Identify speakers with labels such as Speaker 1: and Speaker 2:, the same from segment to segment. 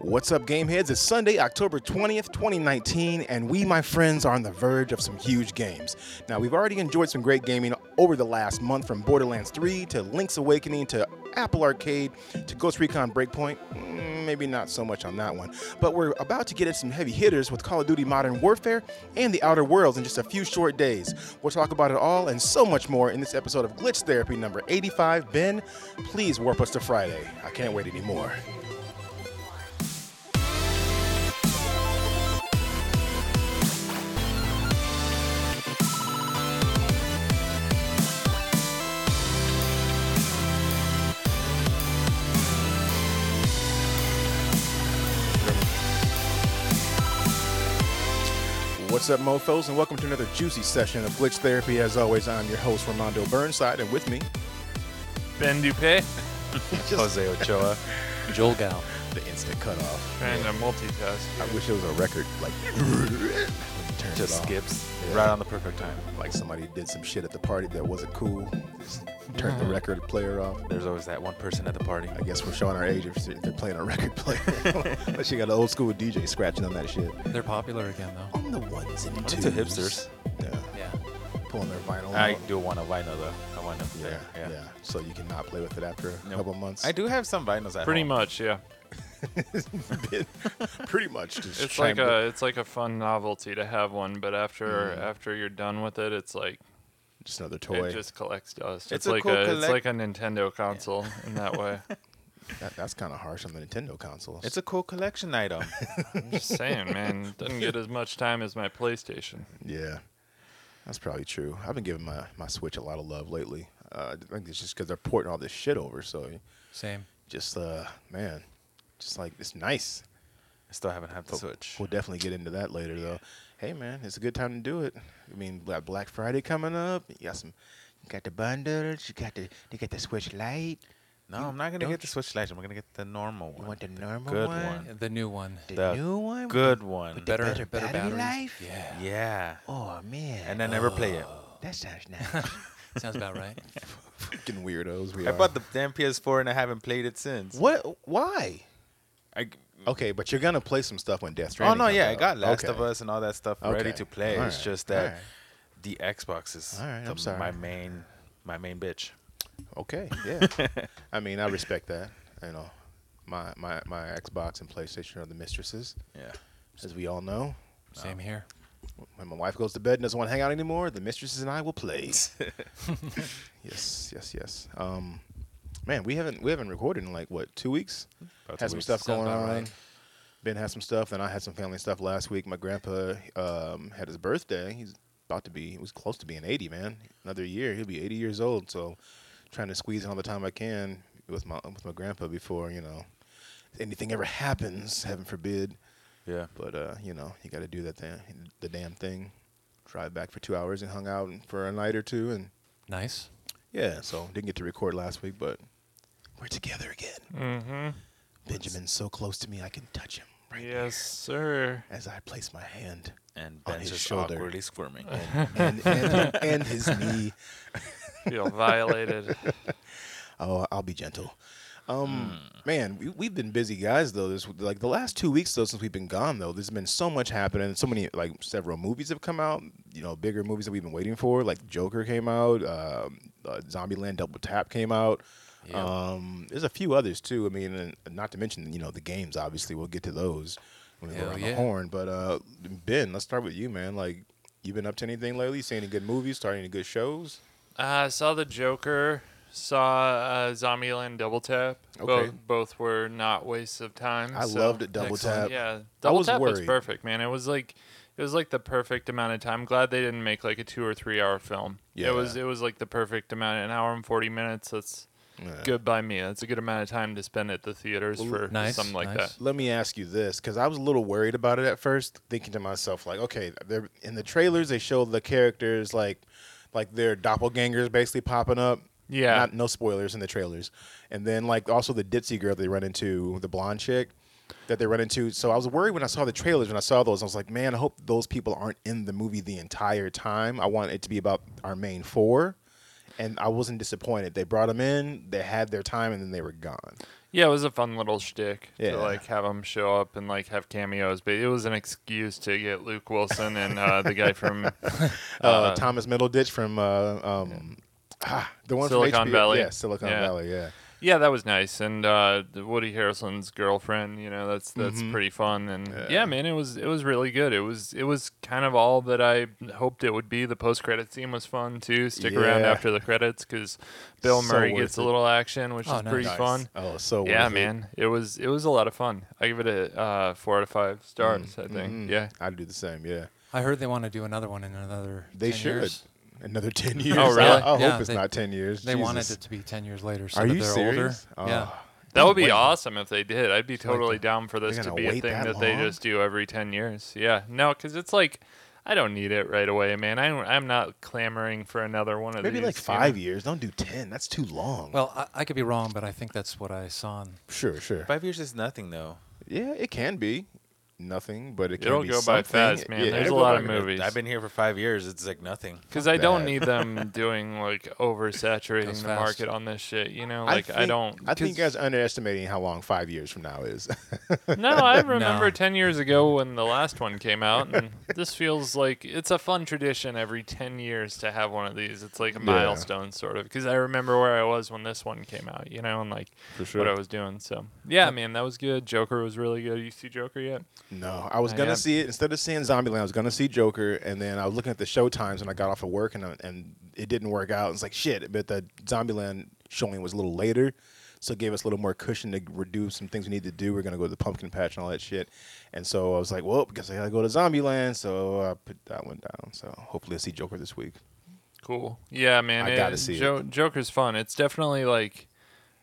Speaker 1: What's up, Gameheads? It's Sunday, October 20th, 2019, and we, my friends, are on the verge of some huge games. Now, we've already enjoyed some great gaming over the last month from Borderlands 3 to Link's Awakening to Apple Arcade to Ghost Recon Breakpoint. Mm, Maybe not so much on that one. But we're about to get at some heavy hitters with Call of Duty Modern Warfare and The Outer Worlds in just a few short days. We'll talk about it all and so much more in this episode of Glitch Therapy number 85. Ben, please warp us to Friday. I can't wait anymore. What's up, mofos, and welcome to another juicy session of Glitch Therapy. As always, I'm your host, Armando Burnside, and with me,
Speaker 2: Ben Dupay.
Speaker 3: Jose Ochoa.
Speaker 4: Joel Gal.
Speaker 1: the instant cutoff.
Speaker 2: Trying to multitask.
Speaker 1: I wish it was a record, like, turns it
Speaker 3: Just
Speaker 1: off.
Speaker 3: skips
Speaker 1: Yeah.
Speaker 3: right on the perfect time.
Speaker 1: Like somebody did some shit at the party that wasn't cool. Just turned the record player off.
Speaker 3: There's always that one person at the party.
Speaker 1: I guess we're showing our age if they're playing a record player. Unless you got an old school DJ scratching on that shit.
Speaker 4: They're popular again, though.
Speaker 1: On the ones and
Speaker 3: It's
Speaker 1: twos.
Speaker 3: a hipsters.
Speaker 1: Yeah,
Speaker 4: Yeah.
Speaker 1: pulling their vinyl.
Speaker 3: I
Speaker 1: out.
Speaker 3: do want a vinyl though. I want a
Speaker 1: Yeah,
Speaker 3: player.
Speaker 1: yeah,
Speaker 3: Yeah.
Speaker 1: So you cannot play with it after a
Speaker 3: Nope.
Speaker 1: couple months.
Speaker 3: I do have some vinyls at
Speaker 2: Pretty
Speaker 3: home.
Speaker 2: much, yeah.
Speaker 1: been pretty much just
Speaker 2: It's
Speaker 1: trying
Speaker 2: like
Speaker 1: to-
Speaker 2: a it's like a fun novelty to have one, but after
Speaker 4: Mm-hmm.
Speaker 2: after you're done with it, it's like
Speaker 1: just another toy.
Speaker 2: it just collects dust. It's,
Speaker 3: It's a
Speaker 2: like
Speaker 3: cool
Speaker 2: a it's
Speaker 3: collect-
Speaker 2: like a Nintendo console in that way.
Speaker 1: That- that's kind of harsh on the Nintendo consoles.
Speaker 3: It's a cool collection item.
Speaker 2: I'm just saying, man, it doesn't get as much time as my PlayStation.
Speaker 1: yeah, that's probably true. I've been giving my, my Switch a lot of love lately. Uh, I think it's just because they're porting all this shit over. So
Speaker 4: Same.
Speaker 1: just uh, man, just like it's nice.
Speaker 3: I still haven't had the Switch.
Speaker 1: We'll definitely get into that later though. Hey man, it's a good time to do it. I mean, we got Black Friday coming up. You got some. You got the bundles. You got the. You got the Switch Lite.
Speaker 3: No, I'm not gonna
Speaker 1: don't
Speaker 3: get the Switch Lite. I'm gonna get the normal one.
Speaker 1: You want the normal
Speaker 3: good
Speaker 1: one?
Speaker 3: one.
Speaker 4: The new one.
Speaker 1: The,
Speaker 3: The
Speaker 1: new one.
Speaker 3: Good one.
Speaker 1: the better battery
Speaker 4: batteries.
Speaker 1: life?
Speaker 4: Yeah.
Speaker 3: Yeah.
Speaker 1: Oh man. Oh,
Speaker 3: And I never play it.
Speaker 1: that sounds nice.
Speaker 4: Sounds about right.
Speaker 1: Fucking weirdos. We
Speaker 3: I
Speaker 1: are.
Speaker 3: bought the damn PS4 and I haven't played it since.
Speaker 1: What? Why?
Speaker 3: I,
Speaker 1: Okay, but you're gonna play some stuff when Death
Speaker 3: oh
Speaker 1: Stranding.
Speaker 3: no,
Speaker 1: comes
Speaker 3: yeah, I
Speaker 1: out.
Speaker 3: got Last
Speaker 1: Okay.
Speaker 3: of Us and all that stuff ready
Speaker 1: Okay.
Speaker 3: to play.
Speaker 1: All
Speaker 3: It's
Speaker 1: right.
Speaker 3: just
Speaker 1: All
Speaker 3: that
Speaker 1: right.
Speaker 3: the Xbox is
Speaker 1: All right,
Speaker 3: the,
Speaker 1: I'm sorry.
Speaker 3: my main, my main bitch.
Speaker 1: Okay, yeah. I mean, I respect that. You know, my my my Xbox and PlayStation are the mistresses,
Speaker 3: Yeah.
Speaker 1: as we all know.
Speaker 4: Same here.
Speaker 1: When my wife goes to bed and doesn't want to hang out anymore, the mistresses and I will play. yes, yes, yes. Um, man, we haven't we haven't recorded in like what two weeks.
Speaker 3: About
Speaker 1: had
Speaker 3: two
Speaker 1: some
Speaker 3: weeks.
Speaker 1: stuff
Speaker 4: Sounds
Speaker 1: going on.
Speaker 4: about right.
Speaker 1: Ben had some stuff, and I had some family stuff last week. My grandpa um, had his birthday. He's about to be, he was close to being 80, man. Another year, he'll be 80 years old. So, trying to squeeze in all the time I can with my with my grandpa before you know anything ever happens, heaven forbid.
Speaker 3: Yeah.
Speaker 1: But uh, you know, you got to do that thing, the damn thing. Drive back for two hours and hung out for a night or two, and
Speaker 4: Nice.
Speaker 1: yeah. So didn't get to record last week, but we're together again.
Speaker 2: Mm-hmm.
Speaker 1: Benjamin's so close to me, I can touch him right there
Speaker 2: Yes, sir.
Speaker 1: as I place my hand
Speaker 3: And
Speaker 1: On
Speaker 3: Ben's
Speaker 1: his
Speaker 3: just
Speaker 1: shoulder.
Speaker 3: awkwardly squirming.
Speaker 1: and, and, and his knee.
Speaker 2: Feel violated.
Speaker 1: Oh, I'll be gentle. Um,
Speaker 4: Hmm.
Speaker 1: man, we, we've been busy guys though. This like the last two weeks though since we've been gone though. There's been so much happening. So many like several movies have come out. You know, bigger movies that we've been waiting for. Like Joker came out. Um, uh, Zombieland Double Tap came out.
Speaker 4: Yep.
Speaker 1: Um, there's a few others too. I mean, and not to mention you know the games. Obviously, we'll get to those when we go
Speaker 4: Hell
Speaker 1: around the
Speaker 4: yeah.
Speaker 1: horn. But uh, Ben, let's start with you, man. Like, you been up to anything lately? Seen any good movies? Starting any good shows?
Speaker 2: Uh, I saw the Joker. Saw uh, Zombieland Double Tap.
Speaker 1: Okay.
Speaker 2: Both both were not wastes of time.
Speaker 1: I
Speaker 2: so-
Speaker 1: loved it. Double
Speaker 4: excellent.
Speaker 1: Tap.
Speaker 2: Yeah, double
Speaker 1: was
Speaker 2: tap was
Speaker 1: worried.
Speaker 2: perfect, man. It was like it was like the perfect amount of time. Glad they didn't make like a two or three hour film.
Speaker 1: Yeah.
Speaker 2: it was it was like the perfect amount, an hour and forty minutes. That's
Speaker 1: Yeah.
Speaker 2: good by me. That's a good amount of time to spend at the theaters
Speaker 1: Well,
Speaker 2: for
Speaker 4: nice,
Speaker 2: something like
Speaker 4: nice.
Speaker 2: that.
Speaker 1: Let me ask you this, because I was a little worried about it at first, thinking to myself, like, okay, they're in the trailers they show the characters like, like their doppelgangers basically popping up.
Speaker 2: Yeah.
Speaker 1: Not no spoilers in the trailers, and then like also the ditzy girl they run into, the blonde chick that they run into. So I was worried when I saw the trailers when I saw those. I was like, man, I hope those people aren't in the movie the entire time. I want it to be about our main four. And I wasn't disappointed. They brought them in, they had their time, and then they were gone.
Speaker 2: Yeah, it was a fun little shtick
Speaker 1: Yeah.
Speaker 2: to like have them show up and like have cameos, but it was an excuse to get Luke Wilson and uh, the guy from
Speaker 1: Uh,
Speaker 2: Uh-huh.
Speaker 1: Thomas Middleditch from uh, um, ah, the one from
Speaker 2: Silicon
Speaker 1: HBO.
Speaker 2: Valley.
Speaker 1: Yeah, Silicon
Speaker 2: Yeah.
Speaker 1: Valley. Yeah.
Speaker 2: yeah, that was nice, and uh, the Woody Harrelson's girlfriend. You know, that's that's
Speaker 1: Mm-hmm.
Speaker 2: pretty fun, and yeah. man, it was it was really good. It was it was kind of all that I hoped it would be. The post credit scene was fun too. Stick around
Speaker 1: Yeah.
Speaker 2: after the credits because Bill
Speaker 1: So
Speaker 2: Murray
Speaker 1: worth
Speaker 2: gets
Speaker 1: it.
Speaker 2: a little action, which
Speaker 4: Oh,
Speaker 2: is pretty
Speaker 4: nice.
Speaker 2: fun.
Speaker 1: Oh, so
Speaker 2: yeah,
Speaker 1: worth it.
Speaker 2: man, it was it was a lot of fun. I give it a uh, four out of five stars.
Speaker 1: Mm.
Speaker 2: I think.
Speaker 1: Mm-hmm.
Speaker 2: Yeah.
Speaker 1: I'd do the same. Yeah,
Speaker 4: I heard they want to do another one in another.
Speaker 1: they
Speaker 4: 10
Speaker 1: should.
Speaker 4: years.
Speaker 1: Another ten years.
Speaker 2: Oh, really?
Speaker 1: I, I
Speaker 4: Yeah,
Speaker 1: hope it's
Speaker 4: they-
Speaker 1: not ten years.
Speaker 4: They wanted
Speaker 1: Jesus.
Speaker 4: it to be ten years later, so
Speaker 1: Are
Speaker 4: that
Speaker 1: you
Speaker 4: they're
Speaker 1: serious?
Speaker 4: older. Yeah.
Speaker 1: Oh.
Speaker 2: That would be awesome if they did. I'd be
Speaker 4: like
Speaker 2: totally
Speaker 4: that.
Speaker 2: down for this
Speaker 1: They're
Speaker 2: to
Speaker 1: gonna
Speaker 2: be a
Speaker 1: wait
Speaker 2: thing
Speaker 1: that
Speaker 2: that, they
Speaker 1: long?
Speaker 2: just do every 10 years. Yeah. No, cuz it's like I don't need it right away, man. I don't, I'm not clamoring for another one of
Speaker 1: Maybe
Speaker 2: these.
Speaker 1: like
Speaker 2: you know?
Speaker 1: five years. Don't do ten. That's too long.
Speaker 4: Well, I, I could be wrong, but I think that's what I saw. In,
Speaker 1: sure, sure.
Speaker 3: Five years is nothing though.
Speaker 1: Yeah, it can be nothing, but it can
Speaker 2: It'll
Speaker 1: be
Speaker 2: go by
Speaker 1: something.
Speaker 2: fast, man.
Speaker 1: Yeah,
Speaker 2: There's a
Speaker 1: it'll
Speaker 2: lot
Speaker 1: go
Speaker 2: of
Speaker 1: by-
Speaker 2: movies.
Speaker 3: I've been here for five years. It's like nothing.
Speaker 2: Cuz I
Speaker 1: that.
Speaker 2: don't need them doing like oversaturating
Speaker 4: Goes
Speaker 2: the
Speaker 4: fast.
Speaker 2: market on this shit, you know? Like I,
Speaker 1: think-
Speaker 2: don't
Speaker 1: I think you
Speaker 2: 'cause-
Speaker 1: guys are underestimating how long five years from now is.
Speaker 2: No, I remember
Speaker 4: No.
Speaker 2: 10 years ago when the last one came out and this feels like it's a fun tradition every 10 years to have one of these. It's like a milestone sort of because I remember where I was when this one came out, you know, and like
Speaker 1: For sure.
Speaker 2: what I was doing. So, yeah, man, that was good. Joker was really good. You see Joker yet?
Speaker 1: No, I was
Speaker 2: I
Speaker 1: gonna
Speaker 2: am-
Speaker 1: see it instead of seeing Zombieland. I was gonna see Joker, and then I was looking at the show times when I got off of work, and I- and it didn't work out. It's like shit, but the Zombieland showing was a little later, so it gave us a little more cushion to redo some things we need to do. We're gonna go to the pumpkin patch and all that shit, and so I was like, well, because I gotta go to Zombieland, so I put that one down. So hopefully I see Joker this week.
Speaker 2: Cool. Yeah, man.
Speaker 1: I
Speaker 2: it-
Speaker 1: gotta see it.
Speaker 2: Jo- Joker's fun. It's definitely like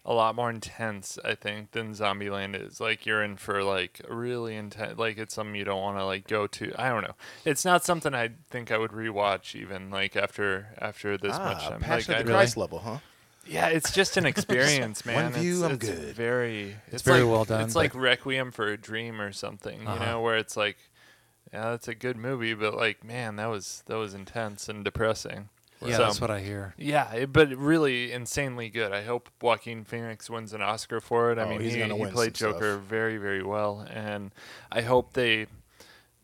Speaker 2: a lot more intense, I think, than Zombieland is. Like you're in for like a really intense. Like it's something you don't want to like go to. I don't know. It's not something I think I would rewatch even like after after this much
Speaker 1: ah,
Speaker 2: time.
Speaker 1: Passion
Speaker 2: Like,
Speaker 1: of the
Speaker 2: I-
Speaker 1: Christ level, huh?
Speaker 2: Yeah, it's just an experience, man.
Speaker 1: view,
Speaker 2: it's,
Speaker 1: I'm
Speaker 2: it's
Speaker 1: good.
Speaker 2: Very. It's,
Speaker 4: very
Speaker 2: like-
Speaker 4: well done,
Speaker 2: It's
Speaker 4: but-
Speaker 2: like Requiem for a Dream or something.
Speaker 1: Uh-huh.
Speaker 2: You know, where it's like. Yeah, that's a good movie, but like, man, that was that was intense and depressing.
Speaker 4: yeah,
Speaker 2: So-
Speaker 4: that's what I hear.
Speaker 2: yeah, it- but really insanely good. I hope Joaquin Phoenix wins an Oscar for it. I
Speaker 1: Oh,
Speaker 2: mean,
Speaker 1: he's
Speaker 2: he,
Speaker 1: gonna
Speaker 2: he
Speaker 1: win
Speaker 2: played
Speaker 1: some
Speaker 2: Joker very, very well, and I hope they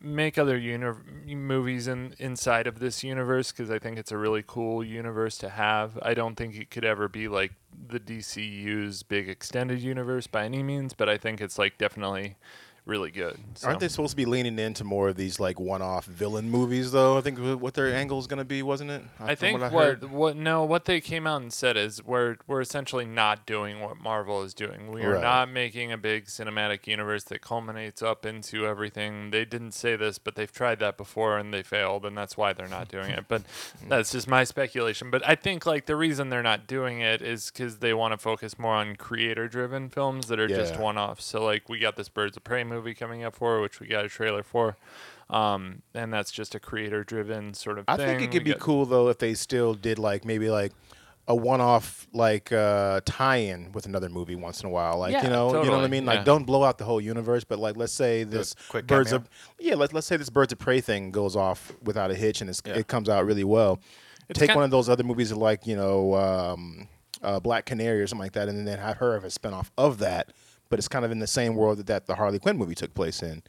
Speaker 2: make other uni- movies in, inside of this universe because I think it's a really cool universe to have. I don't think it could ever be like the DCU's big extended universe by any means, but I think it's like definitely really good. So.
Speaker 1: Aren't they supposed to be leaning into more of these like one-off villain movies though? I think what their angle is gonna be, wasn't it?
Speaker 2: I
Speaker 1: from
Speaker 2: think what,
Speaker 1: heard.
Speaker 2: what no what they came out and said is we're we're essentially not doing what Marvel is doing. We are
Speaker 1: Right.
Speaker 2: not making a big cinematic universe that culminates up into everything. They didn't say this, but they've tried that before and they failed, and that's why they're not doing it. But
Speaker 1: Mm.
Speaker 2: that's just my speculation. But I think like the reason they're not doing it is because they want to focus more on creator-driven films that are just
Speaker 1: Yeah.
Speaker 2: one-offs. So like we got this Birds of Prey movie coming up for, which we got a trailer for. Um, and that's just a creator-driven sort of.
Speaker 1: I
Speaker 2: thing. uh,
Speaker 1: think it
Speaker 2: We
Speaker 1: could be
Speaker 2: got-
Speaker 1: cool though if they still did like maybe like a one-off like uh, tie-in with another movie once in a while, like you
Speaker 2: Yeah,
Speaker 1: know, you know what I
Speaker 2: totally,
Speaker 1: mean.
Speaker 2: yeah.
Speaker 1: Like, don't blow out the whole universe, but like, let's say this
Speaker 3: quick
Speaker 1: birds
Speaker 3: cameo.
Speaker 1: of yeah, let's let's say this birds of prey thing goes off without a hitch and it's, it comes out really well.
Speaker 2: It's
Speaker 1: Take
Speaker 2: kin-
Speaker 1: one of those other movies that like you know um, uh, Black Canary or something like that, and then have her have a spinoff of that, but it's kind of in the same world that, that the Harley Quinn movie took place in.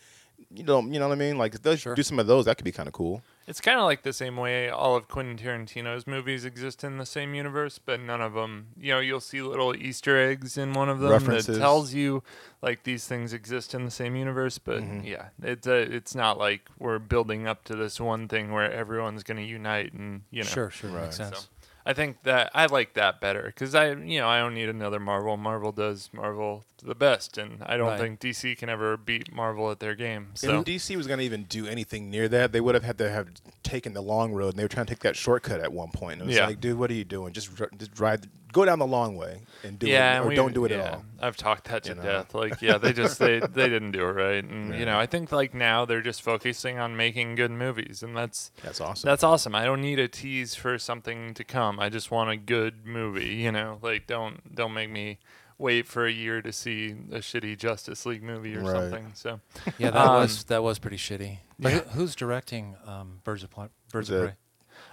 Speaker 1: You know, you know what I mean? Like, if they do some of those, that could be kind of cool.
Speaker 2: It's kind of like the same way all of Quentin Tarantino's movies exist in the same universe, but none of them, you know, you'll see little Easter eggs in one of them
Speaker 1: References.
Speaker 2: that tells you like these things exist in the same universe. But yeah, it's a, it's not like we're building up to this one thing where everyone's going to unite and you know.
Speaker 4: Sure, sure, makes
Speaker 2: So
Speaker 4: sense.
Speaker 2: I think that I like that better because I, you know, I don't need another Marvel. Marvel does Marvel the best, and I don't
Speaker 4: Right.
Speaker 2: think DC can ever beat Marvel at their game. So
Speaker 1: If DC was going to even do anything near that, they would have had to have taken the long road, and they were trying to take that shortcut at one point. And it was
Speaker 2: Yeah.
Speaker 1: like, dude, what are you doing? Just, dr- just drive, go down the long way and do
Speaker 2: yeah,
Speaker 1: it,
Speaker 2: and
Speaker 1: or
Speaker 2: we-
Speaker 1: don't do it at
Speaker 2: yeah,
Speaker 1: all.
Speaker 2: I've talked that to
Speaker 1: You know?
Speaker 2: death. Like, yeah, they just they they didn't do it right, and you know, I think like now they're just focusing on making good movies, and that's
Speaker 1: That's awesome.
Speaker 2: that's awesome. I don't need a tease for something to come. I just want a good movie. You know, like don't don't make me wait for a year to see a shitty Justice League movie or
Speaker 1: Right.
Speaker 2: something. So
Speaker 4: Yeah, that
Speaker 2: Um,
Speaker 4: was that was pretty shitty. But who, who's directing um, Birds of Pl- Birds
Speaker 1: The-
Speaker 4: of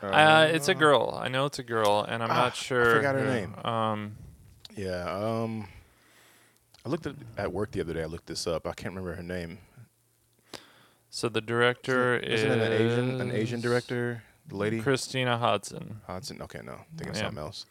Speaker 4: Prey?
Speaker 2: uh, it's a girl. I know it's a girl, and I'm
Speaker 1: Ah, I
Speaker 2: not sure. um,
Speaker 1: forgot her
Speaker 2: who.
Speaker 1: name.
Speaker 2: Um,
Speaker 1: yeah. Um, I looked at, at work the other day. I looked this up. I can't remember her name.
Speaker 2: So the director is
Speaker 1: Isn't it an Asian an Asian director? The lady
Speaker 2: Christina Hodson.
Speaker 1: Hodson. Okay, no, I'm thinking of
Speaker 2: Yeah.
Speaker 1: something else.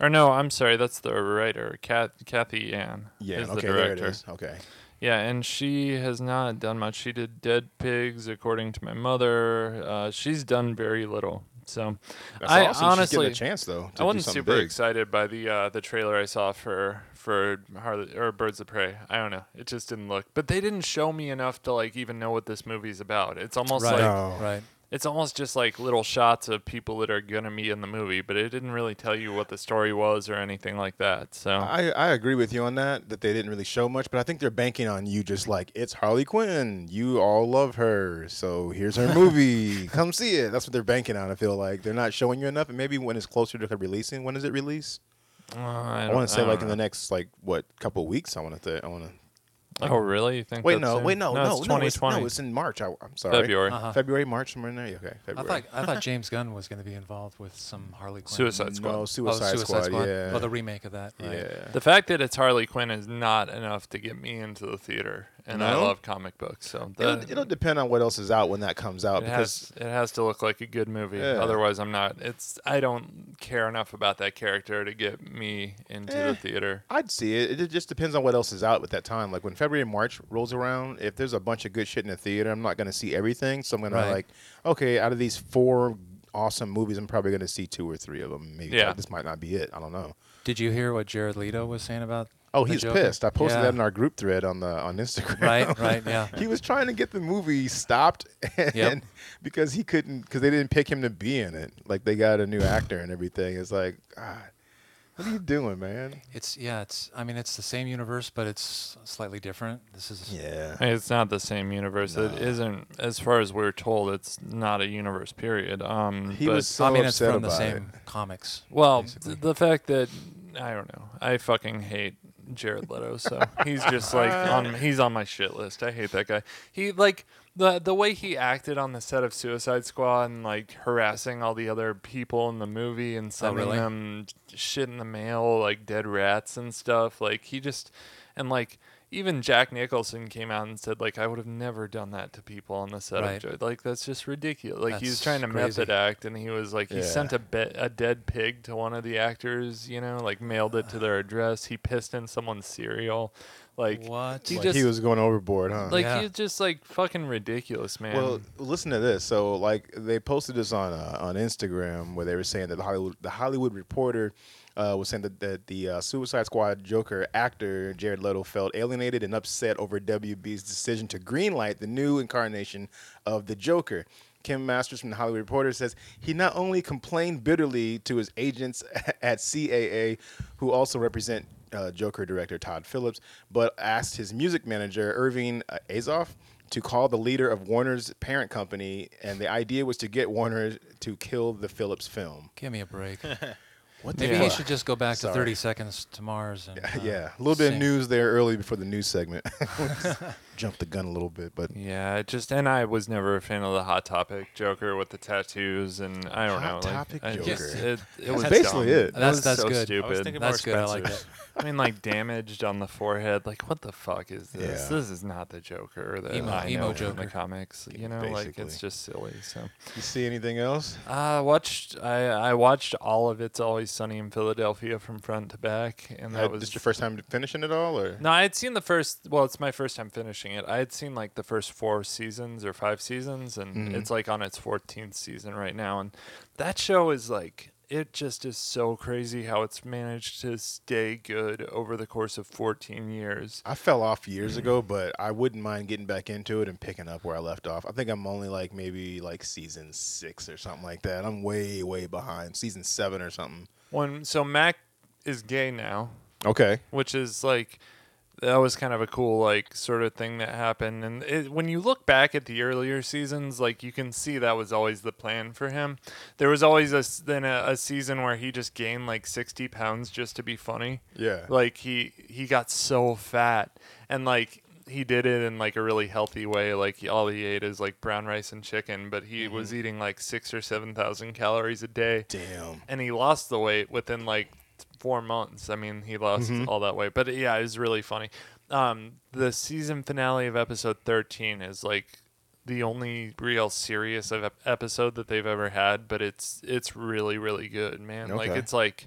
Speaker 2: Or no, I'm sorry, that's the writer. Kath, Kathy Ann
Speaker 1: Yeah.
Speaker 2: is the
Speaker 1: okay, there
Speaker 2: director.
Speaker 1: it is. Okay.
Speaker 2: Yeah, and she has not done much. She did Dead Pigs, according to my mother. Uh, she's done very little. So
Speaker 1: That's
Speaker 2: I
Speaker 1: awesome. She's
Speaker 2: honestly,
Speaker 1: getting a chance though. To
Speaker 2: I wasn't
Speaker 1: do something
Speaker 2: super
Speaker 1: big.
Speaker 2: excited by the uh, the trailer I saw for for Harley or Birds of Prey. I don't know, it just didn't look. But they didn't show me enough to like even know what this movie's about. It's almost
Speaker 4: Right.
Speaker 2: like
Speaker 1: No.
Speaker 4: Right.
Speaker 2: it's almost just like little shots of people that are gonna be in the movie, but it didn't really tell you what the story was or anything like that. So
Speaker 1: I, I agree with you on that, that they didn't really show much, but I think they're banking on you just like, it's Harley Quinn. You all love her. So here's her movie. Come see it. That's what they're banking on, I feel like. They're not showing you enough. And maybe when it's closer to releasing, when is it released?
Speaker 2: uh, I,
Speaker 1: I,
Speaker 2: don't- uh,
Speaker 1: want to say
Speaker 2: don't
Speaker 1: like in
Speaker 2: know.
Speaker 1: the next, like, what, couple weeks? I want to, th- I want to.
Speaker 2: oh really? You think
Speaker 1: Wait,
Speaker 2: that's
Speaker 1: no,
Speaker 2: soon?
Speaker 1: wait, no, no,
Speaker 2: it's
Speaker 1: no, it's,
Speaker 2: 2020.
Speaker 1: no, it's in March. I, I'm sorry.
Speaker 2: February.
Speaker 4: Uh-huh.
Speaker 1: February, March, somewhere in there? Yeah, Okay,
Speaker 4: I
Speaker 1: February.
Speaker 4: thought I thought James Gunn was going to be involved with some Harley Quinn.
Speaker 2: Suicide Squad.
Speaker 1: No, Suicide,
Speaker 4: oh, Suicide
Speaker 1: Squad,
Speaker 4: Squad.
Speaker 1: yeah.
Speaker 4: Oh, the remake of that. Right.
Speaker 1: yeah.
Speaker 2: The fact that it's Harley Quinn is not enough to get me into the theater, and I
Speaker 1: No?
Speaker 2: love comic books. So
Speaker 1: It'll,
Speaker 2: that-
Speaker 1: it'll depend on what else is out when that comes out
Speaker 2: it
Speaker 1: because
Speaker 2: has it has to look like a good movie.
Speaker 1: Yeah.
Speaker 2: Otherwise, I'm not. It's I don't care enough about that character to get me into
Speaker 1: Eh.
Speaker 2: the theater.
Speaker 1: I'd see it. It just depends on what else is out at that time. Like when February and March rolls around, if there's a bunch of good shit in the theater, I'm not going to see everything. So I'm going to
Speaker 4: Right.
Speaker 1: like, okay, out of these four awesome movies, I'm probably going to see two or three of them. Maybe
Speaker 2: Yeah.
Speaker 1: this might not be it. I don't know.
Speaker 4: Did you hear what Jared Leto was saying about?
Speaker 1: Oh,
Speaker 4: the
Speaker 1: he's
Speaker 4: Joker?
Speaker 1: pissed. I posted
Speaker 4: Yeah.
Speaker 1: that in our group thread on the on Instagram.
Speaker 4: Right, right, yeah.
Speaker 1: he was trying to get the movie stopped, and
Speaker 4: Yep.
Speaker 1: because he couldn't, because they didn't pick him to be in it. Like they got a new actor and everything. It's like, God, what are you doing, man?
Speaker 4: It's yeah. It's I mean it's the same universe, but it's slightly different. This is
Speaker 1: Yeah.
Speaker 2: Hey, It's not the same universe. It isn't, as far as we're told, it's not a universe. Period. Um,
Speaker 1: He
Speaker 2: but-
Speaker 1: was so
Speaker 4: I mean it's
Speaker 1: upset
Speaker 4: from the
Speaker 1: about it.
Speaker 4: same comics.
Speaker 2: well.
Speaker 4: basically.
Speaker 2: th- the fact that I don't know. I fucking hate Jared Leto. So he's just like on. He's on my shit list. I hate that guy. He like the the way he acted on the set of Suicide Squad and like harassing all the other people in the movie and sending
Speaker 4: Oh, really?
Speaker 2: them shit in the mail like dead rats and stuff. Like he just and like. Even Jack Nicholson came out and said, "Like I would have never done that to people on the set
Speaker 4: Right.
Speaker 2: of Joy. Like that's just ridiculous. Like he was
Speaker 4: That's
Speaker 2: trying to
Speaker 4: crazy.
Speaker 2: method act, and he was like, he
Speaker 1: Yeah.
Speaker 2: sent a be- a dead pig to one of the actors, you know, like mailed it to their address. He pissed in someone's cereal, like
Speaker 4: What?
Speaker 2: He
Speaker 1: Like
Speaker 2: just
Speaker 1: he was going overboard, huh?
Speaker 2: like
Speaker 4: Yeah.
Speaker 2: he's just like fucking ridiculous, man.
Speaker 1: Well, listen to this. So, like, they posted this on uh, on Instagram where they were saying that the Hollywood the Hollywood Reporter uh, was saying that, that the uh, Suicide Squad Joker actor Jared Leto felt alienated and upset over WB's decision to greenlight the new incarnation of the Joker. Kim Masters from the Hollywood Reporter says he not only complained bitterly to his agents at CAA, who also represent uh, Joker director Todd Phillips, but asked his music manager Irving uh, Azoff to call the leader of Warner's parent company, and the idea was to get Warner to kill the Phillips film.
Speaker 4: Give me a break.
Speaker 1: What the
Speaker 4: Maybe he
Speaker 1: fuck?
Speaker 4: should just go back
Speaker 1: Sorry.
Speaker 4: to 30 seconds to Mars. And, uh,
Speaker 1: yeah, a little bit of
Speaker 4: sing.
Speaker 1: news there early before the news segment. Jumped the gun a little bit, but
Speaker 2: yeah, it just and I was never a fan of the Hot Topic Joker with the tattoos, and I don't
Speaker 1: Hot
Speaker 2: know, like,
Speaker 1: Topic
Speaker 2: I just-
Speaker 1: Joker.
Speaker 2: it, it
Speaker 1: That's
Speaker 2: was
Speaker 1: basically
Speaker 2: dumb.
Speaker 1: it.
Speaker 4: That's-
Speaker 2: was
Speaker 4: that's
Speaker 2: so
Speaker 4: good.
Speaker 2: stupid.
Speaker 3: I was thinking
Speaker 4: That's
Speaker 3: more
Speaker 4: good. I like
Speaker 3: Spencer's.
Speaker 4: that.
Speaker 2: I mean, like damaged on the forehead. Like, what the fuck is this?
Speaker 1: Yeah.
Speaker 2: This is not the Joker that
Speaker 4: Emo-
Speaker 2: I know
Speaker 4: emo
Speaker 2: from the
Speaker 4: Joker.
Speaker 2: comics. You know, like
Speaker 1: Basically.
Speaker 2: it's just silly. So,
Speaker 1: you see anything else?
Speaker 2: I watched. I I watched all of It's Always Sunny in Philadelphia from front to back, and
Speaker 1: Uh,
Speaker 2: that was
Speaker 1: this your first time finishing it all, or
Speaker 2: No, I had seen the first. Well, it's my first time finishing it. I had seen like the first four seasons or five seasons, and it's like on its 14th season right now. And that show is like, it just is so crazy how it's managed to stay good over the course of 14 years.
Speaker 1: I fell off years
Speaker 2: Mm-hmm.
Speaker 1: ago, but I wouldn't mind getting back into it and picking up where I left off. I think I'm only like maybe like season six or something like that. I'm way way behind, season seven or something.
Speaker 2: When so Mac is gay now,
Speaker 1: Okay,
Speaker 2: which is like that was kind of a cool like sort of thing that happened and it, when you look back at the earlier seasons like you can see that was always the plan for him there was always a s- then a, a season where he just gained like 60 pounds just to be funny
Speaker 1: yeah.
Speaker 2: like he he got so fat and like he did it in like a really healthy way like all he ate is like brown rice and chicken but he was eating like six or seven thousand calories a day
Speaker 1: Damn.
Speaker 2: and he lost the weight within like four months. I mean, he lost all that weight, but yeah, it was really funny. um, the season finale of episode 13 is like the only real serious of ep- episode that they've ever had, but it's it's really really good, man. Like
Speaker 1: Okay.
Speaker 2: it's like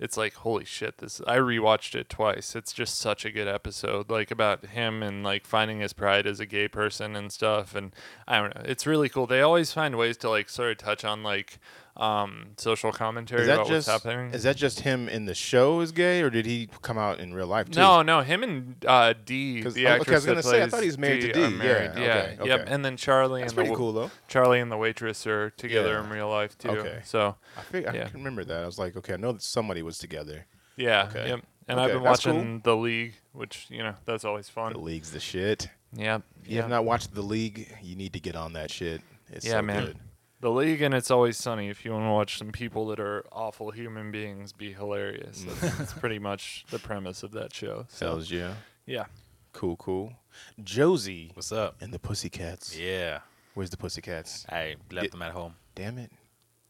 Speaker 2: it's like holy shit this I rewatched it twice. It's just such a good episode like about him and like finding his pride as a gay person and stuff and I don't know. It's really cool. They always find ways to like sort of touch on like um social commentary
Speaker 1: Is that
Speaker 2: about
Speaker 1: just
Speaker 2: what's happening.
Speaker 1: is that just him in the show is gay, or did he come out in real life too?
Speaker 2: No, no, him and uh, D,
Speaker 1: 'Cause- oh,
Speaker 2: the
Speaker 1: okay, I
Speaker 2: actress
Speaker 1: was gonna
Speaker 2: that
Speaker 1: say, I
Speaker 2: plays
Speaker 1: thought he was married to
Speaker 2: Dee, are
Speaker 1: Dee. Yeah,
Speaker 2: married, yeah,
Speaker 1: okay,
Speaker 2: yep.
Speaker 1: okay.
Speaker 2: And then Charlie
Speaker 1: that's
Speaker 2: and
Speaker 1: pretty
Speaker 2: the,
Speaker 1: cool though.
Speaker 2: Charlie and the waitress are together
Speaker 1: Yeah.
Speaker 2: in real life too.
Speaker 1: Okay.
Speaker 2: So
Speaker 1: I, think, I
Speaker 2: Yeah.
Speaker 1: can remember that. I was like, okay, I know that somebody was together.
Speaker 2: yeah,
Speaker 1: Okay.
Speaker 2: yep. And I've
Speaker 1: Okay,
Speaker 2: been
Speaker 1: that's cool.
Speaker 2: watching The League, which you know that's always fun.
Speaker 1: The league's the shit.
Speaker 2: Yep.
Speaker 1: If you have not watched the league, you need to get on that shit. It's
Speaker 2: Yeah,
Speaker 1: so
Speaker 2: man.
Speaker 1: good.
Speaker 2: The League and It's Always Sunny. If you want to watch some people that are awful human beings be hilarious, that's, that's pretty much the premise of that show. So
Speaker 1: Tells you.
Speaker 2: yeah,
Speaker 1: Cool, cool. Josie
Speaker 3: What's up?
Speaker 1: and the Pussycats.
Speaker 3: Yeah,
Speaker 1: Where's the Pussycats?
Speaker 3: I left
Speaker 1: Yeah.
Speaker 3: them at home.
Speaker 1: Damn it.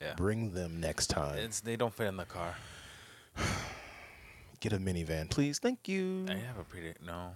Speaker 3: Yeah.
Speaker 1: Bring them next time.
Speaker 3: It's, they don't fit in the car.
Speaker 1: Get a minivan, please. Thank you.
Speaker 3: I have a pretty no.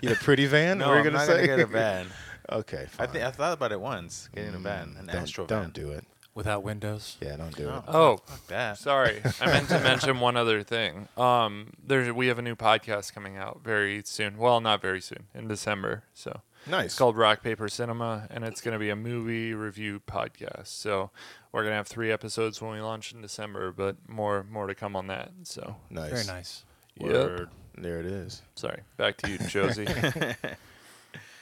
Speaker 1: You had a pretty van?
Speaker 3: no,
Speaker 1: What were you
Speaker 3: I'm
Speaker 1: gonna
Speaker 3: not
Speaker 1: say?
Speaker 3: gonna get a van.
Speaker 1: okay,
Speaker 3: I
Speaker 1: fine.
Speaker 3: think I thought about it once, getting a van, an
Speaker 1: don't,
Speaker 3: Astro
Speaker 1: don't
Speaker 3: van.
Speaker 1: do it.
Speaker 4: without windows.
Speaker 1: Yeah, don't do it.
Speaker 3: No.
Speaker 2: Oh.
Speaker 3: Fuck that.
Speaker 2: Sorry, I meant to mention one other thing. Um, there's we have a new podcast coming out very soon. Well, not very soon, in December. So
Speaker 1: Nice.
Speaker 2: it's called Rock Paper Cinema, and it's going to be a movie review podcast. So we're going to have three episodes when we launch in December, but more more to come on that. So
Speaker 1: nice.
Speaker 4: Very nice.
Speaker 2: yeah,
Speaker 3: Word.
Speaker 1: There it is.
Speaker 2: sorry. Back to you, Josie.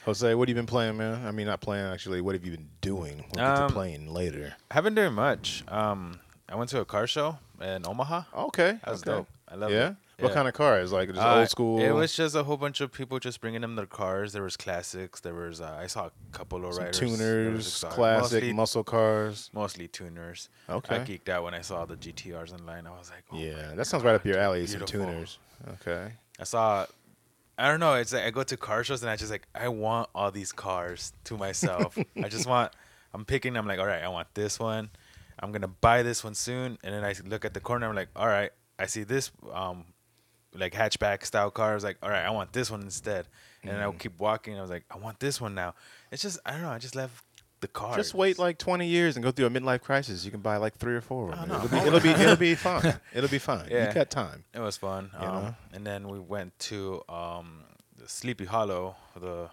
Speaker 1: Jose, what have you been playing, man? I mean, not playing actually. What have you been doing? We'll get
Speaker 3: Um,
Speaker 1: to playing later.
Speaker 3: Haven't done much. Um, I went to a car show in Omaha.
Speaker 1: Okay,
Speaker 3: That was
Speaker 1: okay.
Speaker 3: dope. I love
Speaker 1: yeah?
Speaker 3: it.
Speaker 1: What kind of car is like just
Speaker 3: Uh,
Speaker 1: old school?
Speaker 3: It was just a whole bunch of people just bringing them their cars. There was classics. There was uh, I saw a couple of
Speaker 1: some
Speaker 3: riders. there was
Speaker 1: tuners,
Speaker 3: exotic-
Speaker 1: classic
Speaker 3: mostly,
Speaker 1: muscle cars.
Speaker 3: mostly tuners.
Speaker 1: Okay.
Speaker 3: I geeked out when I saw the GTRs online. I was like, oh my
Speaker 1: yeah, that sounds right up your alley. Some
Speaker 3: beautiful.
Speaker 1: tuners. Okay.
Speaker 3: I saw. I don't know. It's like I go to car shows and I just like I want all these cars to myself. I just want. I'm picking. I'm like, all right, I want this one. I'm gonna buy this one soon. And then I look at the corner. I'm like, all right, I see this um, like hatchback style car. I was like, all right, I want this one instead. And then
Speaker 1: Mm.
Speaker 3: I keep walking. I was like, I want this one now. It's just I don't know. I just left the car.
Speaker 1: Just wait like 20 years and go through a midlife crisis. You can buy like three or four of them.
Speaker 3: no.
Speaker 1: It'll, be, it'll be it'll be fine. It'll be fine. You
Speaker 3: Yeah.
Speaker 1: got time.
Speaker 3: It was fun.
Speaker 1: You
Speaker 3: um,
Speaker 1: know?
Speaker 3: And then we went to um, the Sleepy Hollow for the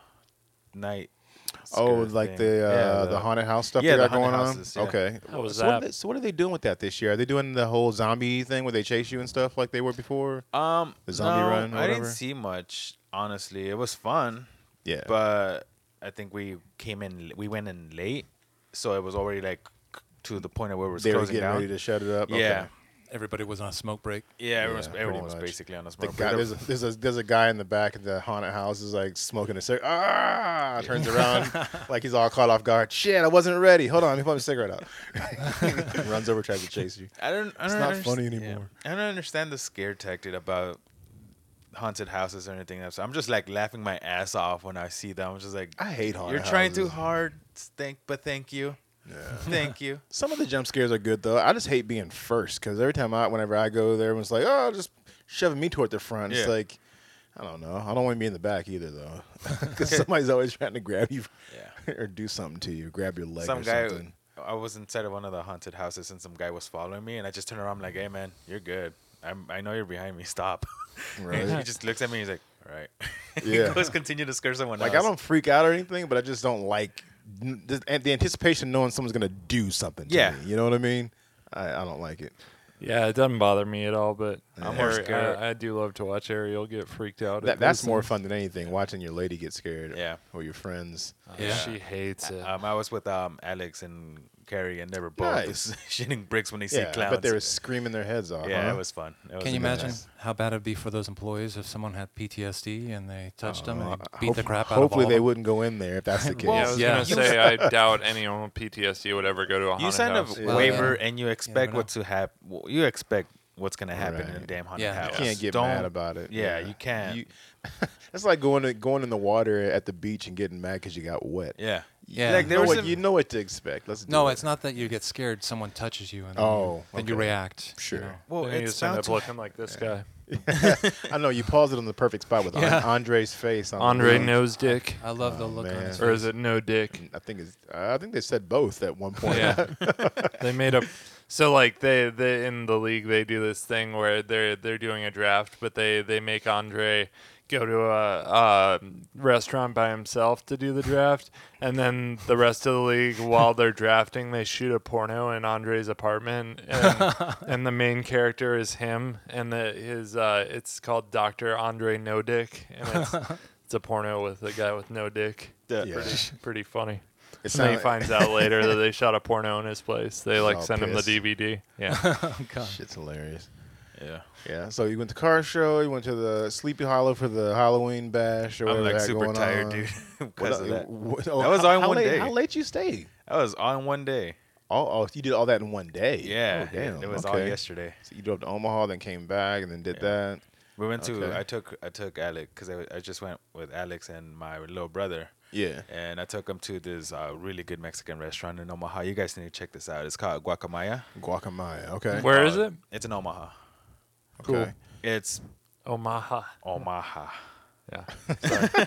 Speaker 3: night.
Speaker 1: Oh,
Speaker 3: scare
Speaker 1: like
Speaker 3: thing.
Speaker 1: the uh,
Speaker 3: Yeah,
Speaker 1: the, haunted house stuff
Speaker 3: Yeah,
Speaker 1: they
Speaker 3: the
Speaker 1: got going
Speaker 3: haunted
Speaker 1: on.
Speaker 3: houses, yeah.
Speaker 1: Okay.
Speaker 2: How was
Speaker 1: so What are
Speaker 2: that?
Speaker 1: they, so what are they doing with that this year? Are they doing the whole zombie thing where they chase you and stuff like they were before?
Speaker 3: Um,
Speaker 1: The zombie
Speaker 3: no,
Speaker 1: run or
Speaker 3: I didn't
Speaker 1: whatever?
Speaker 3: see much. Honestly, it was fun,
Speaker 1: Yeah.
Speaker 3: but I think we came in. We went in late, so it was already like to the point of where it was
Speaker 1: they were
Speaker 3: closing
Speaker 1: getting
Speaker 3: down.
Speaker 1: ready to shut it up.
Speaker 3: Yeah,
Speaker 1: Okay.
Speaker 4: Everybody was on a smoke break.
Speaker 3: yeah. Everyone,
Speaker 1: Yeah,
Speaker 3: was, everyone
Speaker 1: pretty
Speaker 3: was
Speaker 1: much.
Speaker 3: basically on a
Speaker 1: The
Speaker 3: smoke. break.
Speaker 1: guy, there's, a, there's, a, there's a guy in the back of the haunted house is like smoking a cigarette. Ah! Turns around like he's all caught off guard. Shit, I wasn't ready. Hold on, let me put my cigarette out. Runs over, tries to chase you.
Speaker 3: I don't. I
Speaker 1: It's
Speaker 3: don't
Speaker 1: not
Speaker 3: underst-
Speaker 1: funny
Speaker 3: yeah.
Speaker 1: anymore.
Speaker 3: I don't understand the scare tactic about haunted houses or anything else. I'm just like laughing my ass off when I see them. I'm just like,
Speaker 1: I hate haunted
Speaker 3: you're trying too
Speaker 1: houses.
Speaker 3: hard. Thank, but thank you,
Speaker 1: Yeah.
Speaker 3: thank you.
Speaker 1: Some of the jump scares are good though. I just hate being first because every time I, whenever I go there, everyone's like, "Oh, just shoving me toward the front." It's
Speaker 3: Yeah.
Speaker 1: like, I don't know. I don't want to be in the back either though, because somebody's always trying to grab you
Speaker 3: Yeah.
Speaker 1: or do something to you, grab your leg.
Speaker 3: some
Speaker 1: or
Speaker 3: guy
Speaker 1: something.
Speaker 3: I was inside of one of the haunted houses and some guy was following me and I just turned around I'm like, "Hey man, you're good. I'm, I know you're behind me. Stop."
Speaker 1: Right.
Speaker 3: And he just looks at me. and He's like, "All right."
Speaker 1: Yeah.
Speaker 3: he goes continue to scare someone
Speaker 1: Like I
Speaker 3: else.
Speaker 1: don't freak out or anything, but I just don't like n- the, and the anticipation of knowing someone's gonna do something. To
Speaker 3: Yeah.
Speaker 1: me, you know what I mean. I, I don't like it.
Speaker 2: yeah, it doesn't bother me at all, but
Speaker 1: I'm
Speaker 2: I'm
Speaker 1: more
Speaker 3: scared.
Speaker 2: I, I do love to watch Ariel get freaked out.
Speaker 1: That,
Speaker 2: at
Speaker 1: that's
Speaker 2: those
Speaker 1: more
Speaker 2: things.
Speaker 1: fun than anything. Watching your lady get scared.
Speaker 3: Yeah.
Speaker 1: Or your friends.
Speaker 3: Oh,
Speaker 4: Yeah.
Speaker 2: She hates it.
Speaker 3: Um, I was with um Alex and Carrie and they were both
Speaker 1: Nice.
Speaker 3: shitting bricks when they see
Speaker 1: yeah.
Speaker 3: clowns.
Speaker 1: But they were screaming their heads off.
Speaker 3: yeah,
Speaker 1: huh?
Speaker 3: it was fun. It was
Speaker 4: Can you
Speaker 3: nice.
Speaker 4: imagine how bad it'd be for those employees if someone had PTSD and they touched them and
Speaker 1: Uh,
Speaker 4: they beat the
Speaker 1: hope-
Speaker 4: crap out of
Speaker 1: Hopefully,
Speaker 4: all
Speaker 1: they
Speaker 4: of them?
Speaker 1: wouldn't go in there if that's the case.
Speaker 2: yeah, I was
Speaker 4: Yeah.
Speaker 2: gonna say I doubt anyone with PTSD would ever go to a haunted
Speaker 3: You sign a
Speaker 2: house.
Speaker 4: Well,
Speaker 3: waiver
Speaker 4: yeah.
Speaker 3: and you expect
Speaker 4: never
Speaker 3: what to happen. You expect what's gonna happen in
Speaker 1: Right.
Speaker 3: a damn haunted
Speaker 4: Yeah.
Speaker 3: house.
Speaker 1: You can't get
Speaker 3: Don't-
Speaker 1: mad about it.
Speaker 3: Yeah, you can't.
Speaker 1: You- That's like going to, going in the water at the beach and getting mad because you got wet.
Speaker 3: yeah.
Speaker 4: Yeah.
Speaker 3: Like, there
Speaker 1: know
Speaker 3: was
Speaker 1: what,
Speaker 3: some-
Speaker 1: you know what to expect. Let's do
Speaker 4: no,
Speaker 1: it.
Speaker 4: it's not that you get scared. Someone touches you, and then
Speaker 1: Oh,
Speaker 4: you, then you
Speaker 1: okay.
Speaker 4: react. you
Speaker 1: Sure.
Speaker 4: know.
Speaker 3: Well,
Speaker 2: Then you
Speaker 3: it's
Speaker 2: just end
Speaker 3: bound
Speaker 2: up
Speaker 3: to
Speaker 2: looking like this guy.
Speaker 1: I know you paused it on the perfect spot with An-
Speaker 4: Yeah.
Speaker 1: Andre's face. On the
Speaker 2: Andre
Speaker 1: wheel.
Speaker 2: knows dick,
Speaker 4: I love the look on
Speaker 1: Oh, man.
Speaker 4: his face.
Speaker 2: or is it no dick?
Speaker 1: I think it's, I think they said both at one point.
Speaker 2: Yeah. they made up. So like they, they in the league they do this thing where they're they're doing a draft, but they they make Andre go to a, a restaurant by himself to do the draft, and then the rest of the league while they're drafting they shoot a porno in Andre's apartment, and, and the main character is him, and the his uh, it's called Doctor Andre No Dick, and it's, it's a porno with a guy with no dick.
Speaker 3: Yeah.
Speaker 1: Yeah.
Speaker 2: Pretty, pretty funny.
Speaker 1: It
Speaker 2: And then he
Speaker 1: sound-
Speaker 2: finds out later that they shot a porno in his place. They like
Speaker 1: all
Speaker 2: send him the
Speaker 1: pissed.
Speaker 2: DVD. Yeah.
Speaker 4: Oh,
Speaker 1: Shit's hilarious.
Speaker 3: Yeah.
Speaker 1: Yeah. So you went to car show. You went to the Sleepy Hollow for the Halloween bash. Or
Speaker 3: I'm
Speaker 1: whatever they
Speaker 3: like
Speaker 1: had
Speaker 3: super
Speaker 1: going
Speaker 3: tired,
Speaker 1: on.
Speaker 3: dude.
Speaker 1: What,
Speaker 3: because of that.
Speaker 1: what-
Speaker 3: That was
Speaker 1: how-
Speaker 3: on
Speaker 1: how
Speaker 3: one
Speaker 1: late-
Speaker 3: day.
Speaker 1: How late you stayed?
Speaker 3: That was on one day.
Speaker 1: Oh, oh, you did all that in one day.
Speaker 3: Yeah.
Speaker 1: Oh, damn.
Speaker 3: It was all
Speaker 1: okay.
Speaker 3: yesterday.
Speaker 1: So you drove to Omaha, then came back, and then did that.
Speaker 3: We went to.
Speaker 1: Okay.
Speaker 3: I took. I took Alex because I, I just went with Alex and my little brother,
Speaker 1: Yeah.
Speaker 3: and I took him to this uh, really good Mexican restaurant in Omaha. You guys need to check this out. It's called Guacamaya.
Speaker 1: Guacamaya. Okay.
Speaker 2: Where is
Speaker 3: Uh,
Speaker 2: it?
Speaker 3: It's in Omaha.
Speaker 1: Cool.
Speaker 4: Okay.
Speaker 3: It's
Speaker 2: Omaha.
Speaker 3: Omaha.
Speaker 2: Yeah. Sorry.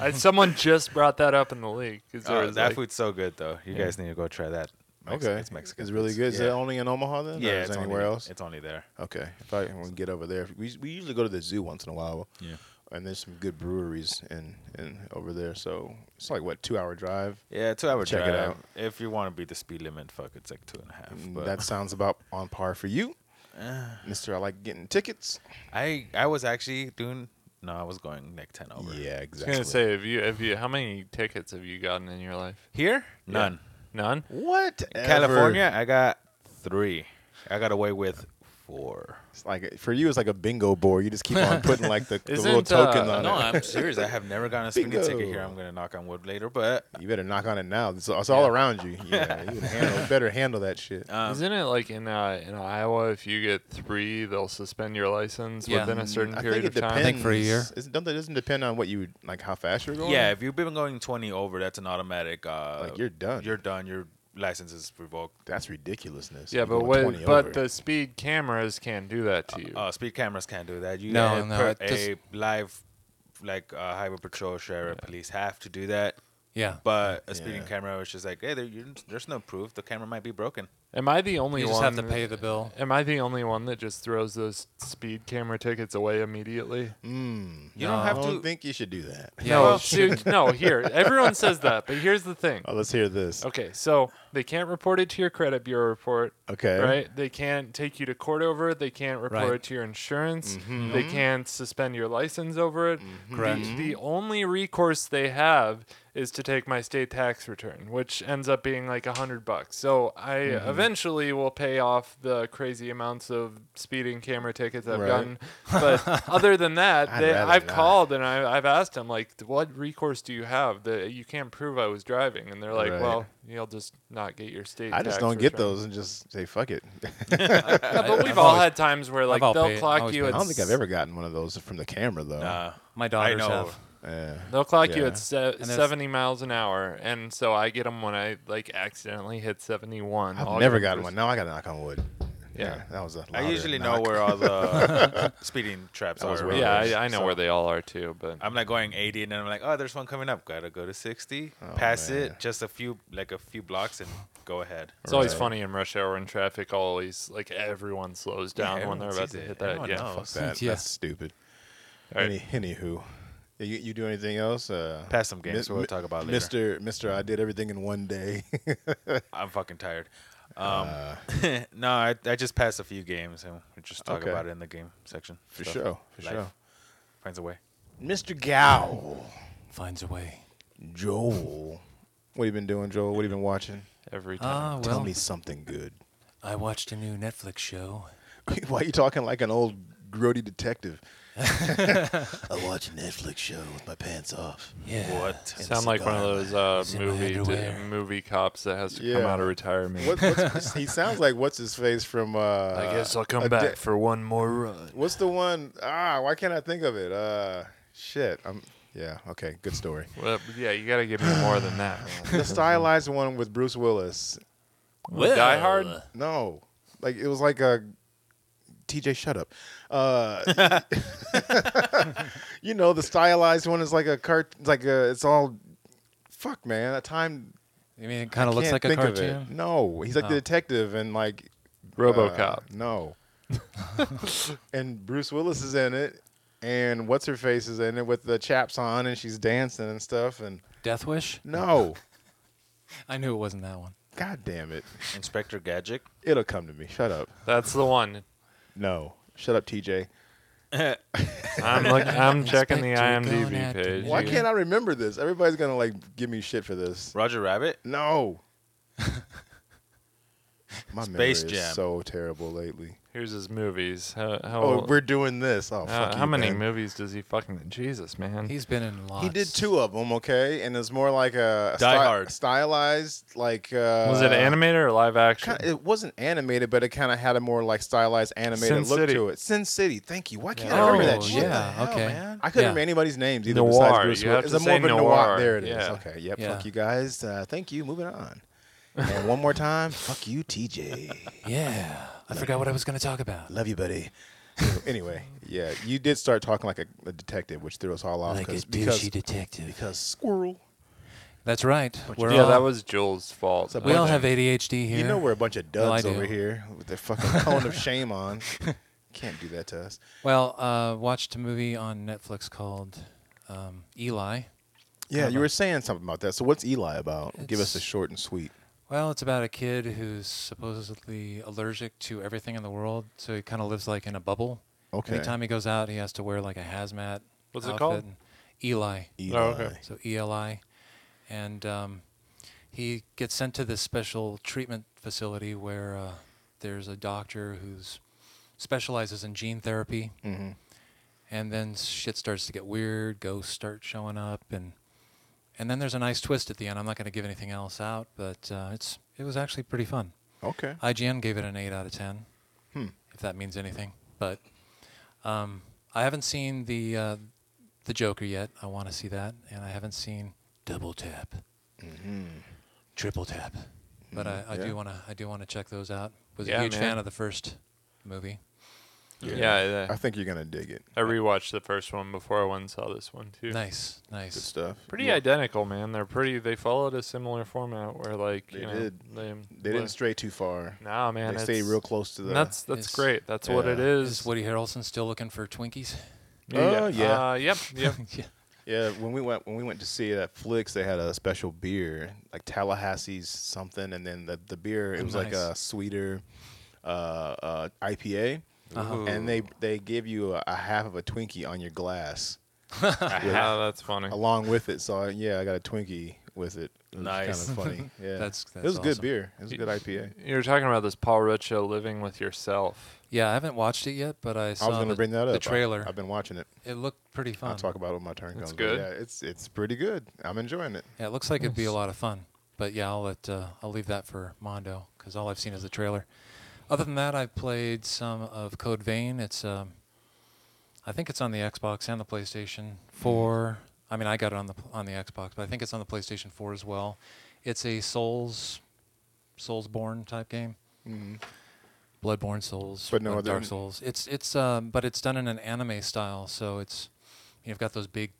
Speaker 2: I, someone just brought that up in the league. 'cause there
Speaker 3: Uh,
Speaker 2: was,
Speaker 3: that
Speaker 2: like-
Speaker 3: food's so good though. You guys need to go try that. Mex-
Speaker 1: okay.
Speaker 3: It's Mexican.
Speaker 1: It's really
Speaker 3: food.
Speaker 1: good. Is
Speaker 3: yeah.
Speaker 1: it only in Omaha then?
Speaker 3: Yeah,
Speaker 1: Or is
Speaker 3: it's
Speaker 1: it
Speaker 3: only-
Speaker 1: anywhere else?
Speaker 3: It's only there.
Speaker 1: Okay. If I can get over there, we we usually go to the zoo once in a while.
Speaker 3: Yeah.
Speaker 1: And there's some good breweries in in over there. So it's like what two hour drive.
Speaker 3: Yeah, two hour
Speaker 1: Check it
Speaker 3: drive.
Speaker 1: out. Mm,
Speaker 3: If you want to beat the speed limit, fuck, it's like two and a half. But
Speaker 1: That sounds about on par for you, Mister. I like getting tickets.
Speaker 3: I I was actually doing. No, I was going like ten over.
Speaker 2: I was gonna say, have you, have you, how many tickets have you gotten in your life?
Speaker 3: Here, none.
Speaker 2: None.
Speaker 1: What?
Speaker 3: California, I got three. I got away with four.
Speaker 1: It's like for you, it's like a bingo board. You just keep on putting like the, the little
Speaker 2: Isn't, uh,
Speaker 1: token on
Speaker 3: No,
Speaker 1: it.
Speaker 3: I'm serious. I have never gotten a speeding ticket
Speaker 1: Bingo.
Speaker 3: here. I'm gonna knock on wood later, but
Speaker 1: You better knock on it now. It's, it's all around you. Yeah, you would handle, better handle that shit.
Speaker 3: um,
Speaker 2: Isn't it like in uh, in Iowa, if you get three, they'll suspend your license
Speaker 4: Yeah.
Speaker 2: within a certain
Speaker 1: Mm, I
Speaker 2: period
Speaker 1: think it
Speaker 2: of time?
Speaker 1: depends.
Speaker 4: I think for a year.
Speaker 1: It's- don't that doesn't depend on what you like, how fast you're going?
Speaker 3: yeah, if you've been going 20 over, that's an automatic. Uh,
Speaker 1: Like, you're done.
Speaker 3: You're done. Your license is revoked.
Speaker 1: that's ridiculousness.
Speaker 2: yeah,
Speaker 1: You're
Speaker 2: but
Speaker 1: going
Speaker 2: what,
Speaker 1: 20
Speaker 2: but
Speaker 1: over.
Speaker 2: the speed cameras can't do that to you.
Speaker 3: Uh, speed cameras can't do that. You
Speaker 4: No,
Speaker 3: uh,
Speaker 4: no,
Speaker 3: per-
Speaker 4: it just-
Speaker 3: a live, like uh, highway patrol, sheriff, police have to do that.
Speaker 4: Yeah.
Speaker 3: But a speeding
Speaker 1: Yeah.
Speaker 3: camera was just like, hey, there, you, there's no proof. The camera might be broken.
Speaker 2: Am I the only
Speaker 4: you
Speaker 2: one?
Speaker 4: just have to pay the bill.
Speaker 2: Am I the only one that just throws those speed camera tickets away immediately?
Speaker 1: Mm,
Speaker 3: You
Speaker 4: No.
Speaker 3: don't
Speaker 1: I
Speaker 3: have to.
Speaker 1: don't think you should do that.
Speaker 4: Yeah,
Speaker 2: no,
Speaker 4: well,
Speaker 2: dude, no, here. Everyone says that, but here's the thing.
Speaker 1: Oh, let's hear this.
Speaker 2: Okay, so they can't report it to your credit bureau report,
Speaker 1: Okay.
Speaker 2: right? They can't take you to court over it. They can't report
Speaker 4: Right.
Speaker 2: it to your insurance.
Speaker 1: Mm-hmm.
Speaker 2: They can't suspend your license over it.
Speaker 4: Correct.
Speaker 2: The, the only recourse they have is to take my state tax return, which ends up being like a hundred bucks. So I
Speaker 1: Mm-hmm.
Speaker 2: eventually will pay off the crazy amounts of speeding camera tickets I've
Speaker 1: Right.
Speaker 2: gotten. But other than that,
Speaker 1: I'd
Speaker 2: they,
Speaker 1: rather
Speaker 2: I've
Speaker 1: not.
Speaker 2: called and I, I've asked them like, what recourse do you have? That you can't prove I was driving, and they're like,
Speaker 1: Right.
Speaker 2: well, you'll just not get your state.
Speaker 1: I just
Speaker 2: tax
Speaker 1: don't get
Speaker 2: return."
Speaker 1: those and just say fuck it.
Speaker 2: Yeah, but
Speaker 4: I-
Speaker 2: we've
Speaker 4: I've
Speaker 2: all
Speaker 4: always-
Speaker 2: had times where like
Speaker 4: all
Speaker 2: they'll
Speaker 4: paid-
Speaker 2: clock
Speaker 4: always
Speaker 2: you.
Speaker 4: paid.
Speaker 1: I
Speaker 2: At,
Speaker 1: don't think I've
Speaker 2: s-
Speaker 1: ever gotten one of those from the camera though.
Speaker 3: Nah.
Speaker 4: My daughters
Speaker 3: know.
Speaker 4: have.
Speaker 1: Yeah.
Speaker 2: They'll clock you
Speaker 1: Yeah.
Speaker 2: at se-
Speaker 4: there's-
Speaker 2: seventy miles an hour, and so I get them when I like accidentally hit seventy-one.
Speaker 1: I've
Speaker 2: I'll get
Speaker 1: never
Speaker 2: 'em
Speaker 1: gotten
Speaker 2: for-
Speaker 1: one. Now I got to knock on wood.
Speaker 2: Yeah.
Speaker 1: that was a.
Speaker 3: I
Speaker 1: louder
Speaker 3: usually know
Speaker 1: knock.
Speaker 3: where all the speeding traps
Speaker 1: That was
Speaker 3: are.
Speaker 1: weird.
Speaker 2: Yeah,
Speaker 1: Others,
Speaker 2: I, I know
Speaker 1: so-
Speaker 2: where they all are too, but
Speaker 3: I'm like going 80, and then I'm like, oh, there's one coming up. Gotta go to 60,
Speaker 1: Oh,
Speaker 3: pass
Speaker 1: man.
Speaker 3: it, just a few, like a few blocks, and go ahead.
Speaker 2: it's always
Speaker 1: Right.
Speaker 2: funny in rush hour in traffic. Always like everyone slows
Speaker 3: Yeah,
Speaker 2: down when they're
Speaker 3: everyone
Speaker 2: about
Speaker 3: sees
Speaker 2: to
Speaker 3: it.
Speaker 2: hit that.
Speaker 3: Everyone
Speaker 2: yeah,
Speaker 3: knows.
Speaker 1: Fuck that.
Speaker 4: Yeah.
Speaker 1: That's stupid.
Speaker 2: All right.
Speaker 1: Any, anywho, you, you do anything else? Uh,
Speaker 3: Pass some games.
Speaker 1: Mi-
Speaker 3: we'll
Speaker 1: mi-
Speaker 3: talk about later.
Speaker 1: Mister Mister, I did everything in one day.
Speaker 3: I'm fucking tired. Um,
Speaker 1: Uh,
Speaker 3: no, I, I just passed a few games, and we just talk
Speaker 1: Okay.
Speaker 3: about it in the game section.
Speaker 1: for
Speaker 3: Stuff.
Speaker 1: sure, for
Speaker 3: Life
Speaker 1: sure.
Speaker 3: Finds a way.
Speaker 1: Mister Gow,
Speaker 4: Finds a way.
Speaker 1: Joel, what have you been doing, Joel? What have you been watching?
Speaker 2: every time.
Speaker 4: Ah, well,
Speaker 1: Tell me something good.
Speaker 4: I watched a new Netflix show.
Speaker 1: Why are you talking like an old grody detective? I watch a Netflix show with my pants off.
Speaker 4: Yeah.
Speaker 3: What?
Speaker 2: Sound like one of those uh,
Speaker 4: It's in my
Speaker 2: movie
Speaker 4: underwear.
Speaker 2: movie cops that has to come
Speaker 1: Yeah.
Speaker 2: out of retirement.
Speaker 1: What, what's, he sounds like what's his face from. Uh,
Speaker 2: I guess I'll come
Speaker 1: a
Speaker 2: back
Speaker 1: di-
Speaker 2: for one more run.
Speaker 1: What's the one? Ah, why can't I think of it? Uh, shit. I'm Yeah. Okay. Good story.
Speaker 2: Well, yeah, you got to give me more than that.
Speaker 1: the stylized one with Bruce Willis.
Speaker 2: Die Hard?
Speaker 1: No, like it was like a TJ. Shut up. Uh, you know the stylized one is like a cart. it's Like a, it's all. Fuck man, that time
Speaker 4: I mean, it kind of looks
Speaker 1: can't
Speaker 4: like a
Speaker 1: think of it.
Speaker 4: cartoon.
Speaker 1: No, he's like the
Speaker 4: Oh.
Speaker 1: detective and like
Speaker 2: RoboCop.
Speaker 1: uh, no. and Bruce Willis is in it, and what's her face is in it with the chaps on, and she's dancing and stuff. And
Speaker 4: Death Wish?
Speaker 1: no,
Speaker 4: I knew it wasn't that one.
Speaker 1: god damn it,
Speaker 3: Inspector Gadget.
Speaker 1: it'll come to me. Shut up.
Speaker 2: That's the one.
Speaker 1: No, shut up, TJ.
Speaker 2: I'm look, I'm checking the
Speaker 4: Inspector going
Speaker 2: IMDb
Speaker 4: after
Speaker 2: page.
Speaker 4: me.
Speaker 1: Why
Speaker 2: dude.
Speaker 1: can't I remember this? Everybody's gonna like give me shit for this.
Speaker 3: Roger Rabbit.
Speaker 1: No. My
Speaker 3: Space
Speaker 1: memory
Speaker 3: Jam.
Speaker 1: is so terrible lately.
Speaker 2: Here's his movies. How, how,
Speaker 1: Oh, we're doing this. Oh,
Speaker 2: how,
Speaker 1: fuck
Speaker 2: Uh, how
Speaker 1: you,
Speaker 2: many
Speaker 1: Ben.
Speaker 2: movies does he fucking? Jesus, man.
Speaker 4: He's been in lots.
Speaker 1: Mm. He did two of them, okay, and it's more like a, a
Speaker 3: Die
Speaker 1: sty-
Speaker 3: Hard.
Speaker 1: stylized, like uh,
Speaker 2: was it animated or live action?
Speaker 1: Kinda, it wasn't animated, but it kind of had a more like stylized animated
Speaker 2: Sin
Speaker 1: look
Speaker 2: City.
Speaker 1: to it. Sin City. Thank you. Why can't I
Speaker 2: Oh,
Speaker 1: remember that? Shit?
Speaker 4: yeah, okay.
Speaker 1: I couldn't
Speaker 4: Yeah.
Speaker 1: remember anybody's names either.
Speaker 2: Noir.
Speaker 1: Besides Bruce
Speaker 2: You
Speaker 1: Willis.
Speaker 2: have to
Speaker 1: it's a more
Speaker 2: say
Speaker 1: of a
Speaker 2: noir.
Speaker 1: There it is.
Speaker 2: Yeah.
Speaker 1: Okay. Yep.
Speaker 4: Yeah.
Speaker 1: Fuck you guys. Uh, thank you. Moving on. And one more time. Fuck you, TJ.
Speaker 4: Yeah. I forgot what I was going to talk about.
Speaker 1: Love you, buddy. anyway, yeah, you did start talking like a, a detective, which threw us all off
Speaker 4: Like a
Speaker 1: 'cause-
Speaker 4: douchey
Speaker 1: because
Speaker 4: detective.
Speaker 1: because squirrel.
Speaker 4: That's right. We're
Speaker 2: yeah,
Speaker 4: all,
Speaker 2: that was Joel's fault.
Speaker 1: It's a
Speaker 4: we all
Speaker 1: bunch
Speaker 4: have
Speaker 1: of-
Speaker 4: ADHD here.
Speaker 1: You know we're a bunch of
Speaker 4: No, I
Speaker 1: duds over
Speaker 4: do.
Speaker 1: here with their fucking cone of shame on. Can't do that to us.
Speaker 4: Well, uh, watched a movie on Netflix called um, Eli.
Speaker 1: Yeah,
Speaker 4: Kinda.
Speaker 1: you were saying something about that. So what's Eli about? Give us a
Speaker 4: It's-
Speaker 1: short and sweet.
Speaker 4: Well, it's about a kid who's supposedly allergic to everything in the world, so he kind of lives like in a bubble.
Speaker 1: Okay.
Speaker 4: Anytime he goes out, he has to wear like a hazmat.
Speaker 2: What's it
Speaker 4: outfit.
Speaker 2: called?
Speaker 4: Eli.
Speaker 1: Eli.
Speaker 2: Oh, okay.
Speaker 4: So ELI, and um, he gets sent to this special treatment facility where uh, there's a doctor who's specializes in gene therapy.
Speaker 1: Mhm.
Speaker 4: And then shit starts to get weird. Ghosts start showing up, and and then there's a nice twist at the end. I'm not going to give anything else out, but uh, it's it was actually pretty fun.
Speaker 1: Okay.
Speaker 4: IGN gave it an eight out of ten,
Speaker 1: Hmm.
Speaker 4: if that means anything. But um, I haven't seen the uh, the Joker yet. I want to see that, and I haven't seen Double Tap, Triple Tap. But I, I
Speaker 1: Mm-hmm. yeah.
Speaker 4: do want to I do want to check those out. Was
Speaker 2: Yeah,
Speaker 4: a huge
Speaker 2: man.
Speaker 4: fan of the first movie.
Speaker 2: yeah,
Speaker 1: I
Speaker 2: yeah.
Speaker 1: think you're gonna dig it.
Speaker 2: I, rewatched the first one before I went and saw this one too.
Speaker 4: Nice,
Speaker 1: Good
Speaker 4: nice.
Speaker 1: stuff.
Speaker 2: Pretty
Speaker 1: Yeah.
Speaker 2: identical, man. They're pretty. They followed a similar format where, like,
Speaker 1: They
Speaker 2: you know,
Speaker 1: did.
Speaker 2: They,
Speaker 1: They didn't stray too far.
Speaker 2: Nah, man.
Speaker 1: they
Speaker 2: it's-
Speaker 1: stayed real close to the.
Speaker 2: and That's that's
Speaker 4: It's-
Speaker 2: great. That's what it
Speaker 1: Yeah.
Speaker 2: is.
Speaker 4: Is Woody Harrelson still looking for Twinkies?
Speaker 1: Oh, yeah.
Speaker 2: Uh, yep. Yep.
Speaker 4: yeah.
Speaker 1: Yeah, when we went when we went to see it at Flicks, they had a special beer like Tallahassee's something, and then the the beer it was like
Speaker 4: Oh, Nice.
Speaker 1: a sweeter uh, uh, IPA,
Speaker 4: Uh-huh.
Speaker 1: and they they give you a, a half of a Twinkie on your glass
Speaker 2: Ah, that's funny.
Speaker 1: along with it. So yeah, I got a Twinkie with it. it was
Speaker 3: Nice.
Speaker 1: kind of funny. Yeah,
Speaker 4: That's-
Speaker 1: it was
Speaker 4: that's
Speaker 1: good
Speaker 4: awesome.
Speaker 1: beer. It was a good IPA.
Speaker 2: You're talking about this Paul Richa living with yourself.
Speaker 4: Yeah, I haven't watched it yet, but I saw
Speaker 1: I was going
Speaker 4: the,
Speaker 1: to bring that up.
Speaker 4: the
Speaker 1: I-
Speaker 4: trailer.
Speaker 1: I've been watching it.
Speaker 4: it looked pretty fun.
Speaker 1: I'll talk about it when my turn comes. but
Speaker 2: good.
Speaker 1: Yeah, it's it's pretty good. I'm enjoying it.
Speaker 4: Yeah, it looks like it'd be a lot of fun. But yeah, I'll let uh, I'll leave that for Mondo because all I've seen is the trailer. Other than that, I've played some of Code Vein. It's um, I think it's on the Xbox and the PlayStation 4. I mean, I got it on the on the Xbox, but I think it's on the PlayStation 4 as well. It's a Souls, Soulsborne type game. Mm-hmm. Bloodborne Souls,
Speaker 1: But no
Speaker 4: uh,
Speaker 1: other-
Speaker 4: Dark Souls. It's it's um, but it's done in an anime style, so it's you've got those big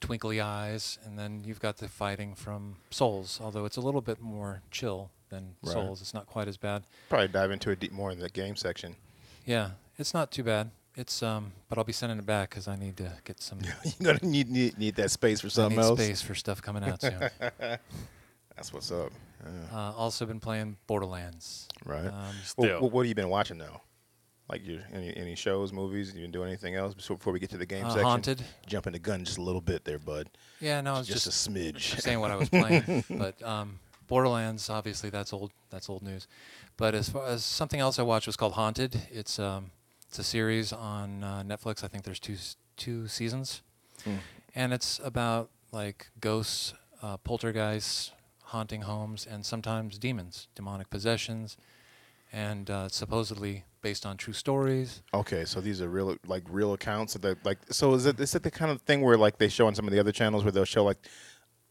Speaker 4: twinkly eyes, and then you've got the fighting from Souls. Although it's a little bit more chill than
Speaker 1: Right.
Speaker 4: Souls, it's not quite as bad.
Speaker 1: Probably dive into it deep more in the game section.
Speaker 4: Yeah, it's not too bad. It's um, but I'll be sending it back because I need to get some
Speaker 1: You're gonna need, need need that space for
Speaker 4: I
Speaker 1: something
Speaker 4: need
Speaker 1: else.
Speaker 4: space for stuff coming out soon. uh,
Speaker 1: That's what's up. Yeah.
Speaker 4: also been playing Borderlands.
Speaker 1: Right.
Speaker 4: Um,
Speaker 1: Well,
Speaker 3: Still.
Speaker 1: wh- what have you been watching though? Like your any any shows, movies? You been doing anything else before before we get to the game
Speaker 4: Uh,
Speaker 1: section?
Speaker 4: Haunted.
Speaker 1: Jumping the gun just a little bit there, bud.
Speaker 4: yeah, no, it's
Speaker 1: Just,
Speaker 4: just
Speaker 1: a smidge.
Speaker 4: saying what I was playing, but um, Borderlands obviously that's old that's old news. But as far as something else I watched was called Haunted. It's um, it's a series on uh, Netflix. I think there's two s- two seasons,
Speaker 1: Hmm.
Speaker 4: and it's about like ghosts, uh, poltergeists, haunting homes, and sometimes demons, demonic possessions, and uh, supposedly based on true stories.
Speaker 1: Okay, so these are real, like real accounts of the like. So is it is it the kind of thing where like they show on some of the other channels where they'll show like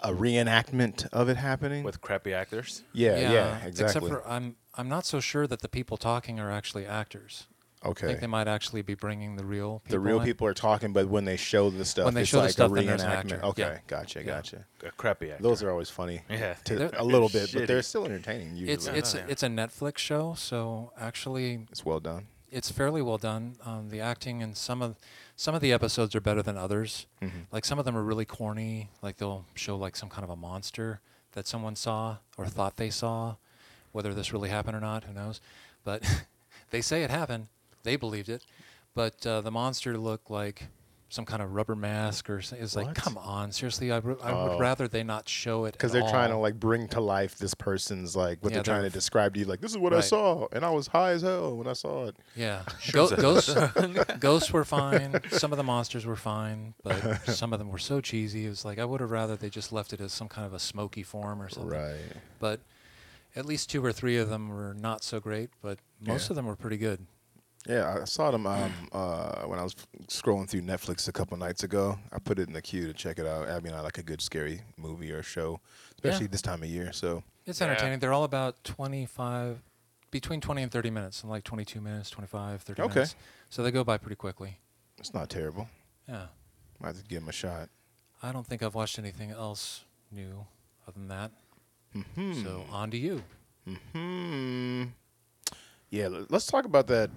Speaker 1: a reenactment of it happening?
Speaker 3: with crappy actors.
Speaker 1: yeah, yeah,
Speaker 4: Except
Speaker 1: exactly.
Speaker 4: for I'm I'm not so sure that the people talking are actually actors. I
Speaker 1: okay,
Speaker 4: think they might actually be bringing the real people
Speaker 1: the real
Speaker 4: in.
Speaker 1: people are talking, but when they show the stuff,
Speaker 4: When they
Speaker 1: it's
Speaker 4: show the
Speaker 1: like
Speaker 4: stuff,
Speaker 1: a
Speaker 4: then there's an actor.
Speaker 1: reenactment. Okay,
Speaker 4: Yeah.
Speaker 1: gotcha,
Speaker 4: Yeah.
Speaker 1: gotcha.
Speaker 3: A Uh, crappy actor.
Speaker 1: Those are always funny.
Speaker 3: Yeah.
Speaker 1: to-
Speaker 4: They're-
Speaker 1: a little bit, but they're
Speaker 3: Shitty.
Speaker 1: still entertaining. Usually,
Speaker 4: It's it's
Speaker 3: Yeah.
Speaker 4: it's a Netflix show, so actually
Speaker 1: It's well done.
Speaker 4: it's fairly well done. Um, the acting and some of some of the episodes are better than others.
Speaker 1: Mm-hmm.
Speaker 4: Like some of them are really corny. Like they'll show like some kind of a monster that someone saw or thought they saw. Whether this really happened or not, who knows? But they say it happened. They believed it. But uh, the monster looked like some kind of rubber mask or something. It's like,
Speaker 1: What?
Speaker 4: come on, seriously, I, ru- I
Speaker 1: Oh.
Speaker 4: would rather they not show it.
Speaker 1: Because
Speaker 4: at
Speaker 1: they're trying to
Speaker 4: all.
Speaker 1: like bring to life this person's like what
Speaker 4: Yeah,
Speaker 1: they're trying to
Speaker 4: they're-
Speaker 1: describe to you. Like this is what I
Speaker 4: Right.
Speaker 1: saw, and I was high as hell when I saw it.
Speaker 4: Yeah, Go- ghosts. ghosts were fine. Some of the monsters were fine, but some of them were so cheesy. It was like I would have rather they just left it as some kind of a smoky form or something.
Speaker 1: Right.
Speaker 4: But at least two or three of them were not so great, but most
Speaker 1: Yeah.
Speaker 4: of them were pretty good.
Speaker 1: Yeah, I saw them um, uh, when I was scrolling through Netflix a couple nights ago. I put it in the queue to check it out. I mean, I like a good scary movie or show, especially this time of year. So
Speaker 4: It's
Speaker 2: Yeah.
Speaker 4: entertaining. They're all about 25, between 20 and 30 minutes, and like 22 minutes, 25, 30
Speaker 1: Okay.
Speaker 4: minutes. So they go by pretty quickly.
Speaker 1: it's not terrible.
Speaker 4: Yeah.
Speaker 1: Might have to give them a shot.
Speaker 4: I don't think I've watched anything else new other than that.
Speaker 3: Hmm.
Speaker 4: So on to you.
Speaker 1: Hmm. Yeah, l- let's talk about that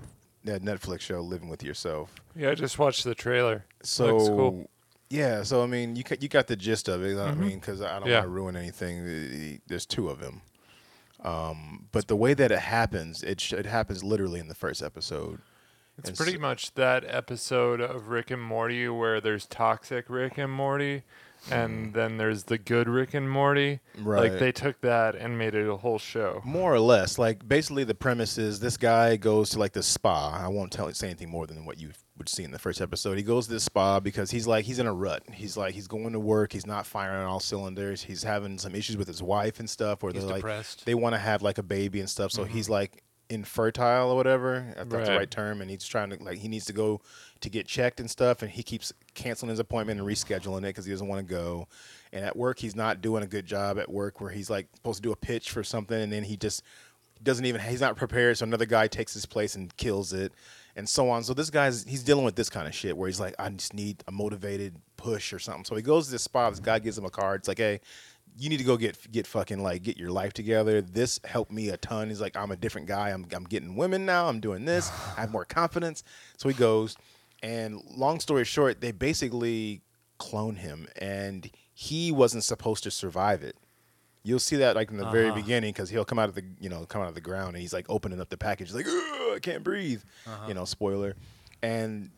Speaker 1: that Netflix show, Living with Yourself.
Speaker 2: Yeah, I just watched the trailer.
Speaker 1: So
Speaker 2: Looks cool. Mm-hmm.
Speaker 1: yeah, so I mean, you ca- you got the gist of it. I mean, because I don't
Speaker 2: Yeah.
Speaker 1: want to ruin anything. The- the- There's two of them, um, but the way that it happens, it sh- it happens literally in the first episode.
Speaker 2: It's
Speaker 1: And
Speaker 2: pretty
Speaker 1: so-
Speaker 2: much that episode of Rick and Morty where there's toxic Rick and Morty, and then there's the good Rick and Morty.
Speaker 1: Hmm. Right.
Speaker 2: Like they took that and made it a whole show.
Speaker 1: More or less, like basically the premise is this guy goes to like this spa. I won't tell say anything more than what you would see in the first episode. He goes to this spa because he's like he's in a rut. He's like he's going to work. He's not firing on all cylinders. He's having some issues with his wife and stuff. Where
Speaker 4: He's
Speaker 1: they're
Speaker 4: depressed.
Speaker 1: like they want to have like a baby and stuff. So he's like infertile or whatever. If that's the
Speaker 2: Right.
Speaker 1: right term. And he's trying to like he needs to go to get checked and stuff. And he keeps canceling his appointment and rescheduling it because he doesn't want to go. And at work, he's not doing a good job at work where he's like supposed to do a pitch for something, and then he just doesn't even he's not prepared. So another guy takes his place and kills it, and so on. So this guy's he's dealing with this kind of shit where he's like, I just need a motivated push or something. So he goes to this spot. This guy gives him a card. It's like, hey, you need to go get get fucking like get your life together. This helped me a ton. He's like, I'm a different guy. I'm I'm getting women now. I'm doing this. I have more confidence. So he goes, and long story short, they basically clone him, and he wasn't supposed to survive it. You'll see that like in the very
Speaker 4: Uh-huh.
Speaker 1: beginning because he'll come out of the you know come out of the ground and he's like opening up the package like "Ugh, I can't breathe,
Speaker 4: Uh-huh.
Speaker 1: you know spoiler, and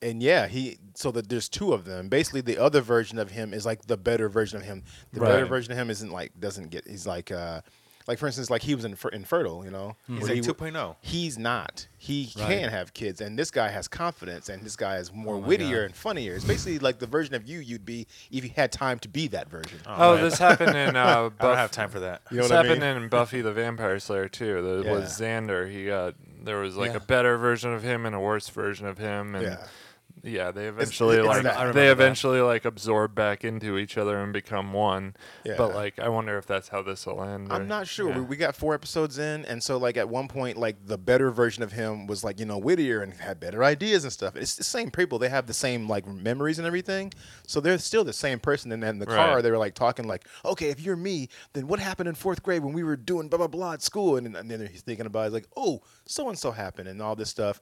Speaker 1: and yeah he so that there's two of them. Basically, the other version of him is like the better version of him. The better
Speaker 2: Right.
Speaker 1: version of him isn't like doesn't get he's like uh like for instance like he was infer- infertile you know
Speaker 3: He's
Speaker 1: Where
Speaker 3: like
Speaker 1: he-
Speaker 3: 2.0.
Speaker 1: he's not. He
Speaker 4: Hmm. Right.
Speaker 1: can have kids, and this guy has confidence, and this guy is more
Speaker 4: Oh my
Speaker 1: wittier
Speaker 4: God.
Speaker 1: and funnier. It's basically like the version of you you'd be if you had time to be that version.
Speaker 2: Oh, this happened in uh,
Speaker 3: I don't have
Speaker 2: Buff-
Speaker 3: time for that.
Speaker 1: You know
Speaker 2: this
Speaker 1: what I
Speaker 2: happened
Speaker 1: mean?
Speaker 2: in Buffy the Vampire Slayer too. There was
Speaker 1: Yeah.
Speaker 2: Xander. He got there was like
Speaker 4: Yeah.
Speaker 2: a better version of him and a worse version of him, and
Speaker 1: Yeah.
Speaker 2: yeah, they eventually
Speaker 1: it's
Speaker 2: like
Speaker 1: that. I
Speaker 4: remember
Speaker 2: they
Speaker 4: that.
Speaker 2: eventually like absorb back into each other and become one.
Speaker 1: Yeah.
Speaker 2: But like, I wonder if that's how this will end. or-
Speaker 1: I'm not sure.
Speaker 2: yeah.
Speaker 1: We, we got four episodes in, and so like at one point, like the better version of him was like you know wittier and had better ideas and stuff. It's the same people; they have the same like memories and everything, so they're still the same person. And then in the
Speaker 2: Right.
Speaker 1: car, they were like talking like, "Okay, if you're me, then what happened in fourth grade when we were doing blah blah blah at school?" And, and then he's thinking about it, like, "Oh, so and so happened," and all this stuff.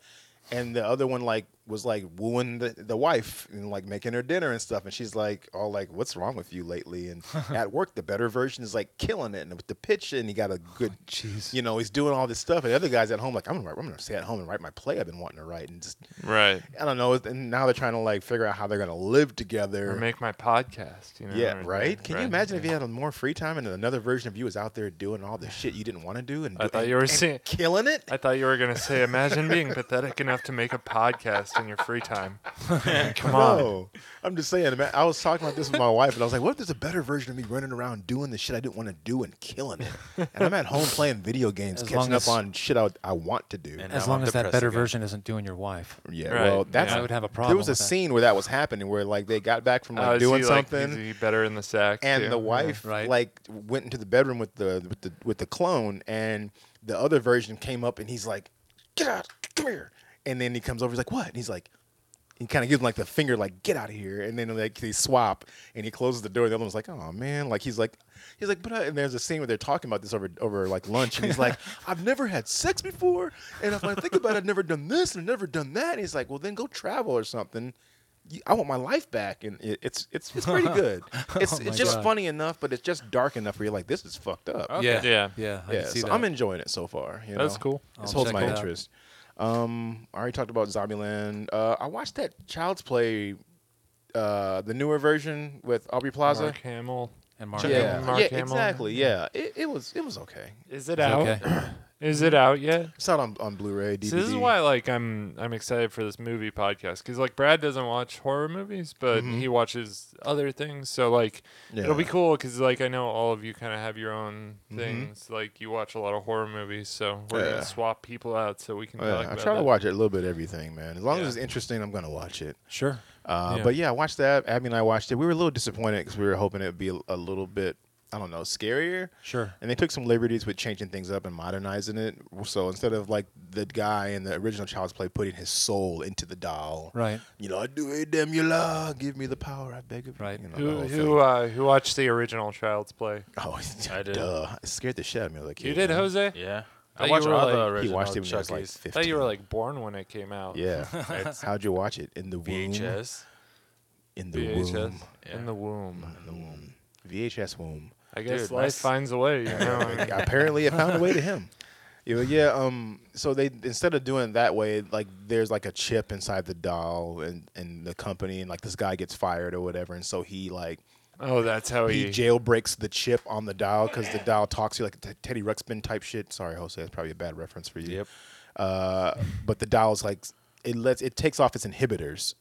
Speaker 1: And the other one like was like wooing the, the wife and like making her dinner and stuff, and she's like all like, "What's wrong with you lately?" And at work, the better version is like killing it, and with the pitch, and he got a good,
Speaker 4: jeez.
Speaker 1: you know, he's doing all this stuff. And the other guys at home like, "I'm gonna, write- I'm gonna stay at home and write my play I've been wanting to write," and just
Speaker 2: right.
Speaker 1: I don't know. And now they're trying to like figure out how they're gonna live together.
Speaker 2: Or make my podcast. You know.
Speaker 1: Yeah,
Speaker 2: or-
Speaker 1: right. Can you imagine if
Speaker 2: yeah.
Speaker 1: you had more free time and another version of you was out there doing all the shit you didn't want to do and,
Speaker 2: I
Speaker 1: do-
Speaker 2: thought
Speaker 1: and-
Speaker 2: you were
Speaker 1: and
Speaker 2: saying-
Speaker 1: killing it?
Speaker 2: I thought you were gonna say, imagine being pathetic enough to make a podcast podcast in your free time. Come on.
Speaker 1: No, I'm just saying. man, I was talking about this with my wife, and I was like, "What if there's a better version of me running around doing the shit I didn't want to do and killing it? And I'm at home playing video games,
Speaker 4: As
Speaker 1: catching
Speaker 4: long as-
Speaker 1: up on shit I, I want to do."
Speaker 3: And
Speaker 4: As
Speaker 3: now
Speaker 4: long
Speaker 3: I'm
Speaker 4: as that
Speaker 3: depressed
Speaker 4: better
Speaker 3: again.
Speaker 4: version isn't doing your wife.
Speaker 1: yeah,
Speaker 2: Right,
Speaker 1: well, that's
Speaker 2: yeah.
Speaker 4: I would have a problem.
Speaker 1: there was a
Speaker 4: with that.
Speaker 1: scene where that was happening, where like they got back from like
Speaker 2: Oh, is
Speaker 1: doing
Speaker 2: he, like,
Speaker 1: something,
Speaker 2: is he better in the sack.
Speaker 1: and
Speaker 2: too?
Speaker 1: the wife
Speaker 4: Right.
Speaker 1: like went into the bedroom with the with the with the clone, and the other version came up, and he's like, "Get out, come here!" And then he comes over, he's like, "What?" And he's like, he kind of gives him like the finger, like, "Get out of here!" And then like they swap, and he closes the door. And the other one's like, "Oh man!" Like he's like, he's like, "But," I, and there's a scene where they're talking about this over over like lunch, and he's like, "I've never had sex before, and if I think about it, I've never done this and I've never done that." And he's like, "Well, then go travel or something." You- I want my life back, and it, it's it's it's pretty good. It's
Speaker 4: Oh my
Speaker 1: it's just
Speaker 4: God. Oh,
Speaker 1: funny enough, but it's just dark enough where you're like, this is fucked up.
Speaker 3: Okay.
Speaker 4: Yeah,
Speaker 2: Yeah.
Speaker 4: yeah, yeah. I
Speaker 1: yeah,
Speaker 4: can see
Speaker 1: so
Speaker 4: that.
Speaker 1: I'm enjoying it so far. you
Speaker 2: That's
Speaker 1: know?
Speaker 2: cool.
Speaker 1: This
Speaker 4: I'll
Speaker 1: holds
Speaker 4: check
Speaker 1: my
Speaker 4: it out.
Speaker 1: interest. Um, I already talked about Zombieland. Uh, I watched that Child's Play, uh, the newer version with Aubrey Plaza.
Speaker 2: Mark Hamill.
Speaker 4: and Mark
Speaker 2: Check
Speaker 1: yeah,
Speaker 2: out
Speaker 4: Hamill.
Speaker 2: Mark
Speaker 1: yeah,
Speaker 2: Hamill.
Speaker 1: exactly. Yeah, it, it was it was okay.
Speaker 2: Is it
Speaker 4: It's
Speaker 2: out?
Speaker 4: Okay.
Speaker 2: Is it out yet?
Speaker 1: It's not on, on Blu-ray, DVD.
Speaker 2: So this is why, like, I'm I'm excited for this movie podcast because, like, Brad doesn't watch horror movies, but he watches other things. So, like, it'll be
Speaker 1: Mm-hmm. Yeah. Mm-hmm.
Speaker 2: cool because, like, I know all of you kind of have your own things. Like, you watch a lot of horror movies, so we're
Speaker 1: Yeah.
Speaker 2: gonna swap people out so we can.
Speaker 1: Oh, yeah,
Speaker 2: talk
Speaker 1: I
Speaker 2: about
Speaker 1: try to
Speaker 2: that.
Speaker 1: watch it a little bit of everything, man. As long
Speaker 2: Yeah.
Speaker 1: as it's interesting, I'm gonna watch it.
Speaker 4: Sure.
Speaker 1: Uh,
Speaker 2: Yeah.
Speaker 1: But yeah, I watched that. Abby and I watched it. We were a little disappointed because we were hoping it would be a, a little bit, I don't know, scarier.
Speaker 4: Sure.
Speaker 1: And they took some liberties with changing things up and modernizing it. So instead of like the guy in the original Child's Play putting his soul into the doll,
Speaker 4: Right.
Speaker 1: you know, I do it, damn you, law. Give me the power, I beg of you.
Speaker 4: Right.
Speaker 1: You know, the
Speaker 2: Who
Speaker 1: whole
Speaker 2: who
Speaker 1: thing.
Speaker 2: uh, who watched the original Child's Play?
Speaker 1: oh,
Speaker 3: I did.
Speaker 1: Duh. It scared the shit out of me. Like,
Speaker 2: You did, Jose.
Speaker 3: Yeah.
Speaker 2: Thought
Speaker 3: I
Speaker 2: you
Speaker 3: watched
Speaker 2: were,
Speaker 3: all
Speaker 2: like- He
Speaker 3: the
Speaker 1: He
Speaker 3: original
Speaker 1: watched it when he was like
Speaker 3: Chucky's.
Speaker 1: 15.
Speaker 2: I thought you were like born when it came out.
Speaker 1: Yeah.
Speaker 3: It's-
Speaker 1: How'd you watch it? In the womb.
Speaker 3: VHS.
Speaker 1: In the
Speaker 2: VHS
Speaker 1: womb.
Speaker 3: Yeah.
Speaker 2: in the womb.
Speaker 1: In the womb. VHS womb.
Speaker 2: I guess
Speaker 3: Dude, my
Speaker 2: life
Speaker 3: s-
Speaker 2: finds a way. You know. I mean,
Speaker 1: apparently it found a way to him. Yeah, but yeah, um, so they instead of doing it that way, like there's like a chip inside the doll and, and the company, and like this guy gets fired or whatever, and so he like
Speaker 2: oh, that's how
Speaker 1: he
Speaker 2: he.
Speaker 1: jailbreaks the chip on the dial because the dial talks to you like t- Teddy Ruxpin type shit. Sorry, Jose, that's probably a bad reference for you.
Speaker 3: Yep.
Speaker 1: Uh, but the dial's like it lets it takes off its inhibitors,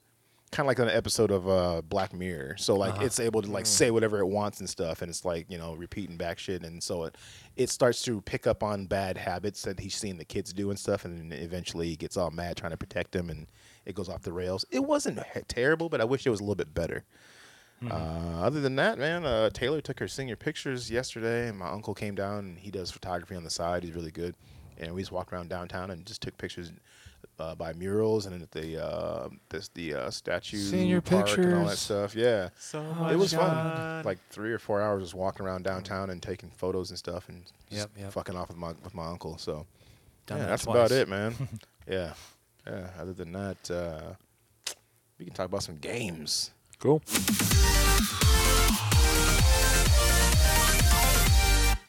Speaker 1: kind of like an episode of uh, Black Mirror. So
Speaker 2: Uh-huh.
Speaker 1: like it's able to like
Speaker 2: Mm.
Speaker 1: say whatever it wants and stuff, and it's like you know repeating back shit, and so it it starts to pick up on bad habits that he's seen the kids do and stuff, and then eventually he gets all mad trying to protect them, and it goes off the rails. It wasn't he- terrible, but I wish it was a little bit better.
Speaker 4: Mm-hmm.
Speaker 1: Uh, other than that, man, uh, Taylor took her senior pictures yesterday, and my uncle came down and he does photography on the side. He's really good, and we just walked around downtown and just took pictures uh, by murals and at the uh, this the uh, statue
Speaker 4: Senior
Speaker 1: park and all that
Speaker 4: pictures. Oh
Speaker 1: stuff. Yeah,
Speaker 3: So
Speaker 1: it was fun. Like three or four hours just walking around downtown and taking photos and stuff, and just
Speaker 4: Yep, yep.
Speaker 1: fucking off with my with my uncle. So
Speaker 4: Done
Speaker 1: yeah,
Speaker 4: that
Speaker 1: that's
Speaker 4: twice.
Speaker 1: about it, man. yeah, yeah. Other than that, uh, we can talk about some games.
Speaker 2: Cool.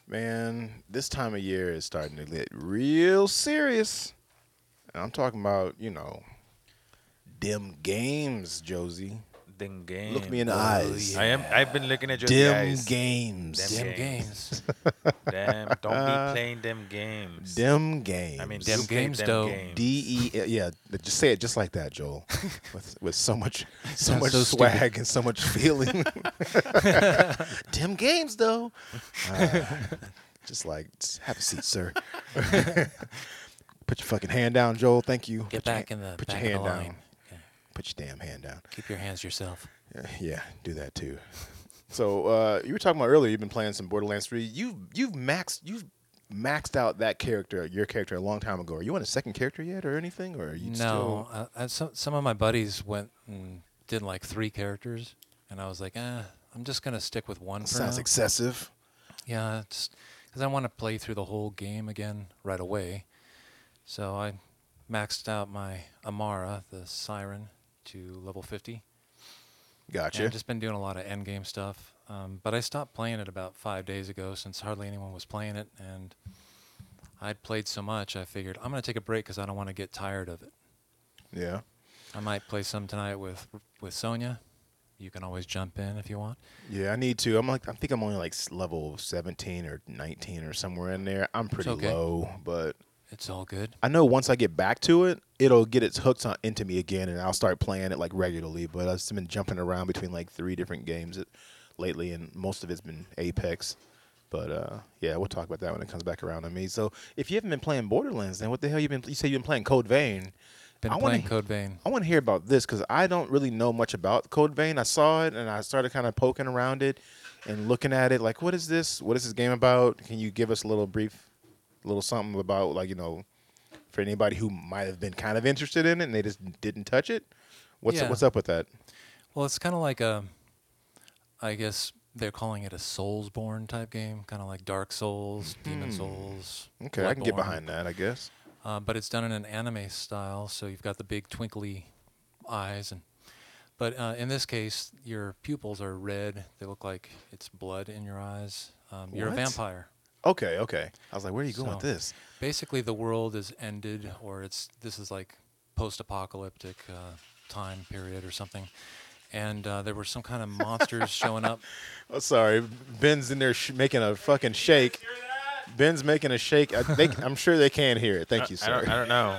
Speaker 1: Man, this time of year is starting to get real serious. And I'm talking about, you know, dim games, Josie.
Speaker 3: Dim game.
Speaker 1: Look me in the eyes.
Speaker 3: Oh, I am. I've been looking at your
Speaker 1: Dim
Speaker 3: eyes.
Speaker 1: games.
Speaker 3: Dim
Speaker 4: Damn
Speaker 3: games.
Speaker 4: games.
Speaker 3: Damn. Don't be playing them games.
Speaker 1: Dim games.
Speaker 3: I mean,
Speaker 4: Them
Speaker 3: them
Speaker 4: games, though.
Speaker 1: D E yeah, just say it just like that, Joel. with with so much so
Speaker 4: Sounds
Speaker 1: much
Speaker 4: so stupid.
Speaker 1: swag and so much feeling. Dim games though. Uh, just like "Just have a seat, sir. Put your fucking hand down, Joel. Thank you.
Speaker 4: Get
Speaker 1: Put your
Speaker 4: back
Speaker 1: hand-
Speaker 4: in the
Speaker 1: put
Speaker 4: back
Speaker 1: your
Speaker 4: of
Speaker 1: hand
Speaker 4: the
Speaker 1: down.
Speaker 4: line. Yeah.
Speaker 1: Put your damn hand down.
Speaker 4: Keep your hands yourself.
Speaker 1: Yeah, do that too. So uh, you were talking about earlier. You've been playing some Borderlands Three. You've you've maxed you've maxed out that character, your character, a long time ago. Are you on a second character yet, or anything, or are you
Speaker 4: No,
Speaker 1: still?
Speaker 4: uh, uh, some some of my buddies went and did like three characters, and I was like, eh, I'm just gonna stick with one. For
Speaker 1: Sounds
Speaker 4: now.
Speaker 1: excessive.
Speaker 4: Yeah, it's because I want to play through the whole game again right away. So I maxed out my Amara, the siren, to level 50. And
Speaker 1: Gotcha.
Speaker 4: I've just been doing a lot of end game stuff. Um, but I stopped playing it about five days ago since hardly anyone was playing it. And I'd played so much, I figured I'm going to take a break because I don't want to get tired of it.
Speaker 1: yeah.
Speaker 4: I might play some tonight with, with Sonia. You can always jump in if you want.
Speaker 1: Yeah, I need to. I'm like I think I'm only like s- level 17 or 19 or somewhere in there. I'm pretty
Speaker 4: okay.
Speaker 1: low, but
Speaker 4: It's all good.
Speaker 1: I know once I get back to it, it'll get its hooks on into me again, and I'll start playing it like regularly. But I've just been jumping around between like three different games it- lately, and most of it's been Apex. But uh, yeah, we'll talk about that when it comes back around to me. So if you haven't been playing Borderlands, then what the hell you been? You say you've been playing Code Vein.
Speaker 4: Been
Speaker 1: I wanna
Speaker 4: playing
Speaker 1: he-
Speaker 4: Code Vein.
Speaker 1: I want to hear about this because I don't really know much about Code Vein. I saw it and I started kind of poking around it and looking at it. Like, what is this? What is this game about? Can you give us a little brief, little something about like you know, for anybody who might have been kind of interested in it and they just didn't touch it? What's
Speaker 4: Yeah.
Speaker 1: what's up with that?
Speaker 4: Well, it's kind of like a, I guess they're calling it a Soulsborne type game, kind of like Dark Souls, Demon Souls.
Speaker 1: Hmm. Okay, I can get
Speaker 4: Bloodborne.
Speaker 1: behind that, I guess.
Speaker 4: Uh, but it's done in an anime style, so you've got the big twinkly eyes, and but uh, in this case, your pupils are red. They look like it's blood in your eyes. Um, you're a
Speaker 1: What?
Speaker 4: vampire.
Speaker 1: Okay, okay. I was like, where are you going with
Speaker 4: So-
Speaker 1: this?
Speaker 4: Basically, the world is ended, or it's this is like post-apocalyptic uh, time period or something. And uh, there were some kind of monsters showing up.
Speaker 1: Oh, sorry, Ben's in there sh- making a fucking shake. Ben's making a shake. I, they, I'm sure they can hear it. Thank you,
Speaker 3: I
Speaker 1: sir.
Speaker 3: don't, I don't know.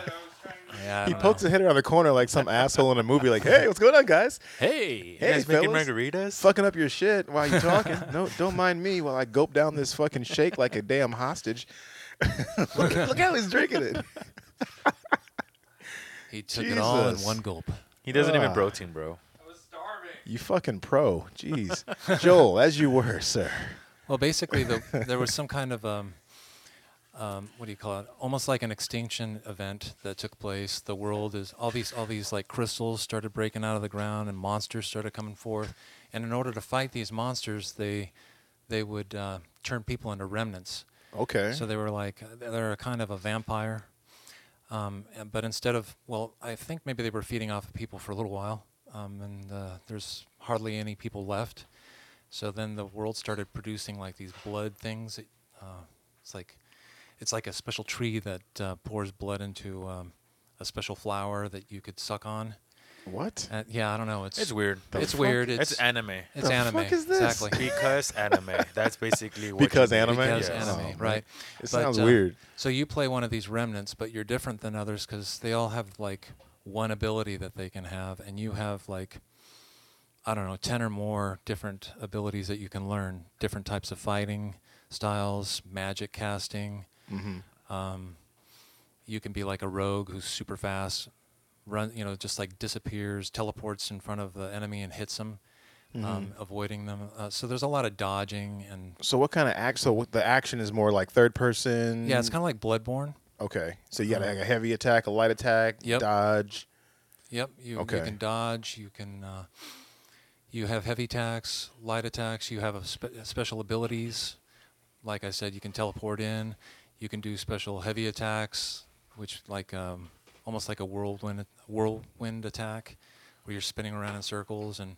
Speaker 4: Yeah, I
Speaker 1: He
Speaker 4: don't
Speaker 1: pokes
Speaker 4: know.
Speaker 1: his head around the corner like some asshole in a movie, like, "Hey, what's going on, guys?
Speaker 4: Hey,
Speaker 1: Hey,
Speaker 3: you guys making
Speaker 1: fellas.
Speaker 3: margaritas?
Speaker 1: Fucking up your shit while you talking. no, don't mind me while I gulp down this fucking shake like a damn hostage. look, at- look how he's drinking it.
Speaker 4: he took it all in
Speaker 1: Jesus.
Speaker 4: one gulp.
Speaker 3: He doesn't
Speaker 1: Ah.
Speaker 3: even protein, bro.
Speaker 1: You fucking pro, jeez, Joel, as you were, sir.
Speaker 4: Well, basically, the, there was some kind of um, um, what do you call it? Almost like an extinction event that took place. The world is all these all these like crystals started breaking out of the ground, and monsters started coming forth. And in order to fight these monsters, they they would uh, turn people into remnants.
Speaker 1: Okay.
Speaker 4: So they were like they're a kind of a vampire, um, and- but instead of well, I think maybe they were feeding off of people for a little while, um, and uh, there's hardly any people left. So then the world started producing like these blood things. It, uh, it's like it's like a special tree that uh, pours blood into um, a special flower that you could suck on.
Speaker 1: what?
Speaker 4: Uh, yeah, I don't know. It's
Speaker 3: It's weird.
Speaker 1: The
Speaker 4: It's
Speaker 1: fuck?
Speaker 4: weird. It's
Speaker 3: It's anime.
Speaker 4: it's
Speaker 1: The
Speaker 4: anime.
Speaker 1: fuck is this?
Speaker 4: Exactly.
Speaker 3: Because anime. That's basically what.
Speaker 1: Because
Speaker 3: you mean.
Speaker 1: anime?
Speaker 4: Because
Speaker 1: Yes.
Speaker 4: anime,
Speaker 1: Oh, man.
Speaker 4: right?
Speaker 1: It
Speaker 4: But,
Speaker 1: sounds
Speaker 4: uh,
Speaker 1: weird.
Speaker 4: So you play one of these remnants, but you're different than others because they all have like one ability that they can have, and you have like I don't know, ten or more different abilities that you can learn, different types of fighting styles, magic casting.
Speaker 1: Mm-hmm.
Speaker 4: Um, you can be like a rogue who's super fast, run, you know, just like disappears, teleports in front of the enemy and hits them, um, avoiding them. Uh, so there's a lot of dodging and
Speaker 1: So what kind of act? So what- the action is more like third person.
Speaker 4: yeah, it's kind of like Bloodborne.
Speaker 1: Okay, so you got like a heavy attack, a light attack,
Speaker 4: Yep.
Speaker 1: dodge.
Speaker 4: Yep. You,
Speaker 1: Okay.
Speaker 4: you can dodge. You can. Uh, you have heavy attacks, light attacks. You have a spe- uh, special abilities. Like I said, you can teleport in. You can do special heavy attacks, which like um, almost like a whirlwind whirlwind attack, where you're spinning around in circles and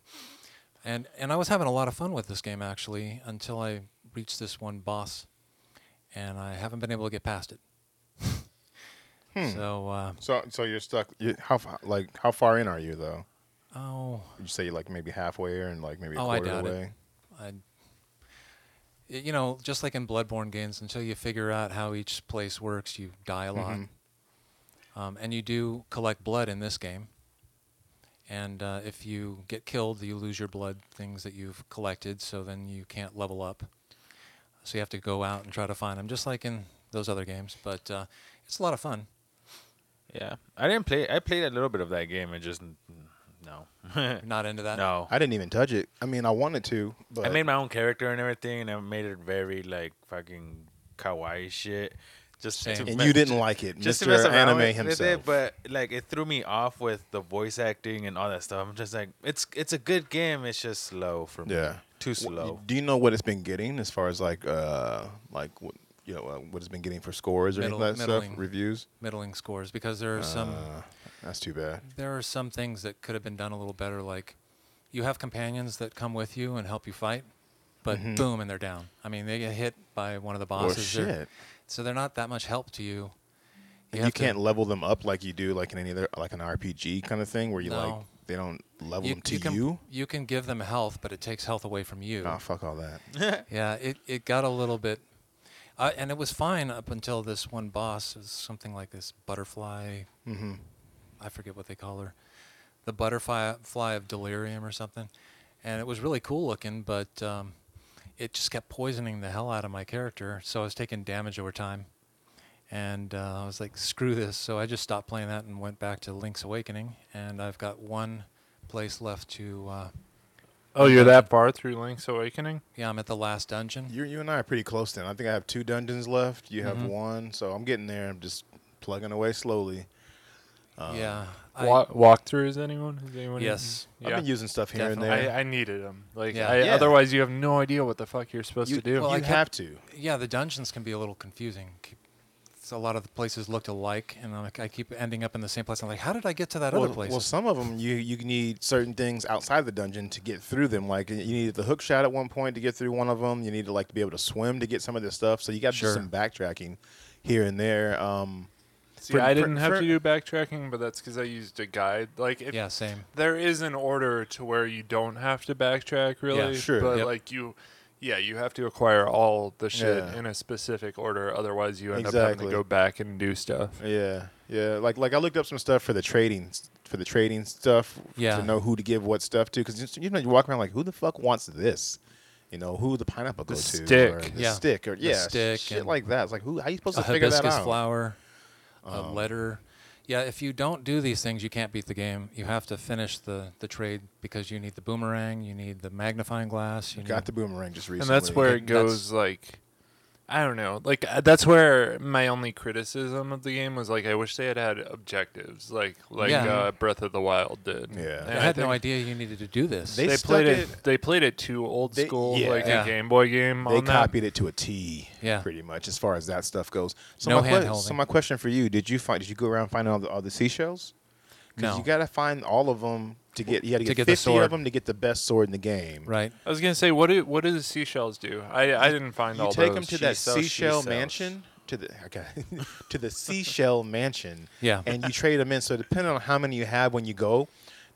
Speaker 4: and and I was having a lot of fun with this game actually until I reached this one boss, and I haven't been able to get past it. So uh,
Speaker 1: So so you're stuck. You, how fa- like how far in are you though?
Speaker 4: oh.
Speaker 1: Would you say you're like maybe halfway or and like maybe a
Speaker 4: Oh, I
Speaker 1: quarter
Speaker 4: doubt it.
Speaker 1: away?
Speaker 4: I, you know, just like in Bloodborne games, until you figure out how each place works, you die a lot. Um, and you do collect blood in this game. And uh, if you get killed, you lose your blood things that you've collected, so then you can't level up. So you have to go out and try to find them, just like in those other games. But uh, it's a lot of fun.
Speaker 3: Yeah, I didn't play. I played a little bit of that game and just mm, no,
Speaker 4: You're not into that?
Speaker 3: no.
Speaker 1: I didn't even touch it. I mean, I wanted to, but
Speaker 3: I made my own character and everything, and I made it very like fucking kawaii shit. Just
Speaker 4: Same.
Speaker 1: and
Speaker 3: me-
Speaker 1: you didn't like it,
Speaker 3: just to mess
Speaker 1: Mr.
Speaker 3: around
Speaker 1: Anime
Speaker 3: with
Speaker 1: himself.
Speaker 3: It, but like it threw me off with the voice acting and all that stuff. I'm just like, it's it's a good game. It's just slow for me.
Speaker 1: Yeah. W-
Speaker 3: too slow.
Speaker 1: Do you know what it's been getting as far as like uh like what you know uh, what it's been getting for scores or any
Speaker 4: Middle-
Speaker 1: of that stuff
Speaker 4: middling.
Speaker 1: reviews?
Speaker 4: Middling scores, because there are some.
Speaker 1: Uh, that's too bad.
Speaker 4: there are some things that could have been done a little better. Like you have companions that come with you and help you fight, but
Speaker 1: Mm-hmm.
Speaker 4: boom, and they're down. I mean, they get hit by one of the
Speaker 1: Or
Speaker 4: bosses. They're-
Speaker 1: shit.
Speaker 4: so they're not that much help to you.
Speaker 1: And
Speaker 4: have
Speaker 1: you
Speaker 4: to-
Speaker 1: can't level them up like you do like in any other like an RPG kind of thing where you like
Speaker 4: No.
Speaker 1: they don't level them to you. Ah,
Speaker 4: can, you can give them health, but it takes health away from you.
Speaker 1: Nah, fuck all that.
Speaker 4: Yeah, it, it got a little bit. I, and it was fine up until this one boss. It was something like this butterfly.
Speaker 1: hmm
Speaker 4: I forget what they call her, the butterfly fly of delirium or something. And it was really cool looking, but um, it just kept poisoning the hell out of my character. So I was taking damage over time. And uh, I was like, screw this. So I just stopped playing that and went back to Link's Awakening. And I've got one place left to. Uh,
Speaker 2: Oh, you're that far through Link's Awakening?
Speaker 4: yeah, I'm at the last dungeon.
Speaker 1: You, you and I are pretty close then. I think I have two dungeons left. You have
Speaker 2: Mm-hmm.
Speaker 4: Mhm.
Speaker 1: one, so I'm getting there. I'm just plugging away slowly.
Speaker 4: yeah. I-
Speaker 2: Wa- walkthroughs, anyone? Is anyone
Speaker 4: Yes.
Speaker 1: I've
Speaker 2: Yeah.
Speaker 1: been using stuff here and
Speaker 2: I,
Speaker 1: there.
Speaker 2: I needed them. Like,
Speaker 4: Yeah.
Speaker 2: I,
Speaker 1: Yeah.
Speaker 2: otherwise you have no idea what the fuck you're supposed
Speaker 1: you
Speaker 2: to do.
Speaker 4: well,
Speaker 1: you
Speaker 4: I kept-
Speaker 1: have to.
Speaker 4: yeah, the dungeons can be a little confusing. K- So a lot of the places looked alike, and I'm like, I keep ending up in the same place. I'm like, how did I get to that
Speaker 1: Well,
Speaker 4: other place?
Speaker 1: well, some of them you you need certain things outside the dungeon to get through them. Like you needed the hook shot at one point to get through one of them. You need to like to be able to swim to get some of this stuff. So you got to do
Speaker 4: Sure.
Speaker 1: some backtracking here and there. Um,
Speaker 2: See,
Speaker 1: for-
Speaker 2: I
Speaker 1: for-
Speaker 2: didn't have
Speaker 1: for-
Speaker 2: to do backtracking, but that's because I used a guide. Like, if
Speaker 4: yeah, same.
Speaker 2: there is an order to where you don't have to backtrack, really.
Speaker 1: sure.
Speaker 2: But
Speaker 4: Yep.
Speaker 2: like you, yeah, you have to acquire all the shit
Speaker 1: Yeah.
Speaker 2: in a specific order. Otherwise, you end up having
Speaker 1: Exactly.
Speaker 2: to go back and do stuff.
Speaker 1: Yeah, yeah. Like like I looked up some stuff for the trading for the trading stuff.
Speaker 4: Yeah.
Speaker 1: To know who to give what stuff to, because you know you walk around like, who the fuck wants this? You know who the pineapple
Speaker 2: The
Speaker 1: goes
Speaker 2: stick.
Speaker 1: to, or the
Speaker 4: Yeah.
Speaker 1: stick, or
Speaker 4: The
Speaker 1: yeah,
Speaker 4: stick
Speaker 1: shit
Speaker 4: and-
Speaker 1: like that. It's like who? How you supposed
Speaker 4: A
Speaker 1: to figure that
Speaker 4: hibiscus
Speaker 1: out? Um,
Speaker 4: flower, a letter. Yeah, if you don't do these things, you can't beat the game. You have to finish the, the trade because you need the boomerang, you need the magnifying glass. You
Speaker 1: Got
Speaker 4: need,
Speaker 1: the boomerang just recently.
Speaker 2: and that's where it
Speaker 4: and that's-
Speaker 2: goes like i don't know like uh, that's where my only criticism of the game was like i wish they had had objectives like like
Speaker 4: Yeah.
Speaker 2: uh, breath of the wild did
Speaker 1: Yeah.
Speaker 2: And
Speaker 4: I had no
Speaker 2: think
Speaker 4: idea you needed to do this.
Speaker 1: They
Speaker 2: they,
Speaker 1: stuck
Speaker 2: played it,
Speaker 1: it-
Speaker 2: they played it too old
Speaker 1: They-
Speaker 2: school
Speaker 1: yeah.
Speaker 2: like
Speaker 4: Yeah.
Speaker 2: a game boy game
Speaker 1: They
Speaker 2: on that.
Speaker 1: copied it to a T.
Speaker 4: Yeah.
Speaker 1: Pretty much as far as that stuff goes. So my
Speaker 4: No
Speaker 1: que-
Speaker 4: hand-holding.
Speaker 1: so my question for you: Did you find? Did you go around finding all the, all the seashells? Because
Speaker 4: No.
Speaker 1: you got to find all of them to get. You got to
Speaker 4: To
Speaker 1: get,
Speaker 4: get the
Speaker 1: fifty of
Speaker 4: sword.
Speaker 1: them to get the best sword in the game.
Speaker 4: right.
Speaker 2: i was gonna say what do what do the seashells do i i didn't find
Speaker 1: you
Speaker 2: all
Speaker 1: take
Speaker 2: those.
Speaker 1: them to
Speaker 3: She
Speaker 1: that
Speaker 3: sells, she
Speaker 1: seashell
Speaker 3: sells.
Speaker 1: mansion to the okay, to the seashell mansion
Speaker 4: Yeah.
Speaker 1: and you trade them in so depending on how many you have when you go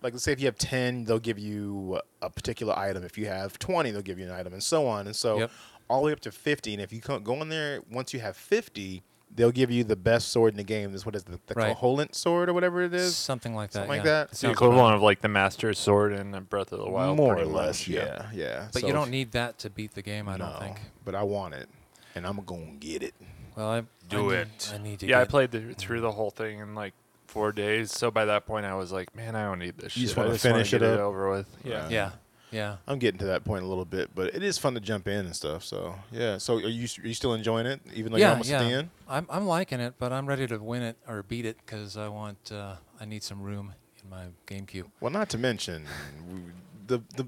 Speaker 1: like let's say if you have 10 they'll give you a particular item if you have 20 they'll give you an item and so on and so
Speaker 4: Yep.
Speaker 1: all the way up to 50 and if you co- go in there once you have 50 they'll give you the best sword in the game this what is the, the
Speaker 4: Right.
Speaker 1: coholent sword or whatever it is
Speaker 4: Something like that.
Speaker 1: Something like
Speaker 4: yeah.
Speaker 1: that.
Speaker 4: It
Speaker 2: it's the
Speaker 4: sounds about right.
Speaker 2: equivalent of like the master's sword in the breath of the wild
Speaker 1: more or
Speaker 2: pretty much,
Speaker 1: less yeah yeah,
Speaker 4: But
Speaker 1: So
Speaker 4: you
Speaker 1: if-
Speaker 4: don't need that to beat the game, I
Speaker 1: no,
Speaker 4: don't think.
Speaker 1: but i want it and i'm gonna get it
Speaker 4: Well, I
Speaker 3: Do
Speaker 4: I need-
Speaker 3: it.
Speaker 4: I need to.
Speaker 2: yeah i
Speaker 4: get-
Speaker 2: played the, through the whole thing in like four days so by that point i was like man i don't need this
Speaker 1: You just
Speaker 2: shit. I
Speaker 1: wanna
Speaker 2: wanna
Speaker 1: finish it
Speaker 2: get it
Speaker 1: up.
Speaker 2: over with yeah
Speaker 1: Right.
Speaker 4: Yeah, yeah.
Speaker 1: I'm getting to that point a little bit, but it is fun to jump in and stuff. So yeah. So are you are you still enjoying it, even though you're almost at the end?
Speaker 4: I'm I'm liking it, but I'm ready to win it or beat it because I want uh, I need some room in my GameCube.
Speaker 1: Well, not to mention we- the the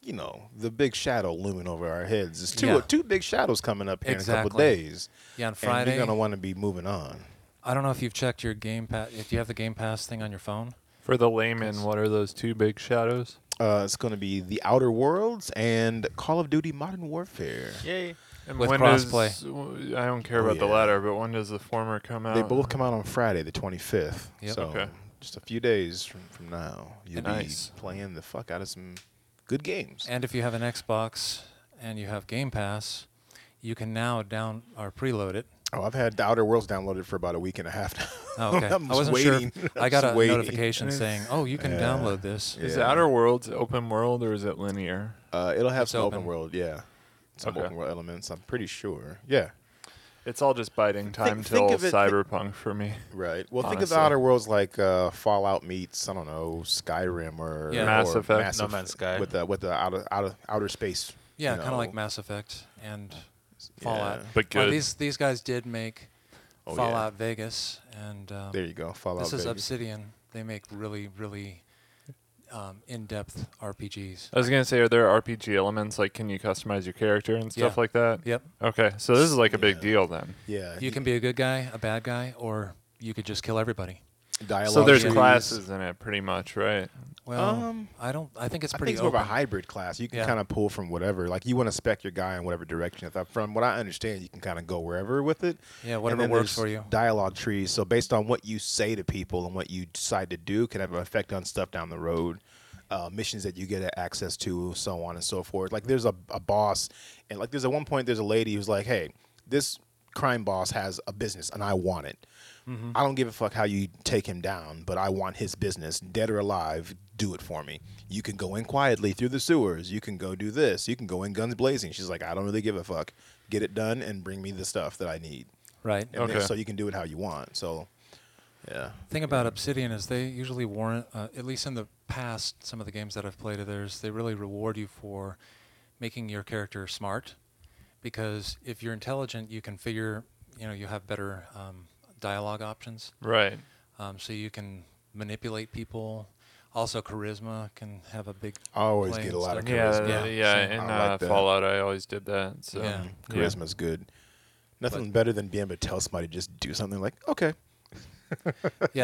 Speaker 1: you know the big shadow looming over our heads. There's two
Speaker 4: Yeah.
Speaker 1: two big shadows coming up here in a couple
Speaker 4: Exactly.
Speaker 1: days,
Speaker 4: Yeah, on
Speaker 1: and
Speaker 4: Friday.
Speaker 1: you're gonna want to be moving on.
Speaker 4: I don't know if you've checked your Game Pass. If you have the Game Pass thing on your phone,
Speaker 2: For the layman, what are those two big shadows?
Speaker 1: Uh, it's gonna be the Outer Worlds and Call of Duty Modern Warfare.
Speaker 3: Yay.
Speaker 2: And
Speaker 4: With
Speaker 2: when
Speaker 4: crossplay.
Speaker 2: does- w- I don't care
Speaker 1: Oh,
Speaker 2: about the
Speaker 1: yeah.
Speaker 2: latter, but when does the former come out?
Speaker 1: They both come out on Friday, the 25th.
Speaker 4: Yep.
Speaker 1: So
Speaker 2: Okay.
Speaker 1: just a few days from, from now, you'll
Speaker 2: Nice.
Speaker 1: be playing the fuck out of some good games.
Speaker 4: and if you have an Xbox and you have Game Pass, you can now down or preload it.
Speaker 1: Oh, I've had The Outer Worlds downloaded for about a week and a half now.
Speaker 4: Oh, okay,
Speaker 1: I'm
Speaker 4: I
Speaker 1: just
Speaker 4: wasn't
Speaker 1: waiting.
Speaker 4: sure.
Speaker 1: I'm
Speaker 4: I got
Speaker 1: just
Speaker 4: a
Speaker 1: waiting.
Speaker 4: notification
Speaker 2: It's-
Speaker 4: saying, "Oh, you can
Speaker 1: Yeah.
Speaker 4: download this."
Speaker 1: Yeah.
Speaker 2: Is Outer Worlds open world or is it linear?
Speaker 1: Uh, it'll have
Speaker 4: It's
Speaker 1: some open.
Speaker 4: open.
Speaker 1: world, yeah. Some
Speaker 2: Okay.
Speaker 1: open world elements, I'm pretty sure. Yeah,
Speaker 2: It's all just biding time
Speaker 1: think
Speaker 2: till
Speaker 1: of it-
Speaker 2: Cyberpunk for me.
Speaker 1: right. Well, think of The
Speaker 2: Honestly.
Speaker 1: Outer Worlds like uh, Fallout meets, I don't know, Skyrim or,
Speaker 4: Yeah.
Speaker 2: Mass
Speaker 1: or
Speaker 2: Effect.
Speaker 1: Mass
Speaker 3: No
Speaker 1: Eff-
Speaker 3: Man's Sky.
Speaker 1: With the, with the outer, outer, outer space.
Speaker 4: Yeah,
Speaker 1: you
Speaker 4: kind of
Speaker 1: know.
Speaker 4: like Mass Effect and Fallout.
Speaker 1: Yeah.
Speaker 2: But
Speaker 4: Well,
Speaker 2: good.
Speaker 4: these these guys did make
Speaker 1: Oh, yeah.
Speaker 4: Fallout Vegas, and um,
Speaker 1: There you go, Fallout.
Speaker 4: this is
Speaker 1: baby.
Speaker 4: Obsidian. They make really really um, in-depth RPGs.
Speaker 2: I was gonna say, are there RPG elements like can you customize your character and stuff
Speaker 4: Yeah.
Speaker 2: like that?
Speaker 4: Yep.
Speaker 2: Okay, so this is like a big
Speaker 1: Yeah.
Speaker 2: deal then.
Speaker 1: Yeah,
Speaker 4: You can be a good guy, a bad guy, or you could just kill everybody.
Speaker 1: dialogue.
Speaker 2: so there's
Speaker 1: trees.
Speaker 2: classes in it, pretty much, right?
Speaker 4: Well,
Speaker 1: Um,
Speaker 4: I don't. I think it's
Speaker 1: I
Speaker 4: pretty
Speaker 1: think it's more of a
Speaker 4: open.
Speaker 1: hybrid class. You can
Speaker 4: Yeah.
Speaker 1: kind of pull from whatever. Like you want to spec your guy in whatever direction. If I, from what I understand, you can kind of go wherever with it.
Speaker 4: Yeah,
Speaker 1: And
Speaker 4: whatever
Speaker 1: then
Speaker 4: works
Speaker 1: there's
Speaker 4: for you.
Speaker 1: Dialogue trees. So based on what you say to people and what you decide to do, can have an effect on stuff down the road. Uh, missions that you get access to, so on and so forth. Like there's a, a boss, and like there's at one point there's a lady who's like, "Hey, this crime boss has a business and I want it.
Speaker 4: Mm-hmm.
Speaker 1: I don't give a fuck how you take him down, but I want his business, dead or alive. Do it for me. You can go in quietly through the sewers. You can go do this. You can go in guns blazing. She's like, I don't really give a fuck. Get it done and bring me the stuff that I need.
Speaker 4: Right.
Speaker 1: And then-
Speaker 2: Okay.
Speaker 1: so you can do it how you want. So, yeah.
Speaker 4: thing about Obsidian is they usually warrant, uh, at least in the past, some of the games that I've played of theirs, they really reward you for making your character smart. Because if you're intelligent, you can figure, you know, you have better um, dialogue options.
Speaker 2: Right.
Speaker 4: Um, so you can manipulate people. Also, charisma can have a big.
Speaker 1: I always
Speaker 4: play
Speaker 1: get
Speaker 4: and
Speaker 1: a lot of
Speaker 4: stuff.
Speaker 2: Yeah,
Speaker 1: Charisma.
Speaker 2: yeah,
Speaker 4: Yeah,
Speaker 2: yeah.
Speaker 4: so-
Speaker 2: In
Speaker 1: I like
Speaker 2: uh,
Speaker 1: that.
Speaker 2: Fallout, I always did that. So
Speaker 4: Yeah.
Speaker 1: Charisma's good. Nothing better than being able to tell somebody just do something like, okay.
Speaker 4: yeah,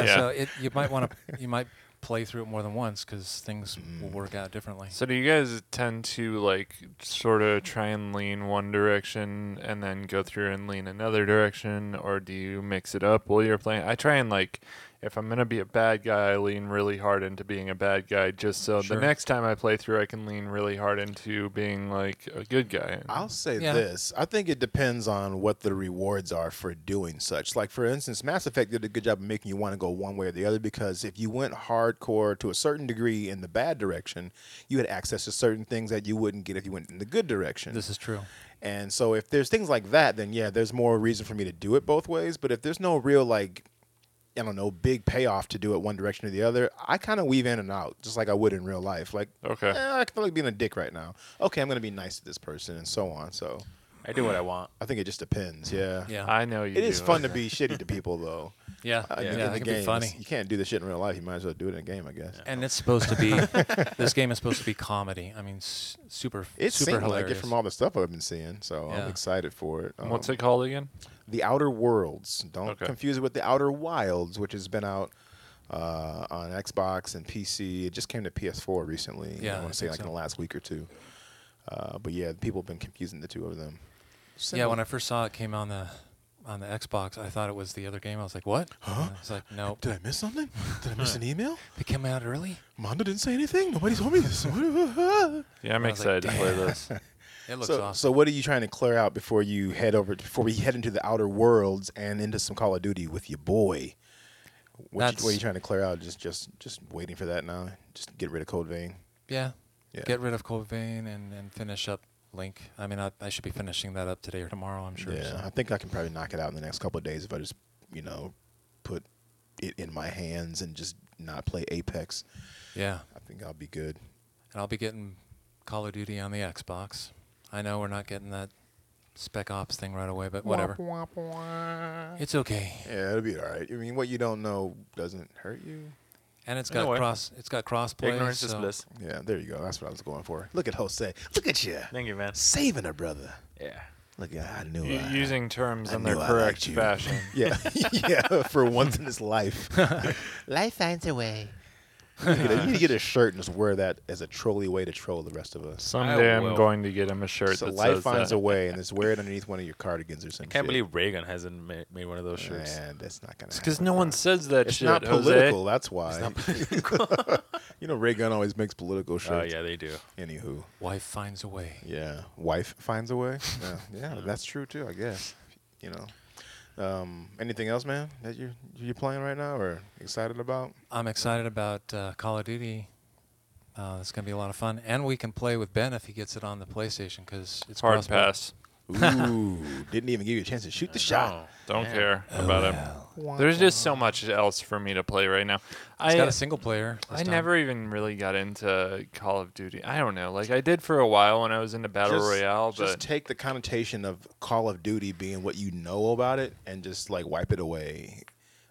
Speaker 2: Yeah.
Speaker 4: so it, you might want to you might play through it more than once because things
Speaker 1: Mm.
Speaker 4: will work out differently.
Speaker 2: So do you guys tend to like sort of try and lean one direction and then go through and lean another direction, or do you mix it up while you're playing? I try and like, if I'm gonna be a bad guy, I lean really hard into being a bad guy, just so
Speaker 4: Sure.
Speaker 2: the next time I play through, I can lean really hard into being like a good guy.
Speaker 1: I'll say
Speaker 4: Yeah.
Speaker 1: this. I think it depends on what the rewards are for doing such. Like, for instance, Mass Effect did a good job of making you want to go one way or the other because if you went hardcore to a certain degree in the bad direction, you had access to certain things that you wouldn't get if you went in the good direction.
Speaker 4: This is true.
Speaker 1: And so if there's things like that, then yeah, there's more reason for me to do it both ways. But if there's no real like, I don't know, big payoff to do it one direction or the other, I kind of weave in and out, just like I would in real life. Like,
Speaker 2: Okay.
Speaker 1: eh, I feel like being a dick right now. Okay, I'm gonna be nice to this person, and so on. So
Speaker 3: I do what I want.
Speaker 1: I think it just depends. Yeah.
Speaker 4: Yeah.
Speaker 2: I know you.
Speaker 1: It is
Speaker 2: do.
Speaker 1: fun to be shitty to people though.
Speaker 4: yeah.
Speaker 1: I
Speaker 4: yeah.
Speaker 1: think in the
Speaker 4: it can
Speaker 1: game,
Speaker 4: be
Speaker 1: it's-
Speaker 4: funny.
Speaker 1: You can't do the shit in real life. You might as well do it in a game, I guess.
Speaker 4: And it's supposed to be. this game is supposed to be comedy. I mean, s- super,
Speaker 1: It
Speaker 4: super
Speaker 1: seemed
Speaker 4: hilarious.
Speaker 1: like it from all the stuff I've been seeing, so I'm
Speaker 4: Yeah.
Speaker 1: excited for it. Um,
Speaker 2: What's it called again?
Speaker 1: The Outer Worlds. Don't
Speaker 2: Okay.
Speaker 1: confuse it with The Outer Wilds, which has been out uh, on Xbox and PC. It just came to PS4 recently.
Speaker 4: Yeah,
Speaker 1: I
Speaker 4: I
Speaker 1: want to say
Speaker 4: think
Speaker 1: like in
Speaker 4: so.
Speaker 1: the last week or two. Uh, but yeah, people have been confusing the two of them.
Speaker 4: yeah, when I first saw it came on the on the Xbox, I thought it was the other game. I was like, "What?"
Speaker 1: Huh?
Speaker 4: It's like, "No,
Speaker 1: did I miss something? Did I miss an email?
Speaker 4: they came out early."
Speaker 1: Mondo didn't say anything. Nobody told me this. so,
Speaker 2: Yeah, I'm
Speaker 4: I was like,
Speaker 2: excited to play this.
Speaker 4: It looks awesome.
Speaker 1: so what are you trying to clear out before you head over? Before we head into the outer worlds and into some Call of Duty with your boy? What, you,
Speaker 4: That's-
Speaker 1: what are you trying to clear out? Just, just, just waiting for that now. Just get rid of Code Vein.
Speaker 4: yeah.
Speaker 1: Yeah.
Speaker 4: get rid of Cold Vein and, and finish up Link. I mean, I, I should be finishing that up today or tomorrow. I'm sure.
Speaker 1: Yeah, I
Speaker 4: so.
Speaker 1: think I can probably knock it out in the next couple of days if I just, you know, put it in my hands and just not play Apex.
Speaker 4: yeah.
Speaker 1: I think I'll be good.
Speaker 4: And I'll be getting Call of Duty on the Xbox. I know we're not getting that Spec Ops thing right away, but whatever. It's okay.
Speaker 1: Yeah, it'll be all right. I mean, what you don't know doesn't hurt you.
Speaker 4: And it's
Speaker 3: In a
Speaker 4: got
Speaker 3: way.
Speaker 4: cross. It's got crossplay.
Speaker 3: Ignorance is
Speaker 4: so-
Speaker 3: bliss.
Speaker 1: Yeah, there you go. That's what I was going for. Look at Jose. Look at you.
Speaker 3: Thank you, man.
Speaker 1: Saving a brother.
Speaker 3: Yeah.
Speaker 1: Look at I knew
Speaker 2: U-
Speaker 1: I-
Speaker 2: using terms
Speaker 1: I
Speaker 2: in their
Speaker 1: knew I liked
Speaker 2: correct
Speaker 1: you.
Speaker 2: fashion.
Speaker 1: Yeah, yeah, for once in his life.
Speaker 5: Life finds a way.
Speaker 1: You need to- you need to get a shirt and just wear that as a trolley way to troll the rest of us.
Speaker 2: Someday I'm
Speaker 3: will.
Speaker 2: going to get him a shirt
Speaker 1: So
Speaker 2: that
Speaker 1: life
Speaker 2: says
Speaker 1: finds
Speaker 2: that.
Speaker 1: a way, and just wear it underneath one of your cardigans or something.
Speaker 3: Can't believe Reagan hasn't ma- made one of those shirts.
Speaker 1: Man, that's not gonna.
Speaker 2: It's because
Speaker 1: happen,
Speaker 2: no
Speaker 1: bro.
Speaker 2: one says that
Speaker 1: It's
Speaker 2: shit.
Speaker 1: not
Speaker 2: Jose.
Speaker 1: political. That's why. you know, Ray Gun always makes political
Speaker 3: Oh
Speaker 1: shirts.
Speaker 3: yeah, they do.
Speaker 1: Anywho,
Speaker 4: Wife finds a way.
Speaker 1: yeah, wife finds a way. Yeah, yeah, that's true too. I guess. You know, um, anything else, man? That you you playing right now or excited about?
Speaker 4: I'm excited about uh, Call of Duty. Uh, it's gonna be a lot of fun, and we can play with Ben if he gets it on the PlayStation because it's
Speaker 2: Hard
Speaker 4: crossplay.
Speaker 2: pass.
Speaker 1: Ooh, didn't even give you a chance to shoot the shot.
Speaker 2: Don't care
Speaker 1: Oh,
Speaker 2: about it. There's just so much else for me to play right now.
Speaker 4: It's got
Speaker 2: I
Speaker 4: a single player. this
Speaker 2: I
Speaker 4: time.
Speaker 2: never even really got into Call of Duty. I don't know. Like I did for a while when I was into Battle
Speaker 1: Just-
Speaker 2: Royale, but
Speaker 1: just take the connotation of Call of Duty being what you know about it and just like wipe it away.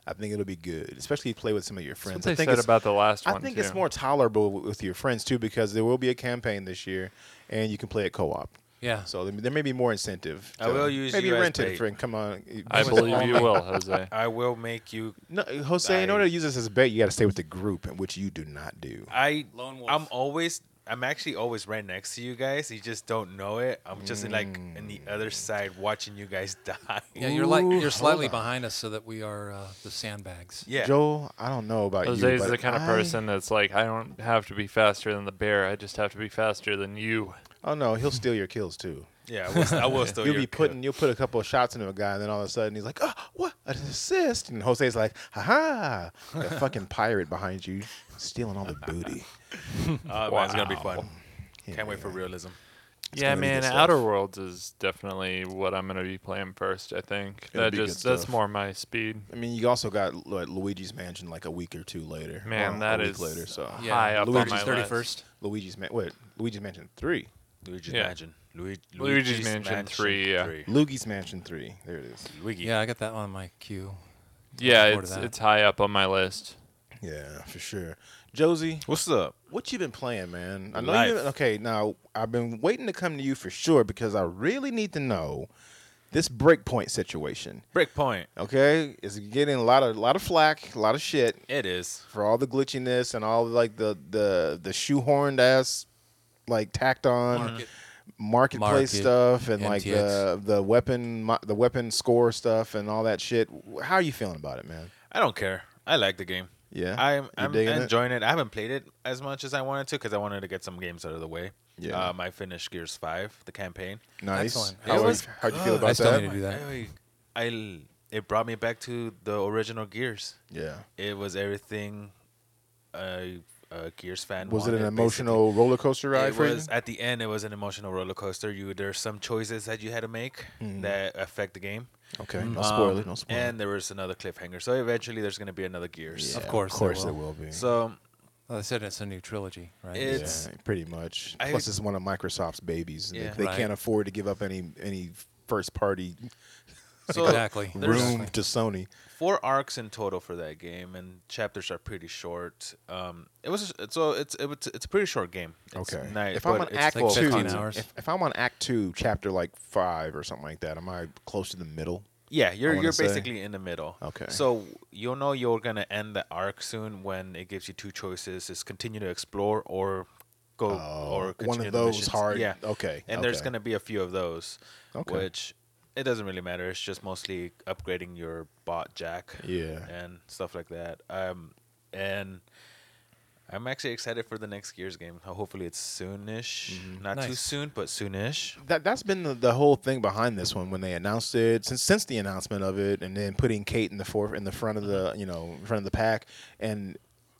Speaker 1: I think it'll be good, especially if you play with some of your
Speaker 2: that's what
Speaker 1: friends.
Speaker 2: they
Speaker 1: I think
Speaker 2: said
Speaker 1: it's-
Speaker 2: about the last
Speaker 1: I
Speaker 2: one.
Speaker 1: think
Speaker 2: too.
Speaker 1: it's more tolerable w- with your friends too because there will be a campaign this year, and you can play it co-op.
Speaker 4: Yeah.
Speaker 1: So there- there may be more incentive.
Speaker 3: I
Speaker 1: to-
Speaker 3: will use
Speaker 1: maybe
Speaker 3: you as
Speaker 1: rent it
Speaker 3: bait.
Speaker 1: for and come on.
Speaker 2: I
Speaker 1: Just-
Speaker 2: believe you will, Jose.
Speaker 3: I will make you.
Speaker 1: No, Jose, in
Speaker 3: I-
Speaker 1: order to use this as bait, you got to stay with the group, and which you do not do.
Speaker 3: I.
Speaker 4: Lone wolf.
Speaker 3: I'm always. I'm actually always right next to you guys. You just don't know it. I'm just like in the other side watching you guys die.
Speaker 4: Yeah, you're like
Speaker 1: Ooh,
Speaker 4: you're slightly
Speaker 1: hold on.
Speaker 4: behind us, so that we are uh, the sandbags.
Speaker 3: Yeah.
Speaker 1: Joel, I don't know about you.
Speaker 2: Jose's
Speaker 1: but
Speaker 2: the kind of
Speaker 1: I-
Speaker 2: person that's like, I don't have to be faster than the bear. I just have to be faster than you.
Speaker 1: Oh no, he'll steal your kills too.
Speaker 3: Yeah, I will, st- I will still.
Speaker 1: you'll
Speaker 3: your
Speaker 1: be
Speaker 3: kill.
Speaker 1: putting, you'll put a couple of shots into a guy, and then all of a sudden he's like, "Oh, what an assist!" And Jose's like, "Ha ha!" The fucking pirate behind you stealing all the booty.
Speaker 3: Oh, man, it's gonna be fun.
Speaker 1: Yeah,
Speaker 3: Can't wait for
Speaker 1: yeah.
Speaker 3: realism.
Speaker 2: yeah,
Speaker 1: gonna be
Speaker 2: man,
Speaker 1: good
Speaker 2: Outer
Speaker 1: stuff.
Speaker 2: Worlds is definitely what I'm gonna be playing first. I think
Speaker 1: It'll
Speaker 2: that
Speaker 1: be good
Speaker 2: just that's
Speaker 1: stuff.
Speaker 2: more my speed.
Speaker 1: I mean, you also got Lu- Luigi's Mansion like a week or two later.
Speaker 2: Man,
Speaker 1: or
Speaker 2: that
Speaker 1: a week
Speaker 2: is
Speaker 1: later. So
Speaker 4: Yeah,
Speaker 2: high up
Speaker 1: Luigi's
Speaker 2: on my
Speaker 4: thirty
Speaker 1: 31st.
Speaker 2: list.
Speaker 4: first.
Speaker 1: Luigi's Man, wait, Luigi's Mansion three,
Speaker 3: Luigi's
Speaker 2: Yeah.
Speaker 3: Mansion. Lui-
Speaker 2: Luigi's Mansion 3, yeah.
Speaker 1: Luigi's Mansion three. There it is.
Speaker 3: Luigi.
Speaker 4: Yeah, I got that on my queue.
Speaker 2: Yeah,
Speaker 4: forward to
Speaker 2: it's
Speaker 4: that.
Speaker 2: it's high up on my list.
Speaker 1: Yeah, for sure. Josie,
Speaker 3: What's up?
Speaker 1: What you been playing, man? I know you.
Speaker 3: Life.
Speaker 1: Okay, now I've been waiting to come to you for sure because I really need to know this breakpoint situation.
Speaker 3: Breakpoint.
Speaker 1: Okay, is getting a lot of lot of flack, a lot of shit
Speaker 3: It is.
Speaker 1: for all the glitchiness and all like the the the shoehorned ass like tacked on marketplace
Speaker 4: Market,
Speaker 1: stuff and like the
Speaker 4: MTX.
Speaker 1: the weapon mo- the weapon score stuff and all that shit. How are you feeling about it, man?
Speaker 3: I don't care. I like the game.
Speaker 1: Yeah,
Speaker 3: I'm,
Speaker 1: You
Speaker 3: I'm
Speaker 1: digging it?
Speaker 3: enjoying it? I haven't played it as much as I wanted to because I wanted to get some games out of the way.
Speaker 1: Yeah.
Speaker 3: Um, I finished Gears Five, the campaign.
Speaker 1: Nice.
Speaker 4: Excellent.
Speaker 1: How
Speaker 3: It
Speaker 1: are you-
Speaker 3: was
Speaker 1: how'd you feel
Speaker 3: good.
Speaker 1: about
Speaker 4: Ah, I still
Speaker 1: that?
Speaker 4: need to do that.
Speaker 3: I, I it brought me back to the original Gears.
Speaker 1: Yeah.
Speaker 3: It was everything a, a Gears fan
Speaker 1: Was it
Speaker 3: wanted,
Speaker 1: an
Speaker 3: basically.
Speaker 1: emotional roller coaster ride
Speaker 3: It
Speaker 1: for you?
Speaker 3: was at the end. It was an emotional roller coaster. You there's some choices that you had to make that affect the game.
Speaker 1: Okay, Mm-hmm. no spoiler,
Speaker 3: Um,
Speaker 1: no spoiler.
Speaker 3: And there was another cliffhanger. So eventually, there's going to be another Gears.
Speaker 1: Yeah,
Speaker 4: course
Speaker 1: of
Speaker 4: there
Speaker 1: course
Speaker 4: will.
Speaker 1: there will be.
Speaker 3: So
Speaker 4: Well, Oh, they said it's a new trilogy, right?
Speaker 1: Yeah,
Speaker 3: It- it's-
Speaker 1: pretty much.
Speaker 3: I-
Speaker 1: Plus, it's one of Microsoft's babies. and they-
Speaker 3: Yeah.
Speaker 1: they
Speaker 4: Right.
Speaker 1: can't afford to give up any any first party
Speaker 3: so
Speaker 4: Exactly.
Speaker 3: There's
Speaker 1: room to Sony.
Speaker 3: four arcs in total for that game, and chapters are pretty short. Um, it was so it's it, was- it's a pretty short game. It's
Speaker 1: okay.
Speaker 3: nice,
Speaker 1: if I'm on
Speaker 3: but it's
Speaker 1: Act
Speaker 4: like
Speaker 1: Two,
Speaker 4: 15 hours.
Speaker 1: if, if I'm on Act Two, Chapter like five or something like that, am I close to the middle?
Speaker 3: Yeah, you're
Speaker 1: wanna
Speaker 3: you're
Speaker 1: say.
Speaker 3: basically in the middle.
Speaker 1: Okay.
Speaker 3: So you'll know you're gonna end the arc soon when it gives you two choices: is continue to explore or go
Speaker 1: Oh,
Speaker 3: or
Speaker 1: one
Speaker 3: continue
Speaker 1: of
Speaker 3: the
Speaker 1: those
Speaker 3: missions.
Speaker 1: hard-
Speaker 3: Yeah.
Speaker 1: okay,
Speaker 3: And there's
Speaker 1: okay.
Speaker 3: gonna be a few of those,
Speaker 1: Okay.
Speaker 3: which it doesn't really matter. It's just mostly upgrading your bot jack.
Speaker 1: Yeah.
Speaker 3: And stuff like that. Um, and I'm actually excited for the next Gears game. Ho- Hopefully it's soonish,
Speaker 1: Mm-hmm.
Speaker 3: not too
Speaker 4: Nice.
Speaker 3: soon, but soonish.
Speaker 1: That that's been the, the whole thing behind this one when they announced it since since the announcement of it and then putting Kate in the fourth in the front of
Speaker 3: Uh-huh.
Speaker 1: the you know in front of the pack and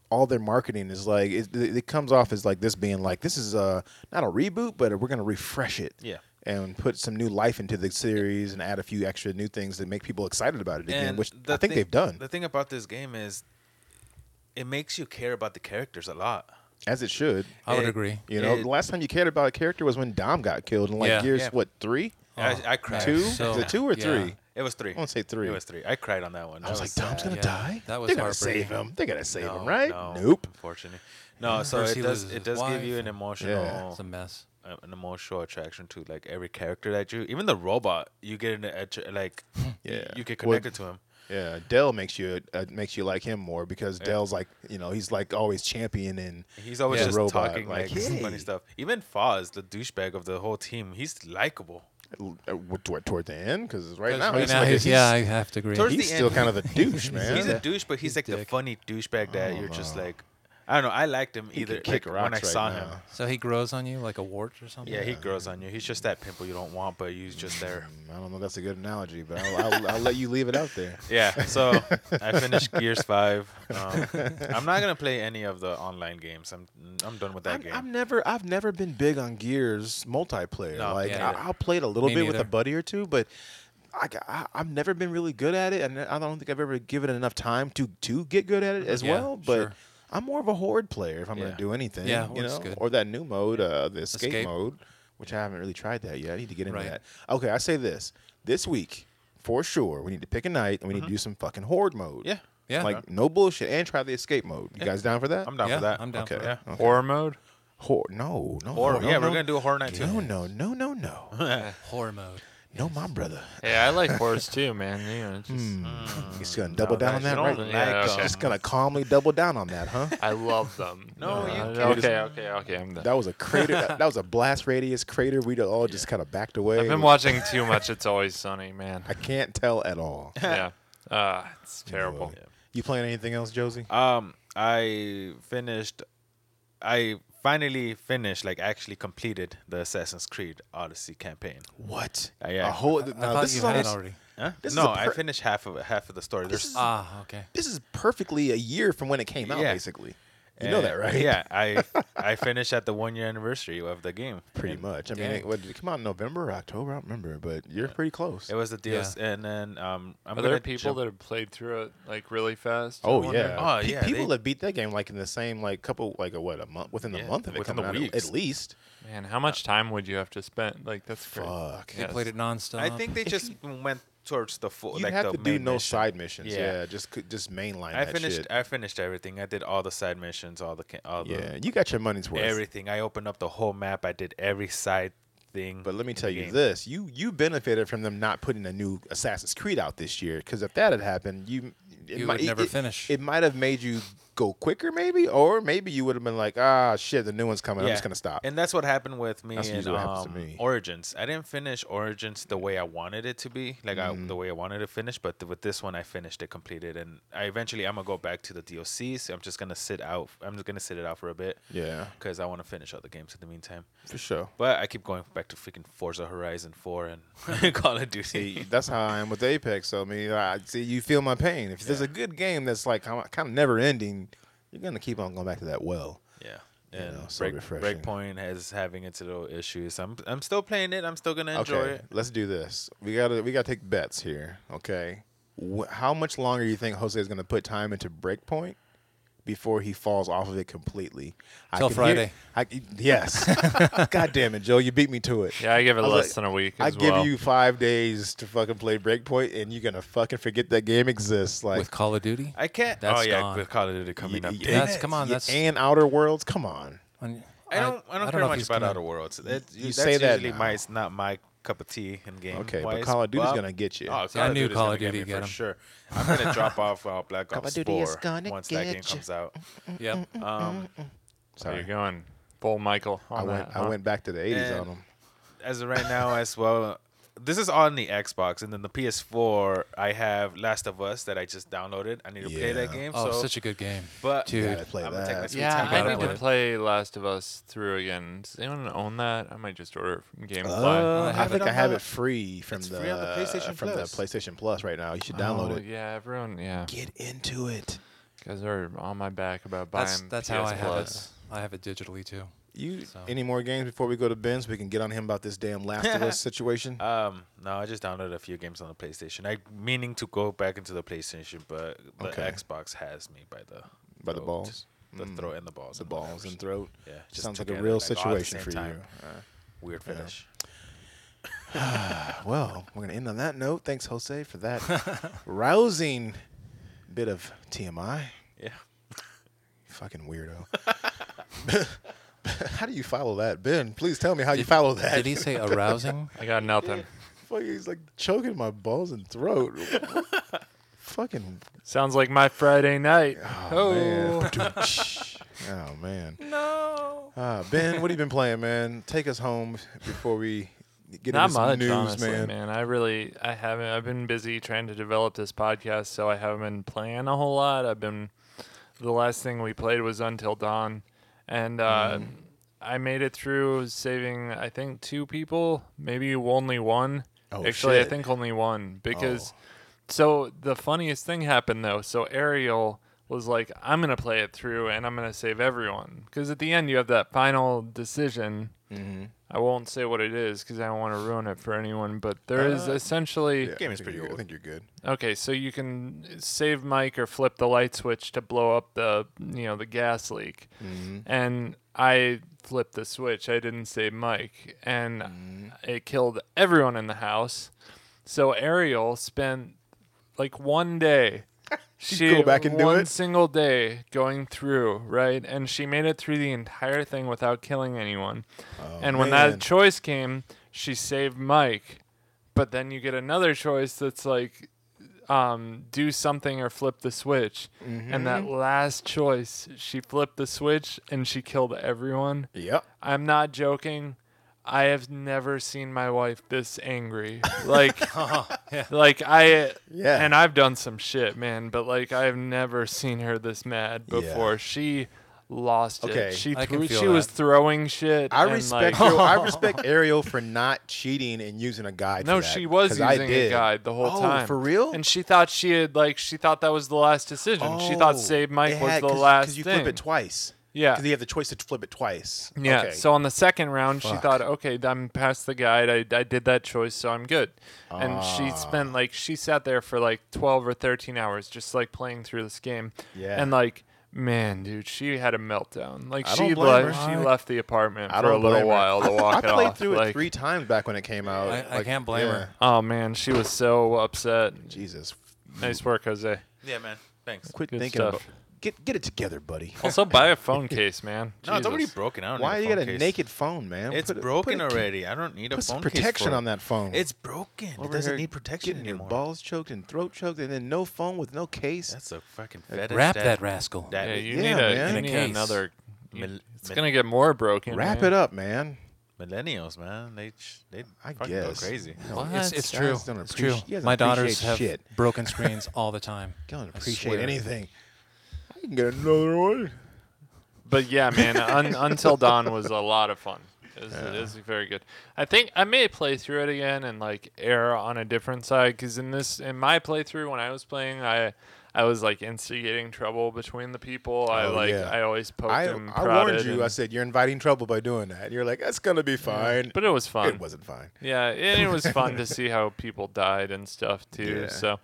Speaker 1: all their marketing is like it, it it comes off as like this being like this is a not a reboot but we're gonna refresh it
Speaker 3: Yeah.
Speaker 1: and put some new life into the series and add a few extra new things that make people excited about it again
Speaker 3: And
Speaker 1: which
Speaker 3: the
Speaker 1: I think
Speaker 3: thing-
Speaker 1: they've done
Speaker 3: The thing about this game is, it makes you care about the characters a lot.
Speaker 1: as it should
Speaker 4: I would
Speaker 3: it-
Speaker 4: agree.
Speaker 1: you know
Speaker 3: it-
Speaker 1: the last time you cared about a character was when Dom got killed in like
Speaker 4: Yeah.
Speaker 1: years
Speaker 3: Yeah.
Speaker 1: what three
Speaker 3: I, I cried.
Speaker 1: two
Speaker 4: Oh, So-
Speaker 1: is it two or
Speaker 4: yeah.
Speaker 1: three.
Speaker 3: It was three.
Speaker 1: I wanna say three.
Speaker 3: It was three. I cried on that one.
Speaker 1: I was
Speaker 3: That
Speaker 1: like, Dom's
Speaker 3: sad.
Speaker 1: gonna
Speaker 4: yeah,
Speaker 1: die.
Speaker 4: that was
Speaker 1: They're gonna
Speaker 4: heartbreaking.
Speaker 1: save him. They're gonna save
Speaker 3: No,
Speaker 1: him, right?
Speaker 3: no,
Speaker 1: nope.
Speaker 3: Unfortunately, no. So
Speaker 4: First
Speaker 3: it
Speaker 4: he
Speaker 3: does.
Speaker 4: loses
Speaker 3: It
Speaker 4: his
Speaker 3: does give
Speaker 4: wife
Speaker 3: you an
Speaker 4: and-
Speaker 3: emotional,
Speaker 1: Yeah.
Speaker 4: It's a mess.
Speaker 3: uh, an emotional attraction to like every character that you, even the robot, you get an attr- like,
Speaker 1: Yeah.
Speaker 3: you get
Speaker 1: Well,
Speaker 3: connected to him.
Speaker 1: Yeah, Dell makes you uh, makes you like him more because Dell's like you know he's like always championing.
Speaker 3: He's always
Speaker 1: the
Speaker 3: just
Speaker 1: robot,
Speaker 3: talking
Speaker 1: like,
Speaker 3: like,
Speaker 1: "Hey."
Speaker 3: funny stuff. Even Foz, the douchebag of the whole team, he's likable.
Speaker 1: uh, toward, toward the end because right
Speaker 4: 'Cause
Speaker 1: now
Speaker 4: right
Speaker 1: he's
Speaker 4: now
Speaker 1: like a-
Speaker 4: he's- yeah, I have to agree.
Speaker 1: he's,
Speaker 3: Towards
Speaker 1: he's
Speaker 3: the
Speaker 1: still
Speaker 3: end,
Speaker 1: kind of a douche, man.
Speaker 3: He's a douche, but he's like the
Speaker 4: dick.
Speaker 3: funny douchebag that you're just like, I don't know. I liked him either
Speaker 1: Oh, could kick
Speaker 3: like, when I
Speaker 1: rocks right
Speaker 3: saw
Speaker 1: now.
Speaker 3: him.
Speaker 4: So he grows on you like a wart or something.
Speaker 3: Yeah, he grows on you. He's just that pimple you don't want, but he's just there.
Speaker 1: I don't know if that's a good analogy, but I'll, I'll, I'll let you leave it out there.
Speaker 3: Yeah. So I finished Gears Five. Um, I'm not gonna play any of the online games. I'm I'm done with that
Speaker 1: I'm,
Speaker 3: game.
Speaker 1: I'm never, I've never been big on Gears multiplayer.
Speaker 3: No,
Speaker 1: like
Speaker 4: me
Speaker 1: I,
Speaker 4: neither.
Speaker 1: I'll play it a little
Speaker 4: Me
Speaker 1: bit with a
Speaker 4: neither.
Speaker 1: buddy or two, but I, g- I, have never been really good at it, and I don't think I've ever given it enough time to to get good at it as
Speaker 4: Yeah,
Speaker 1: well. But
Speaker 4: sure.
Speaker 1: I'm more of a horde player if I'm
Speaker 3: Yeah.
Speaker 1: gonna do anything.
Speaker 4: Yeah,
Speaker 1: you know,
Speaker 4: horde's good.
Speaker 1: or that new mode, uh, the escape,
Speaker 4: Escape.
Speaker 1: mode, which I haven't really tried that yet. I need to get into
Speaker 4: Right.
Speaker 1: that. Okay, I say this this week for sure. We need to pick a night and we need to do some fucking horde mode.
Speaker 3: Yeah.
Speaker 4: Mm-hmm. Yeah.
Speaker 1: Like no bullshit, and try the escape mode. You guys down for that?
Speaker 3: I'm down
Speaker 4: Yeah,
Speaker 3: for that.
Speaker 4: I'm down for
Speaker 1: Okay.
Speaker 4: that.
Speaker 1: okay.
Speaker 2: Horror mode.
Speaker 1: Hor- no, no.
Speaker 3: Or
Speaker 1: no, no,
Speaker 3: yeah, we're
Speaker 1: no.
Speaker 3: gonna do a horror night too.
Speaker 1: No, no, no, no, no.
Speaker 4: Horror mode.
Speaker 1: no, my brother.
Speaker 2: Hey, I like horse too, man. You know, it's just
Speaker 1: Hmm. He's going to double down on
Speaker 3: You
Speaker 1: that,
Speaker 3: don't
Speaker 1: right?
Speaker 3: like
Speaker 2: Yeah.
Speaker 3: them.
Speaker 1: Just going to calmly double down on that, huh?
Speaker 2: I love them.
Speaker 3: No, you
Speaker 2: Uh,
Speaker 3: can't.
Speaker 2: okay, okay, okay. I'm done.
Speaker 1: That was a crater. that, that was a blast radius crater. We all just kind of backed away.
Speaker 2: I've been watching too much. It's always sunny, man.
Speaker 1: I can't tell at all.
Speaker 2: yeah, uh, it's terrible.
Speaker 1: You playing anything else, Josie?
Speaker 3: Um, I finished. I finally finished, like actually completed the Assassin's Creed Odyssey campaign.
Speaker 1: What?
Speaker 3: Uh, yeah.
Speaker 1: A whole.
Speaker 4: I
Speaker 1: now,
Speaker 4: thought
Speaker 1: this
Speaker 4: you
Speaker 1: is
Speaker 4: had
Speaker 1: almost,
Speaker 4: already.
Speaker 3: Huh?
Speaker 1: This is
Speaker 3: no,
Speaker 1: a
Speaker 3: I
Speaker 1: per-
Speaker 3: finished half of half of the story.
Speaker 1: This
Speaker 3: There's
Speaker 1: is-
Speaker 4: Ah, okay.
Speaker 1: This is perfectly a year from when it came out,
Speaker 3: Yeah.
Speaker 1: basically. You know that,
Speaker 3: uh,
Speaker 1: right?
Speaker 3: Yeah, I I finished at the one year anniversary of the game.
Speaker 1: Pretty much. I mean,
Speaker 4: Dang.
Speaker 1: it, what, did it come out in November or October? I don't remember, but you're pretty close.
Speaker 3: It was the DLC, and then um, I'm
Speaker 2: Are there
Speaker 3: gonna
Speaker 2: people
Speaker 3: jump-
Speaker 2: that have played through it like really fast? I
Speaker 1: Oh
Speaker 2: wonder?
Speaker 1: yeah.
Speaker 3: Oh,
Speaker 1: Pe-
Speaker 3: yeah,
Speaker 1: People
Speaker 3: they-
Speaker 1: that beat that game like in the same like couple like a what a month within the
Speaker 3: Yeah,
Speaker 1: month of it
Speaker 3: within
Speaker 1: coming
Speaker 3: the
Speaker 1: out at-
Speaker 3: weeks.
Speaker 1: at least.
Speaker 2: Man, how much time would you have to spend? Like that's great.
Speaker 1: Fuck.
Speaker 4: They
Speaker 2: Yes.
Speaker 4: played it nonstop.
Speaker 3: I think they just went towards the full.
Speaker 1: You
Speaker 3: like
Speaker 1: have to
Speaker 3: the
Speaker 1: do
Speaker 3: main
Speaker 1: no
Speaker 3: mission.
Speaker 1: side missions. Yeah.
Speaker 3: Yeah.
Speaker 1: just c- just mainline
Speaker 3: I
Speaker 1: that
Speaker 3: finished.
Speaker 1: shit.
Speaker 3: I finished everything. I did all the side missions, all the ca- all the
Speaker 1: yeah, you got your money's worth.
Speaker 3: everything. I opened up the whole map. I did every side thing.
Speaker 1: But let me
Speaker 3: in
Speaker 1: tell
Speaker 3: the
Speaker 1: you
Speaker 3: game.
Speaker 1: this: you you benefited from them not putting a new Assassin's Creed out this year, because if that had happened, you it
Speaker 4: You
Speaker 1: might,
Speaker 4: would never
Speaker 1: it,
Speaker 4: finish.
Speaker 1: It might have made you go quicker, maybe, or maybe you would have been like, ah, shit, the new one's coming. I'm just gonna stop.
Speaker 3: And that's what happened with me
Speaker 1: That's
Speaker 3: in
Speaker 1: usually what happens to
Speaker 3: um,
Speaker 1: me.
Speaker 3: Origins. I didn't finish Origins the way I wanted it to be, like
Speaker 1: Mm-hmm.
Speaker 3: I, the way I wanted to finish. But th- with this one, I finished it, completed, and I eventually I'm gonna go back to the DLC. So I'm just gonna sit out. I'm just gonna sit it out for a bit.
Speaker 1: Yeah.
Speaker 3: Because I want to finish other games in the meantime.
Speaker 1: for sure.
Speaker 3: But I keep going back to freaking Forza Horizon 4 and Call of Duty.
Speaker 1: That's how I am with Apex. So I mean, I see you feel my pain. If there's a good game that's like kind of never ending, you're gonna keep on going back to that well.
Speaker 3: Yeah.
Speaker 1: You
Speaker 3: And
Speaker 1: know, so
Speaker 3: Break,
Speaker 1: refreshing.
Speaker 3: Breakpoint has having its little issues. I'm I'm still playing it. I'm still gonna enjoy
Speaker 1: okay,
Speaker 3: it.
Speaker 1: let's do this. We gotta we gotta take bets here. Okay, Wh- how much longer do you think Jose is gonna put time into Breakpoint before he falls off of it completely? I
Speaker 4: Till
Speaker 1: can hear-
Speaker 4: Friday.
Speaker 1: I, yes. God damn it, Joe, you beat me to it.
Speaker 2: Yeah, I give it
Speaker 1: I was
Speaker 2: less
Speaker 1: like-
Speaker 2: than a week.
Speaker 1: I
Speaker 2: as
Speaker 1: give
Speaker 2: well.
Speaker 1: you five days to fucking play Breakpoint, and you're gonna fucking forget that game exists. Like
Speaker 4: with Call of Duty.
Speaker 3: I can't.
Speaker 4: That's
Speaker 3: oh yeah,
Speaker 4: gone.
Speaker 3: with Call of Duty coming
Speaker 1: Y-
Speaker 3: up.
Speaker 1: y-
Speaker 3: Dang
Speaker 4: That's
Speaker 3: it.
Speaker 4: come on.
Speaker 1: Yeah,
Speaker 4: That's
Speaker 1: and Outer Worlds. Come on.
Speaker 4: on-
Speaker 3: I don't. I don't care
Speaker 4: know if
Speaker 3: much
Speaker 4: he's
Speaker 3: about
Speaker 4: gonna-
Speaker 3: Outer Worlds. That,
Speaker 1: you
Speaker 3: that's
Speaker 1: say that
Speaker 3: usually
Speaker 1: now.
Speaker 3: my. It's not my cup of tea in game.
Speaker 1: Okay, but
Speaker 3: wise,
Speaker 1: Call of Duty's
Speaker 3: but-
Speaker 1: gonna get you.
Speaker 3: Oh, Call
Speaker 4: I
Speaker 3: of
Speaker 4: knew
Speaker 3: Duty's
Speaker 4: Call
Speaker 3: gonna
Speaker 4: of
Speaker 3: get
Speaker 4: Duty
Speaker 3: me
Speaker 4: get
Speaker 3: for
Speaker 4: 'em.
Speaker 3: sure. I'm gonna drop off uh, Black
Speaker 5: Call
Speaker 3: Ops
Speaker 5: of Duty is
Speaker 3: 4
Speaker 5: gonna
Speaker 3: once that
Speaker 5: get
Speaker 3: game
Speaker 5: ya.
Speaker 3: comes out.
Speaker 4: Yep.
Speaker 3: Um,
Speaker 2: There
Speaker 1: Sorry,
Speaker 2: You're going full Michael. On
Speaker 1: I went.
Speaker 2: that,
Speaker 1: I
Speaker 2: huh?
Speaker 1: went back to the '80s
Speaker 3: And-
Speaker 1: on them.
Speaker 3: as of right now, as well, this is on the Xbox, and then the PS4. I have Last of Us that I just downloaded. I need to play that
Speaker 1: Yeah.
Speaker 3: game.
Speaker 4: Oh,
Speaker 3: so,
Speaker 4: such a good game.
Speaker 3: but
Speaker 4: Dude.
Speaker 1: Gotta play
Speaker 3: I'm gonna take my
Speaker 1: that.
Speaker 3: sweet
Speaker 2: Yeah,
Speaker 3: time
Speaker 2: I
Speaker 4: gotta
Speaker 2: need
Speaker 3: about
Speaker 2: to
Speaker 3: it.
Speaker 4: play it.
Speaker 2: play Last of Us through again. Does anyone own that? I might just order it from GameFly. Oh,
Speaker 1: Uh,
Speaker 4: I
Speaker 1: I
Speaker 4: have
Speaker 1: think
Speaker 3: it
Speaker 1: I
Speaker 3: on
Speaker 1: have
Speaker 3: the-
Speaker 1: it free from
Speaker 3: it's
Speaker 1: the,
Speaker 3: free on the PlayStation
Speaker 1: from
Speaker 3: Plus.
Speaker 1: the PlayStation Plus right now. You should
Speaker 2: Oh,
Speaker 1: download it.
Speaker 2: Yeah, everyone. Yeah,
Speaker 1: Get into it.
Speaker 2: guys are on my back about buying.
Speaker 4: That's that's how
Speaker 2: PS
Speaker 4: I have it.
Speaker 2: Plus.
Speaker 4: I have it digitally too.
Speaker 1: You
Speaker 4: So-
Speaker 1: any more games before we go to Ben so we can get on him about this damn Last of Us situation?
Speaker 3: Um, no, I just downloaded a few games on the PlayStation. I meaning to go back into the PlayStation, but the
Speaker 1: Okay.
Speaker 3: Xbox has me by the
Speaker 1: By the
Speaker 3: throat.
Speaker 1: balls? Hmm. Mm.
Speaker 3: the throat and the balls,
Speaker 1: the
Speaker 3: and whatever.
Speaker 1: balls and throat.
Speaker 3: Yeah, just
Speaker 1: sounds like a
Speaker 3: together,
Speaker 1: real
Speaker 3: like, all at the
Speaker 1: situation
Speaker 3: same
Speaker 1: for
Speaker 3: time.
Speaker 1: you. Uh,
Speaker 3: Weird finish.
Speaker 1: Well, we're going to end on that note. Thanks, Jose, for that rousing bit of TMI.
Speaker 3: Yeah,
Speaker 1: Fucking weirdo. how do you follow that? Ben, please tell me how you follow that.
Speaker 4: Did he say arousing?
Speaker 2: I got nothing.
Speaker 1: Fuck, he's like choking my balls and throat. Fucking
Speaker 2: Sounds like my Friday night.
Speaker 1: oh man. oh man. No. Uh, ben, what have you been playing, man? Take us home before we get
Speaker 2: Not
Speaker 1: into some
Speaker 2: much,
Speaker 1: news,
Speaker 2: honestly,
Speaker 1: man.
Speaker 2: man. I really, I haven't. I've been busy trying to develop this podcast, so I haven't been playing a whole lot. I've been. The last thing we played was Until Dawn, and uh,
Speaker 1: Mm-hmm.
Speaker 2: I made it through saving. I think two people, maybe only one.
Speaker 1: Oh,
Speaker 2: Actually, I
Speaker 1: shit. Oh.
Speaker 2: think only one because. So the funniest thing happened though. So Ariel was like, "I'm gonna play it through and I'm gonna save everyone," because at the end you have that final decision. I won't say what it is because I don't want to ruin it for anyone. But there is essentially
Speaker 1: Uh, Yeah, I
Speaker 3: Game is
Speaker 1: think
Speaker 3: pretty
Speaker 1: you're- I
Speaker 3: old.
Speaker 1: think you're good.
Speaker 2: okay. So you can save Mike or flip the light switch to blow up the you know the gas leak.
Speaker 1: Mm-hmm.
Speaker 2: And I flipped the switch. I didn't save Mike, and
Speaker 1: Mm-hmm.
Speaker 2: it killed everyone in the house. So Ariel spent like one day. She
Speaker 1: go back and do
Speaker 2: one
Speaker 1: it?
Speaker 2: single day going through right, and she made it through the entire thing without killing anyone. and when
Speaker 1: man.
Speaker 2: that choice came, she saved Mike. But then you get another choice that's like, um, do something or flip the switch. And that last choice, she flipped the switch and she killed everyone.
Speaker 1: Yep.
Speaker 2: I'm not joking. I have never seen my wife this angry. Like,
Speaker 4: Oh,
Speaker 2: like I,
Speaker 1: Yeah.
Speaker 2: and I've done some shit, man. But like, I've never seen her this mad
Speaker 1: Yeah.
Speaker 2: before. She lost
Speaker 1: Okay.
Speaker 2: it. She
Speaker 4: I can
Speaker 2: threw,
Speaker 4: feel
Speaker 2: she was
Speaker 4: that.
Speaker 2: throwing shit.
Speaker 1: I
Speaker 2: and,
Speaker 1: respect
Speaker 2: like,
Speaker 1: your, I respect Ariel for not cheating and using a guide.
Speaker 2: No,
Speaker 1: for that,
Speaker 2: she was
Speaker 1: 'cause
Speaker 2: using
Speaker 1: I
Speaker 2: a
Speaker 1: did.
Speaker 2: guide the whole
Speaker 1: Oh,
Speaker 2: time.
Speaker 1: for real?
Speaker 2: And she thought she had like she thought that was the last decision. she thought
Speaker 1: Oh,
Speaker 2: Save Mike
Speaker 1: it
Speaker 2: was
Speaker 1: had-
Speaker 2: the
Speaker 1: 'cause-
Speaker 2: last
Speaker 1: 'cause you
Speaker 2: thing.
Speaker 1: flip it twice.
Speaker 2: Yeah.
Speaker 1: because you have the choice to flip it twice.
Speaker 2: Yeah.
Speaker 1: Okay.
Speaker 2: So on the second round, she
Speaker 1: Fuck.
Speaker 2: thought, okay, I'm past the guide. I, I did that choice, so I'm good. And she
Speaker 1: Ah.
Speaker 2: spent like she sat there for like 12 or 13 hours, just like playing through this game.
Speaker 1: Yeah.
Speaker 2: And like, man, dude, she had a meltdown. Like
Speaker 1: I
Speaker 2: she
Speaker 1: don't blame
Speaker 2: left,
Speaker 1: her.
Speaker 2: she
Speaker 1: I-
Speaker 2: left the apartment
Speaker 1: I
Speaker 2: for a
Speaker 1: don't blame
Speaker 2: little
Speaker 1: her.
Speaker 2: while to walk
Speaker 1: I
Speaker 2: it
Speaker 1: played
Speaker 2: off.
Speaker 1: through
Speaker 2: like,
Speaker 1: it three times back when it came out.
Speaker 4: I- I can't blame her.
Speaker 2: Oh man, she was so upset.
Speaker 1: Jesus,
Speaker 2: Nice work, Jose.
Speaker 3: Yeah, man. Thanks.
Speaker 1: quit
Speaker 2: Good
Speaker 1: thinking.
Speaker 2: stuff.
Speaker 1: About, get get it together, buddy.
Speaker 2: Also, buy a phone case, man.
Speaker 3: No, it's already
Speaker 2: Jesus.
Speaker 3: broken. I don't
Speaker 1: Why
Speaker 3: need
Speaker 1: you
Speaker 3: phone
Speaker 1: got a
Speaker 3: case.
Speaker 1: naked phone, man?
Speaker 3: It's
Speaker 1: Put a- put
Speaker 3: broken
Speaker 1: a-
Speaker 3: already. I don't need a
Speaker 1: Put
Speaker 3: phone
Speaker 1: some
Speaker 3: case
Speaker 1: protection
Speaker 3: for it.
Speaker 1: on that phone.
Speaker 3: It's broken. It
Speaker 2: Over
Speaker 3: doesn't
Speaker 2: here
Speaker 3: need protection
Speaker 1: getting your
Speaker 3: anymore.
Speaker 1: balls choked and throat choked, and then no phone with no case.
Speaker 3: That's a fucking fetish.
Speaker 4: Wrap that rascal.
Speaker 3: that-
Speaker 2: Yeah, you
Speaker 1: Yeah,
Speaker 2: need, a,
Speaker 1: man.
Speaker 2: you
Speaker 4: In a
Speaker 2: need
Speaker 4: case.
Speaker 2: another.
Speaker 3: Mil-
Speaker 2: It's
Speaker 3: mil-
Speaker 2: gonna get more broken.
Speaker 1: Wrap
Speaker 2: man.
Speaker 1: it up, man.
Speaker 3: millennials, man. They ch- they
Speaker 1: I
Speaker 3: fucking
Speaker 1: guess.
Speaker 3: go crazy.
Speaker 1: No,
Speaker 4: It's,
Speaker 1: you guys
Speaker 4: it's true.
Speaker 1: don't
Speaker 4: It's true.
Speaker 1: appreci- you guys
Speaker 4: My
Speaker 1: don't
Speaker 4: daughters
Speaker 1: appreciate
Speaker 4: have
Speaker 1: shit.
Speaker 4: broken screens all the time.
Speaker 1: don't
Speaker 4: I
Speaker 1: appreciate
Speaker 4: swear.
Speaker 1: anything. I can get another one.
Speaker 2: But yeah, man, un, Until Dawn was a lot of fun. It was, it was very good. I think I may play through it again and like err on a different side because in this in my playthrough when I was playing, I I was like instigating trouble between the people. I
Speaker 1: Oh,
Speaker 2: like
Speaker 1: yeah.
Speaker 2: I always poked
Speaker 1: I,
Speaker 2: and
Speaker 1: I
Speaker 2: prodded.
Speaker 1: warned you. I
Speaker 2: and-
Speaker 1: said you're inviting trouble by doing that. You're like, that's gonna be fine.
Speaker 2: but it was fun.
Speaker 1: It wasn't fine.
Speaker 2: Yeah, and it was fun to see how people died and stuff too.
Speaker 1: Yeah.
Speaker 2: So,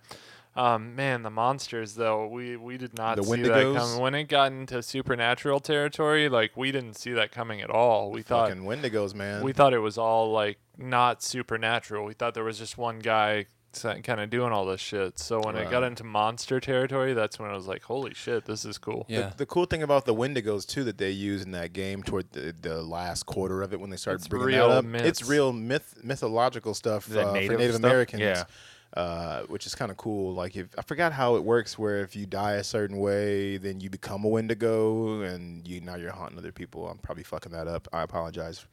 Speaker 2: um, man, the monsters though, we we did not
Speaker 1: The
Speaker 2: see
Speaker 1: Wendigos?
Speaker 2: that coming. When it got into supernatural territory, like we didn't see that coming at all. We thought
Speaker 1: Fucking Wendigos, man.
Speaker 2: we thought it was all like not supernatural. We thought there was just one guy kind of doing all this shit. So when it got
Speaker 1: Wow.
Speaker 2: into monster territory, that's when I was like, holy shit, this is cool.
Speaker 1: The-
Speaker 4: Yeah.
Speaker 1: The, cool thing about the Wendigos too that they use in that game toward the, the last quarter of it when they started
Speaker 2: It's
Speaker 1: bringing
Speaker 2: real
Speaker 1: that up,
Speaker 2: myths.
Speaker 1: it's real myth mythological stuff
Speaker 3: Is that
Speaker 1: uh, for
Speaker 3: native
Speaker 1: Native
Speaker 3: stuff?
Speaker 1: Americans.
Speaker 3: Yeah.
Speaker 1: Uh, which is kind of cool. Like if I forgot how it works, where if you die a certain way, then you become a Wendigo, and you now you're haunting other people. I'm probably fucking that up. I apologize.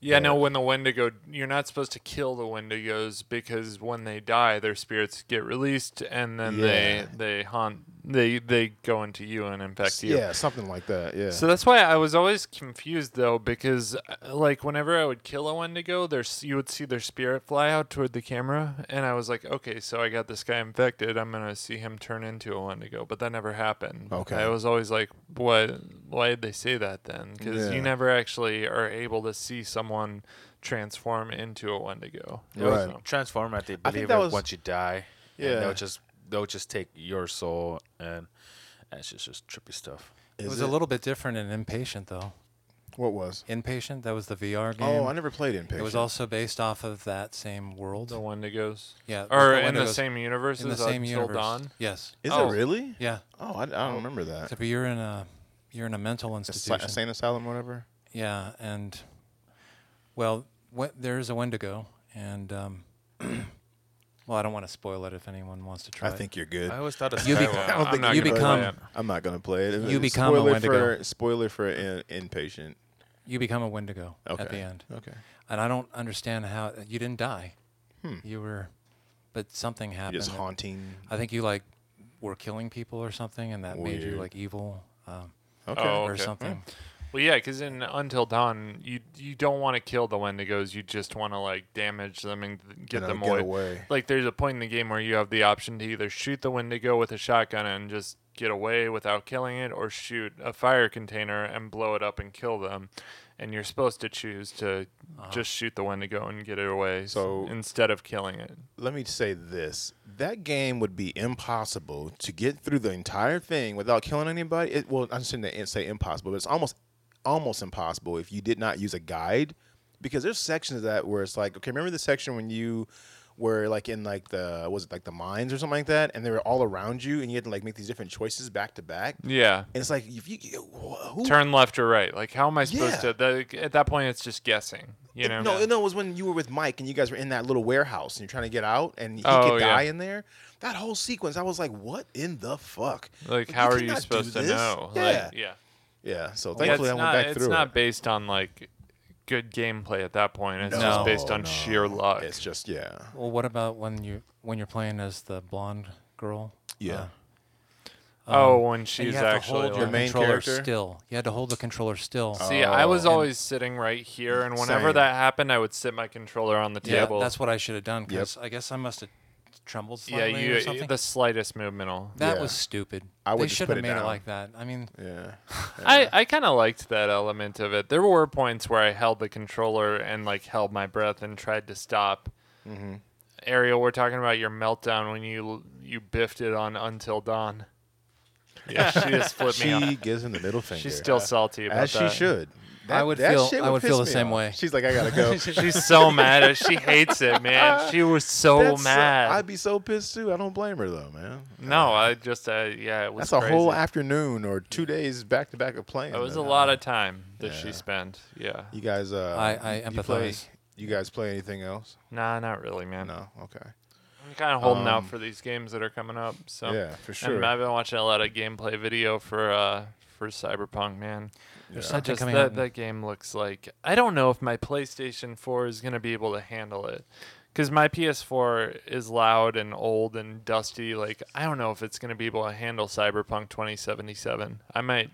Speaker 2: Yeah, no, when the Wendigo, you're not supposed to kill the Wendigos because when they die, their spirits get released and then
Speaker 1: Yeah.
Speaker 2: they they haunt they they go into you and infect you.
Speaker 1: Yeah, something like that. Yeah.
Speaker 2: So that's why I was always confused though because uh, like whenever I would kill a Wendigo, there's you would see their spirit fly out toward the camera and I was like, okay, so I got this guy infected. I'm going to see him turn into a Wendigo, but that never happened.
Speaker 1: Okay.
Speaker 2: I was always like, what why did they say that then? Cuz
Speaker 1: Yeah.
Speaker 2: you never actually are able to see someone transform into a Wendigo. It was-
Speaker 1: Right.
Speaker 3: Transform at the
Speaker 1: I
Speaker 3: believe
Speaker 1: think that
Speaker 3: it
Speaker 1: was-
Speaker 3: once you die.
Speaker 1: Yeah.
Speaker 3: And they'll just they'll just take your soul and that's just just trippy stuff.
Speaker 1: Is
Speaker 4: it was a little bit different in Impatient, though.
Speaker 1: What was?
Speaker 4: Inpatient, that was the VR game.
Speaker 1: Oh, I never played in
Speaker 4: It was also based off of that same world.
Speaker 2: The Wendigos.
Speaker 4: Yeah,
Speaker 2: Or
Speaker 4: the
Speaker 2: in the
Speaker 4: Wendigos.
Speaker 2: same universe
Speaker 4: in the
Speaker 2: as uh,
Speaker 4: same
Speaker 2: Until
Speaker 4: universe.
Speaker 2: Dawn.
Speaker 4: Yes.
Speaker 1: Is
Speaker 2: Oh.
Speaker 1: it really?
Speaker 4: Yeah.
Speaker 1: Oh, I, I don't remember that.
Speaker 4: Except you're in a you're in a mental institution.
Speaker 1: Asy- Insane Asylum, whatever.
Speaker 4: Yeah, and well, wh- there is a Wendigo, and um, well, I don't want to spoil it if anyone wants to try.
Speaker 1: I
Speaker 4: it.
Speaker 1: think you're good.
Speaker 3: I always thought of
Speaker 4: You be-
Speaker 3: Skywalker.
Speaker 1: I don't
Speaker 2: I'm
Speaker 1: think
Speaker 2: not
Speaker 4: you
Speaker 2: gonna play
Speaker 4: become-
Speaker 2: it.
Speaker 1: I'm not gonna play it.
Speaker 4: You become a
Speaker 1: spoiler
Speaker 4: Wendigo.
Speaker 1: for spoiler for in, inpatient.
Speaker 4: you become a Wendigo
Speaker 1: Okay.
Speaker 4: at the end,
Speaker 1: Okay.
Speaker 4: and I don't understand how you didn't die. You were, but something happened.
Speaker 1: You're Hmm. just
Speaker 4: that-
Speaker 1: haunting.
Speaker 4: I think you like were killing people or something, and that made you
Speaker 1: Weird.
Speaker 4: like evil um,
Speaker 1: Okay. Hmm.
Speaker 2: Oh.
Speaker 4: or
Speaker 2: okay.
Speaker 4: something.
Speaker 2: Well, yeah, because in Until Dawn, you you don't want to kill the Wendigos. You just want to like damage them and get
Speaker 1: know,
Speaker 2: them
Speaker 1: get
Speaker 2: away.
Speaker 1: away.
Speaker 2: Like there's a point in the game where you have the option to either shoot the Wendigo with a shotgun and just get away without killing it, or shoot a fire container and blow it up and kill them. And you're supposed to choose to just shoot the Wendigo and get it away,
Speaker 1: Uh-huh. So-
Speaker 2: so instead of killing it.
Speaker 1: Let me say this: that game would be impossible to get through the entire thing without killing anybody. It well, I shouldn't say impossible, but it's almost almost impossible if you did not use a guide, because there's sections of that where it's like, okay, remember the section when you were like in like the was it like the mines or something like that, and they were all around you, and you had to like make these different choices back to back.
Speaker 2: Yeah.
Speaker 1: And it's like if you, you who
Speaker 2: Turn left or right. Like, how am I supposed
Speaker 1: Yeah.
Speaker 2: to? That, at that point, it's just guessing. You know.
Speaker 1: no, no, it was when you were with Mike and you guys were in that little warehouse and you're trying to get out and he
Speaker 2: Oh,
Speaker 1: could
Speaker 2: yeah.
Speaker 1: die in there. That whole sequence, I was like, what in the fuck?
Speaker 2: Like, how
Speaker 1: could
Speaker 2: are you
Speaker 1: not do
Speaker 2: supposed to
Speaker 1: this.
Speaker 2: know?
Speaker 1: Yeah.
Speaker 2: Like, yeah.
Speaker 1: yeah. So
Speaker 2: Yeah,
Speaker 1: thankfully I went
Speaker 2: it's not,
Speaker 1: back
Speaker 2: it's
Speaker 1: through
Speaker 2: not
Speaker 1: it.
Speaker 2: based on like good gameplay at that point. It's
Speaker 4: No,
Speaker 2: just based on
Speaker 1: no.
Speaker 2: sheer luck.
Speaker 1: It's just, yeah.
Speaker 4: Well, what about when you when you're playing as the blonde girl?
Speaker 1: Yeah.
Speaker 4: Uh,
Speaker 2: oh, when
Speaker 4: And you
Speaker 2: she's
Speaker 4: have to
Speaker 2: actually
Speaker 4: hold your
Speaker 1: The
Speaker 2: like-
Speaker 1: main
Speaker 4: controller
Speaker 1: character?
Speaker 4: still. You had to hold the controller still.
Speaker 2: See, I was
Speaker 1: Oh.
Speaker 2: always sitting right here, and whenever
Speaker 1: Same.
Speaker 2: that happened, I would sit my controller on the
Speaker 4: yeah,
Speaker 2: table.
Speaker 4: that's what I should have done because I guess I must have trembled
Speaker 2: yeah,
Speaker 4: slightly or
Speaker 2: you
Speaker 4: something.
Speaker 2: the slightest movement. will-
Speaker 4: that
Speaker 1: Yeah.
Speaker 4: was stupid.
Speaker 1: I would
Speaker 4: they
Speaker 1: just
Speaker 4: should
Speaker 1: put
Speaker 4: have
Speaker 1: it
Speaker 4: made
Speaker 1: down.
Speaker 4: it like that. I mean,
Speaker 1: Yeah.
Speaker 2: I, I kind of liked that element of it. There were points where I held the controller and like held my breath and tried to stop.
Speaker 4: Mm-hmm.
Speaker 2: Ariel, we're talking about your meltdown when you you biffed it on Until Dawn. Yeah, she just flipped me off.
Speaker 1: She gives him the middle finger.
Speaker 2: She's still salty about
Speaker 1: as
Speaker 2: that.
Speaker 1: she should.
Speaker 4: I would feel- I would feel
Speaker 1: piss me
Speaker 4: the same
Speaker 1: off.
Speaker 4: way.
Speaker 1: She's like, I gotta go.
Speaker 2: She's so mad. at- She hates it, man. She was so
Speaker 1: That's so-
Speaker 2: mad.
Speaker 1: I'd be so pissed too. I don't blame her though, man.
Speaker 2: no, I just uh, yeah, it was
Speaker 1: That's a whole
Speaker 2: crazy.
Speaker 1: afternoon or two days back to back of playing.
Speaker 2: It was a
Speaker 1: man.
Speaker 2: lot of time that she
Speaker 1: Yeah.
Speaker 2: spent. Yeah.
Speaker 1: You guys, uh,
Speaker 4: I- I
Speaker 1: You, play,
Speaker 4: empathize.
Speaker 1: you guys play anything else?
Speaker 2: Nah, not really, man.
Speaker 1: No. Okay.
Speaker 2: I'm kind of holding out
Speaker 1: Um,
Speaker 2: for these games that are coming up. So
Speaker 1: Yeah, for sure.
Speaker 2: And I've been watching a lot of gameplay video for uh for Cyberpunk, man.
Speaker 4: there's
Speaker 1: Yeah.
Speaker 2: I
Speaker 4: something
Speaker 2: just
Speaker 4: coming
Speaker 2: that
Speaker 4: out in-
Speaker 2: that game looks like I don't know if my PlayStation 4 is gonna be able to handle it. Because my PS4 is loud and old and dusty. Like I don't know if it's gonna be able to handle Cyberpunk 2077. I might,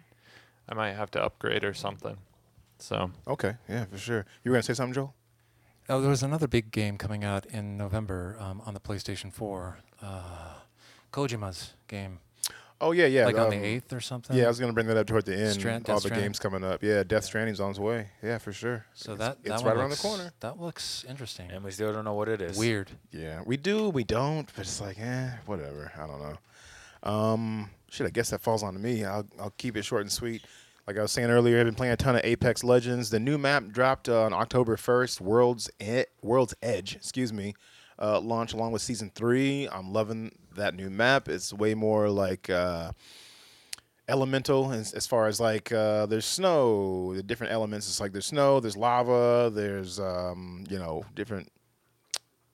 Speaker 2: I might have to upgrade or something. So
Speaker 1: Okay. Yeah, for sure. You were gonna say something, Joel?
Speaker 4: Oh, there was another big game coming out in November um, on the PlayStation 4. Uh, Kojima's game,
Speaker 1: Oh yeah, yeah.
Speaker 4: like on the
Speaker 1: um,
Speaker 4: eighth or something.
Speaker 1: Yeah, I was gonna bring that up toward the end.
Speaker 4: Strand-
Speaker 1: All
Speaker 4: Death
Speaker 1: the
Speaker 4: Stranding.
Speaker 1: games coming up. Yeah, Death Stranding's on its way. Yeah, for sure.
Speaker 4: so
Speaker 1: It's-
Speaker 4: that
Speaker 1: it's,
Speaker 4: that
Speaker 1: right
Speaker 4: one
Speaker 1: around the
Speaker 4: looks-
Speaker 1: corner.
Speaker 4: That looks interesting.
Speaker 3: and we still don't know what it is.
Speaker 4: Weird.
Speaker 1: Yeah, we do, we don't, but it's like, eh, whatever. I don't know. Um, shit, I guess that falls onto me. I'll, I'll keep it short and sweet. Like I was saying earlier, I've been playing a ton of Apex Legends. The new map dropped uh, on October 1st, World's e- World's Edge, excuse me, uh, launch along with Season 3. I'm loving that new map. It's way more like. Uh, elemental as, as far as like uh, there's snow the different elements it's like there's snow there's lava there's um, you know different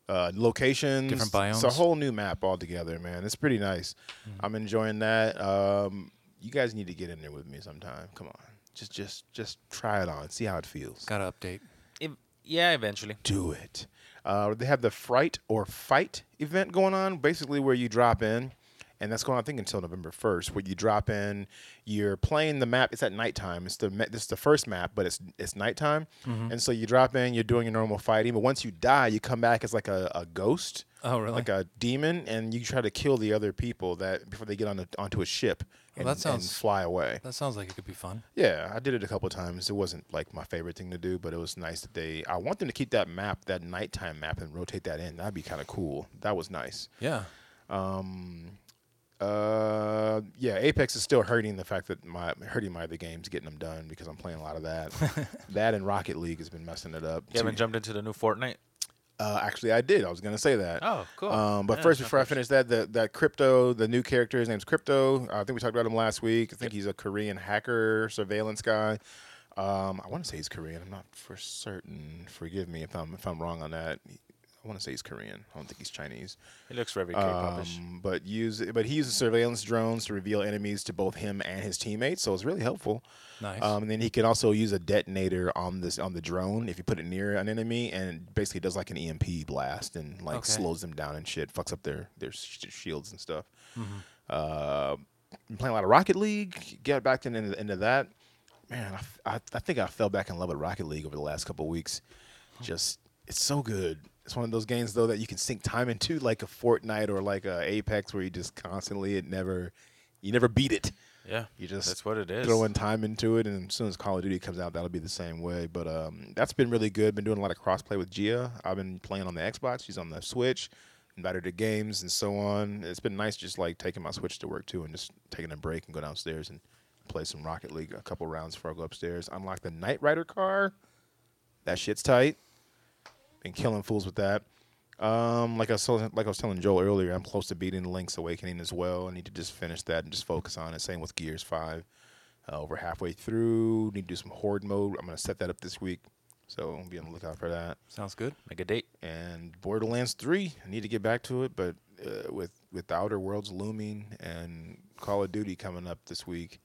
Speaker 1: uh, locations
Speaker 4: Different
Speaker 1: it's a
Speaker 4: biomes.
Speaker 1: whole new map altogether man it's pretty nice i'm enjoying that um, you guys need to get in there with me sometime come on just just just try it on see how it feels
Speaker 4: Got to update.
Speaker 3: Ev- yeah, eventually.
Speaker 1: do it. Uh, they have the Fright or Fight event going on, basically where you drop in, and that's going on I think until November first, where you drop in, you're playing the map. It's at nighttime. It's the ma- this is the first map, but it's it's nighttime, and so you drop in, you're doing your normal fighting, but once you die, you come back as like a, a ghost.
Speaker 4: Oh, really?
Speaker 1: Like a demon, and you try to kill the other people that before they get on a, onto a ship and,
Speaker 4: that
Speaker 1: and
Speaker 4: sounds-
Speaker 1: fly away.
Speaker 4: That sounds like it could be fun.
Speaker 1: Yeah, I did it a couple times. It wasn't like my favorite thing to do, but it was nice that they. I want them to keep that map, that nighttime map, and rotate that in. That'd be kind of cool. That was nice.
Speaker 4: Yeah.
Speaker 1: Uh, yeah, Apex is still hurting the fact that my hurting my other games, getting them done because I'm playing a lot of that. that and Rocket League has been messing it up.
Speaker 3: You haven't
Speaker 1: too.
Speaker 3: jumped into the new Fortnite?
Speaker 1: Uh, actually, I did. I was gonna say that.
Speaker 3: Oh, cool.
Speaker 1: Um, but
Speaker 3: Yeah,
Speaker 1: first,
Speaker 3: that's
Speaker 1: before I finish that, the, that crypto, the new character, his name's Crypto. Uh, I think we talked about him last week. I think he's a Korean hacker, surveillance guy. Um, I want to say he's Korean. I'm not for certain. Forgive me if I'm if I'm wrong on that. I want to say he's Korean. I don't think he's Chinese.
Speaker 3: It looks very K-popish.
Speaker 1: Um, but use but he uses surveillance drones to reveal enemies to both him and his teammates, so it's really helpful.
Speaker 4: Nice.
Speaker 1: Um, and then he can also use a detonator on this on the drone if you put it near an enemy, and it basically does like an EMP blast and like
Speaker 4: Okay.
Speaker 1: slows them down and shit, fucks up their their sh- shields and stuff.
Speaker 4: Mm-hmm.
Speaker 1: Uh, been playing a lot of Rocket League. Got back into into that. Man, I, f- I- I think I fell back in love with Rocket League over the last couple of weeks. Just it's so good. It's one of those games though that you can sink time into, like a Fortnite or like a Apex, where you just constantly it never you never beat it.
Speaker 3: Yeah,
Speaker 1: You just
Speaker 3: that's what it is.
Speaker 1: Throwing time into it, and as soon as Call of Duty comes out, that'll be the same way. But um, that's been really good. Been doing a lot of crossplay with Gia. I've been playing on the Xbox. She's on the Switch. Invited her to games and so on. It's been nice just like taking my Switch to work too, and just taking a break and go downstairs and play some Rocket League a couple rounds before I go upstairs. Unlock the Knight Rider car. That shit's tight. Been killing fools with that. Um, like I was telling, like I was telling Joel earlier, I'm close to beating Link's Awakening as well. I need to just finish that and just focus on it. Same with Gears Five. Uh, over halfway through, need to do some horde mode. I'm gonna set that up this week, so be on the lookout for that.
Speaker 4: sounds good.
Speaker 3: Make a date.
Speaker 1: And Borderlands Three, I need to get back to it, but uh, with with the Outer Worlds looming and Call of Duty coming up this week,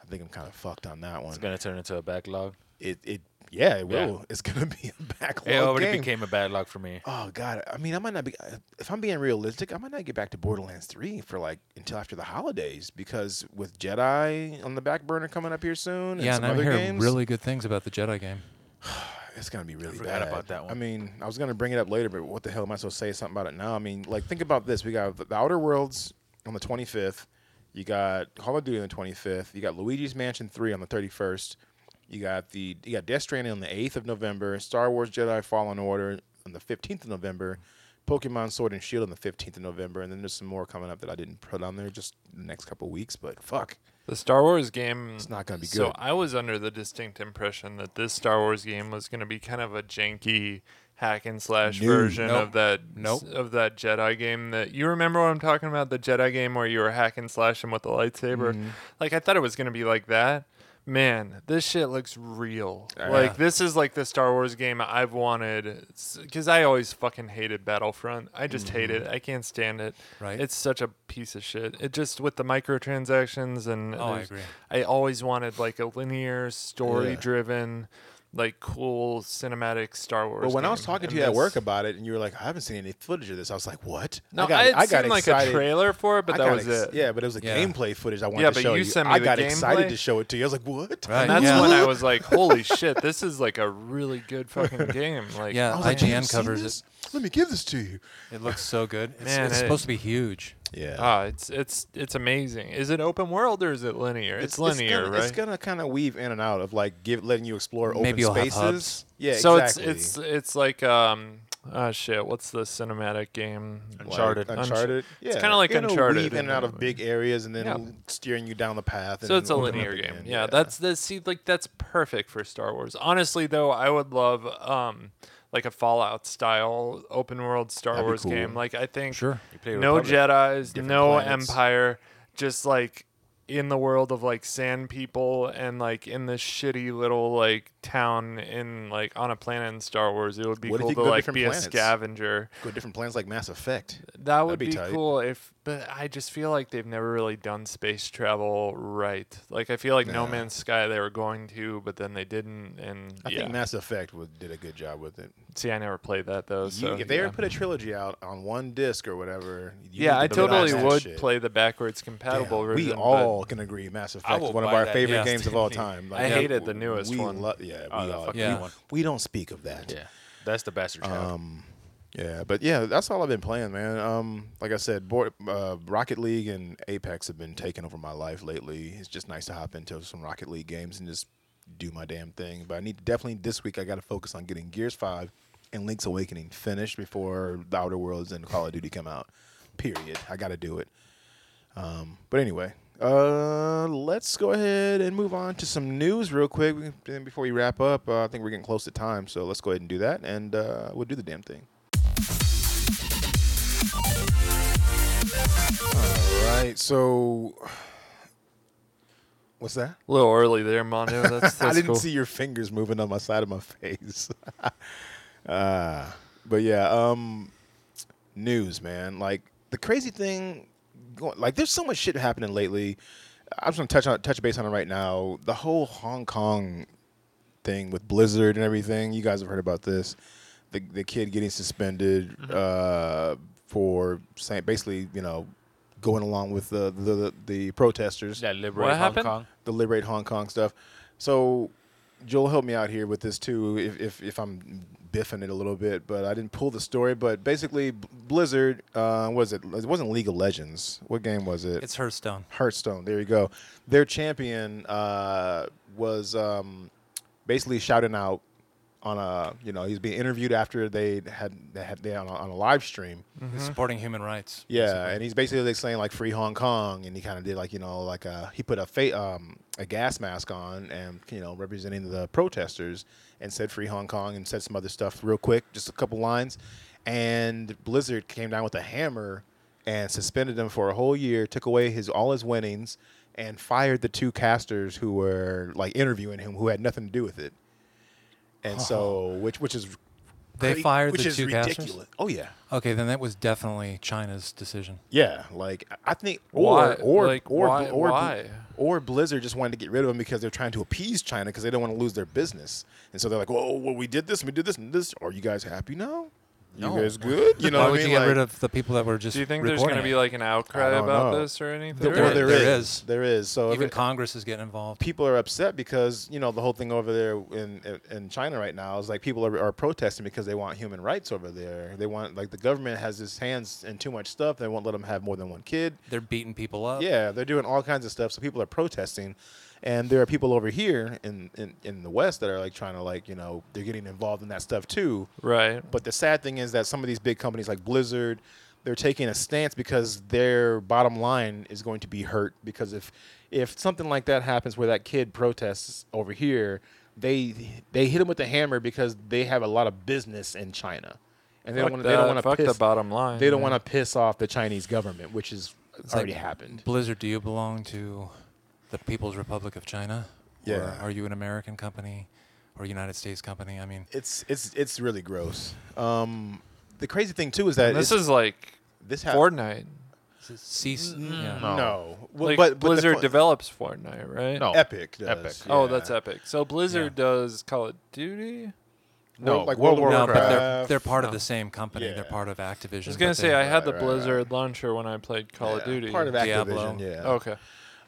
Speaker 1: I think I'm kind of fucked on that one
Speaker 3: It's gonna turn into a backlog.
Speaker 1: it it yeah, it
Speaker 3: Yeah.
Speaker 1: will. It's gonna be a backlog
Speaker 3: It already
Speaker 1: game.
Speaker 3: became a bad luck for me.
Speaker 1: Oh God! I mean, I might not be. uh, If I'm being realistic, I might not get back to Borderlands Three for like until after the holidays because with Jedi on the back burner coming up here soon, and
Speaker 4: yeah,
Speaker 1: some
Speaker 4: and I'm
Speaker 1: other
Speaker 4: hearing
Speaker 1: games,
Speaker 4: really good things about the Jedi game.
Speaker 1: it's gonna be really
Speaker 3: forgot
Speaker 1: bad.
Speaker 3: about that one.
Speaker 1: I mean, I was gonna bring it up later, but what the hell am I supposed to say something about it now? I mean, like think about this: we got the Outer Worlds on the 25th, you got Call of Duty on the 25th, you got Luigi's Mansion 3 on the 31st, you got the you got Death Stranding on the 8th of November, Star Wars Jedi Fallen Order on the 15th of November. Pokemon Sword and Shield on the 15th of November, and then there's some more coming up that I didn't put on there just the next couple of weeks, but fuck.
Speaker 2: The Star Wars game.
Speaker 1: It's not gonna be
Speaker 2: So
Speaker 1: good.
Speaker 2: I was under the distinct impression that this Star Wars game was going to be kind of a janky hack and slash
Speaker 1: No.
Speaker 2: version
Speaker 4: Nope.
Speaker 2: of that
Speaker 4: Nope.
Speaker 2: of that Jedi game that you remember what I'm talking about the Jedi game where you were hack and slashing with the lightsaber.
Speaker 1: Mm-hmm.
Speaker 2: Like I thought it was going to be like that. Man, this shit looks real. Like this is like the Star Wars game I've wanted cuz I always fucking hated Battlefront. I just hate
Speaker 1: Mm-hmm.
Speaker 2: it. I can't stand it.
Speaker 4: Right.
Speaker 2: It's such a piece of shit. It just with the microtransactions and
Speaker 4: Oh, I
Speaker 2: there's-
Speaker 4: agree.
Speaker 2: I always wanted like a linear, story-driven, like cool cinematic Star Wars.
Speaker 1: But when I was
Speaker 2: game,
Speaker 1: talking to
Speaker 2: and
Speaker 1: you at work
Speaker 2: this-
Speaker 1: about it, and you were like, "I haven't seen any footage of this," I was like, "What?"
Speaker 2: no,
Speaker 1: I
Speaker 2: I,
Speaker 1: got,
Speaker 2: had
Speaker 1: I got
Speaker 2: seen like
Speaker 1: excited.
Speaker 2: a trailer for it, but
Speaker 1: I
Speaker 2: that
Speaker 1: got
Speaker 2: was
Speaker 1: ex-
Speaker 2: it.
Speaker 1: Yeah, but it was the
Speaker 4: Yeah.
Speaker 1: gameplay footage I wanted
Speaker 2: Yeah,
Speaker 1: to
Speaker 2: but
Speaker 1: show
Speaker 2: you
Speaker 1: you.
Speaker 2: sent
Speaker 1: I
Speaker 2: me the
Speaker 1: got excited
Speaker 2: gameplay.
Speaker 1: to show it to you. I was like, "What?"
Speaker 4: Right.
Speaker 2: And that's when I was like, "Holy shit, this is like a really good fucking game!" Like,
Speaker 4: Yeah,
Speaker 1: I was like, "You haven't
Speaker 4: IGN
Speaker 1: seen
Speaker 4: covers
Speaker 1: this?
Speaker 4: it.
Speaker 1: Let me give this to you.
Speaker 4: It looks so good. It's,
Speaker 2: Man,
Speaker 4: it's
Speaker 2: it-
Speaker 4: supposed to be huge.
Speaker 1: Yeah.
Speaker 2: ah, it's it's it's amazing. Is it open world or is it linear? It's, linear,
Speaker 1: gonna,
Speaker 2: right?
Speaker 1: It's gonna kind of weave in and out of like give letting you explore open
Speaker 4: Maybe you'll have
Speaker 1: spaces.
Speaker 4: hubs.
Speaker 1: Yeah,
Speaker 2: so
Speaker 1: exactly.
Speaker 2: it's it's it's like um oh shit, what's the cinematic game?
Speaker 1: Like,
Speaker 3: Uncharted.
Speaker 1: Uncharted. Yeah,
Speaker 2: It's kinda like
Speaker 1: It'll
Speaker 2: Uncharted
Speaker 1: Weave in and
Speaker 2: in
Speaker 1: out
Speaker 2: a
Speaker 1: of
Speaker 2: way.
Speaker 1: big areas and then
Speaker 2: Yeah.
Speaker 1: steering you down the path.
Speaker 2: So
Speaker 1: and
Speaker 2: it's a
Speaker 1: opening
Speaker 2: linear
Speaker 1: up
Speaker 2: game.
Speaker 1: again.
Speaker 2: Yeah, that's that's see like that's perfect for Star Wars. Honestly though, I would love um like a Fallout style open world Star
Speaker 1: That'd be
Speaker 2: Wars
Speaker 1: cool.
Speaker 2: game. Like I think
Speaker 4: Sure.
Speaker 3: play
Speaker 2: no
Speaker 3: Republic.
Speaker 2: Jedi's,
Speaker 1: Different
Speaker 2: no
Speaker 1: planets.
Speaker 2: empire, just like in the world of like sand people and like in this shitty little like town in like on a planet in Star Wars. It would be
Speaker 1: What if
Speaker 2: cool
Speaker 1: you
Speaker 2: to
Speaker 1: could go
Speaker 2: like
Speaker 1: different
Speaker 2: be
Speaker 1: planets?
Speaker 2: a scavenger.
Speaker 1: go different plans like Mass Effect.
Speaker 2: That would
Speaker 1: be
Speaker 2: be,
Speaker 1: tight.
Speaker 2: cool if, but I just feel like they've never really done space travel right. Like I feel like No
Speaker 1: Nah.
Speaker 2: Man's Sky they were going to, but then they didn't. And
Speaker 1: I
Speaker 2: yeah,
Speaker 1: think Mass Effect would, did a good job with it.
Speaker 2: see, I never played that though.
Speaker 1: You-
Speaker 2: So
Speaker 1: if they
Speaker 2: yeah.
Speaker 1: ever put a trilogy out on one disc or whatever, you
Speaker 2: yeah,
Speaker 1: need
Speaker 2: I
Speaker 1: to develop
Speaker 2: totally
Speaker 1: that
Speaker 2: would
Speaker 1: shit.
Speaker 2: play the backwards
Speaker 1: Damn,
Speaker 2: compatible version.
Speaker 1: we
Speaker 2: but
Speaker 1: all can agree Mass Effect is
Speaker 3: will
Speaker 1: one of
Speaker 3: buy
Speaker 1: our
Speaker 3: that
Speaker 1: favorite
Speaker 4: yes,
Speaker 1: games of all
Speaker 3: definitely.
Speaker 1: time.
Speaker 2: I hated the newest
Speaker 1: we
Speaker 2: one.
Speaker 1: lo- yeah,
Speaker 3: Oh,
Speaker 1: we
Speaker 3: the
Speaker 1: all-
Speaker 3: fucking
Speaker 4: Yeah.
Speaker 1: we,
Speaker 3: one.
Speaker 1: we don't speak of that.
Speaker 3: Yeah, that's the bastard child.
Speaker 1: Um, yeah, but yeah, that's all I've been playing, man. Um, like I said, board, uh, Rocket League and Apex have been taking over my life lately. It's just nice to hop into some Rocket League games and just do my damn thing. But I need definitely this week. I got to focus on getting Gears Five and Link's Awakening finished before The Outer Worlds and Call of Duty come out. Period. I got to do it. Um, but anyway, uh, let's go ahead and move on to some news real quick. We can- and Before we wrap up, uh, I think we're getting close to time, so let's go ahead and do that, and uh, we'll do the damn thing. All right, so what's that?
Speaker 2: a little early there, Mondo. That's, that's
Speaker 1: I didn't
Speaker 2: cool.
Speaker 1: see your fingers moving on my side of my face. uh, but yeah, um, news, man. Like the crazy thing, going, like there's so much shit happening lately. I'm just gonna touch on touch base on it right now. The whole Hong Kong thing with Blizzard and everything. You guys have heard about this. The the kid getting suspended
Speaker 2: Mm-hmm.
Speaker 1: uh, for saying basically, you know, going along with the the, the, the protesters
Speaker 3: yeah, liberate
Speaker 2: What
Speaker 3: Hong
Speaker 2: happened?
Speaker 3: Kong.
Speaker 1: the liberate Hong Kong stuff. So Joel help me out here with this too, if if, if I'm biffing it a little bit, but I didn't pull the story. But basically, B- Blizzard uh, was it? It wasn't League of Legends. What game was it?
Speaker 4: It's Hearthstone.
Speaker 1: Hearthstone. There you go. Their champion uh, was um, basically shouting out on a you know he's being interviewed after they had they had they on a, on a live stream.
Speaker 4: It's supporting human rights.
Speaker 1: Mm-hmm. Yeah, and he's basically like saying like free Hong Kong, and he kind of did like you know like a, he put a fa- um, a gas mask on and you know representing the protesters and said free Hong Kong and said some other stuff real quick, just a couple lines, and Blizzard came down with a hammer and suspended him for a whole year, took away his all his winnings, and fired the two casters who were like interviewing him who had nothing to do with it, and so which which is
Speaker 4: They
Speaker 1: cra-
Speaker 4: fired
Speaker 1: which
Speaker 4: the
Speaker 1: is
Speaker 4: two casters?
Speaker 1: ridiculous. Oh yeah,
Speaker 4: Okay, then that was definitely China's decision.
Speaker 1: yeah. Like I- I think,
Speaker 2: Why?
Speaker 1: or or
Speaker 2: Like,
Speaker 1: or
Speaker 2: why-
Speaker 1: or
Speaker 2: why?
Speaker 1: or Blizzard just wanted to get rid of them because they're trying to appease China because they don't want to lose their business, and so they're like, "Whoa, well, we did this, we did this, and this. Are you guys happy now?
Speaker 4: No.
Speaker 1: You guys good? You know
Speaker 4: Why
Speaker 1: what I
Speaker 4: would
Speaker 1: mean?
Speaker 4: you get
Speaker 1: Like-
Speaker 4: rid of the people that were just?
Speaker 2: Do you think there's
Speaker 4: reporting
Speaker 2: going to be
Speaker 4: it?
Speaker 2: like an outcry
Speaker 1: I don't
Speaker 2: about
Speaker 1: know.
Speaker 2: this or anything?
Speaker 1: There,
Speaker 4: There-
Speaker 1: there
Speaker 4: there
Speaker 1: is.
Speaker 4: is.
Speaker 1: There is. So if
Speaker 4: even
Speaker 1: it-
Speaker 4: Congress is getting involved?
Speaker 1: people are upset because you know the whole thing over there in in China right now is like people are, are protesting because they want human rights over there. They want like the government has its hands in too much stuff. They won't let them have more than one kid.
Speaker 4: They're beating people up.
Speaker 1: Uh, Yeah, they're doing all kinds of stuff. So people are protesting, and there are people over here in in, in the West that are like trying to like you know they're getting involved in that stuff too.
Speaker 2: Right.
Speaker 1: But the sad thing is that some of these big companies like Blizzard, they're taking a stance because their bottom line is going to be hurt because if if something like that happens where that kid protests over here, they they hit him with a hammer because they have a lot of business in China. And they
Speaker 2: Fuck
Speaker 1: don't want to they don't
Speaker 2: that.
Speaker 1: want to
Speaker 2: Fuck the
Speaker 1: piss,
Speaker 2: bottom line,
Speaker 1: They don't
Speaker 2: yeah.
Speaker 1: want to piss off the Chinese government, which is it's
Speaker 4: like
Speaker 1: already happened.
Speaker 4: Blizzard, do you belong to the People's Republic of China? Or
Speaker 1: Yeah.
Speaker 4: are you an American company or United States company? I mean,
Speaker 1: It's it's it's really gross. Um, the crazy thing too is that
Speaker 2: And this
Speaker 1: it's-
Speaker 2: is like
Speaker 1: this hap-
Speaker 2: Fortnite.
Speaker 4: is it cease. yeah.
Speaker 1: No, Well, but,
Speaker 2: Like
Speaker 1: but the
Speaker 2: Blizzard
Speaker 1: fu-
Speaker 2: develops Fortnite, right?
Speaker 3: No.
Speaker 1: Epic does.
Speaker 3: Epic.
Speaker 2: Oh,
Speaker 1: yeah.
Speaker 2: that's epic. So Blizzard does Call of Duty.
Speaker 1: No,
Speaker 3: No,
Speaker 1: like World
Speaker 3: World
Speaker 1: of
Speaker 4: No,
Speaker 1: Warcraft.
Speaker 4: but they're, they're part of
Speaker 2: No.
Speaker 4: the same company. They're
Speaker 1: Yeah.
Speaker 4: part of Activision.
Speaker 2: I was gonna say I had the
Speaker 1: right, right, right.
Speaker 2: Blizzard launcher when I played Call of
Speaker 1: Yeah,
Speaker 2: Duty. Oh.
Speaker 1: Part of Activision,
Speaker 4: Diablo.
Speaker 1: yeah.
Speaker 2: Okay.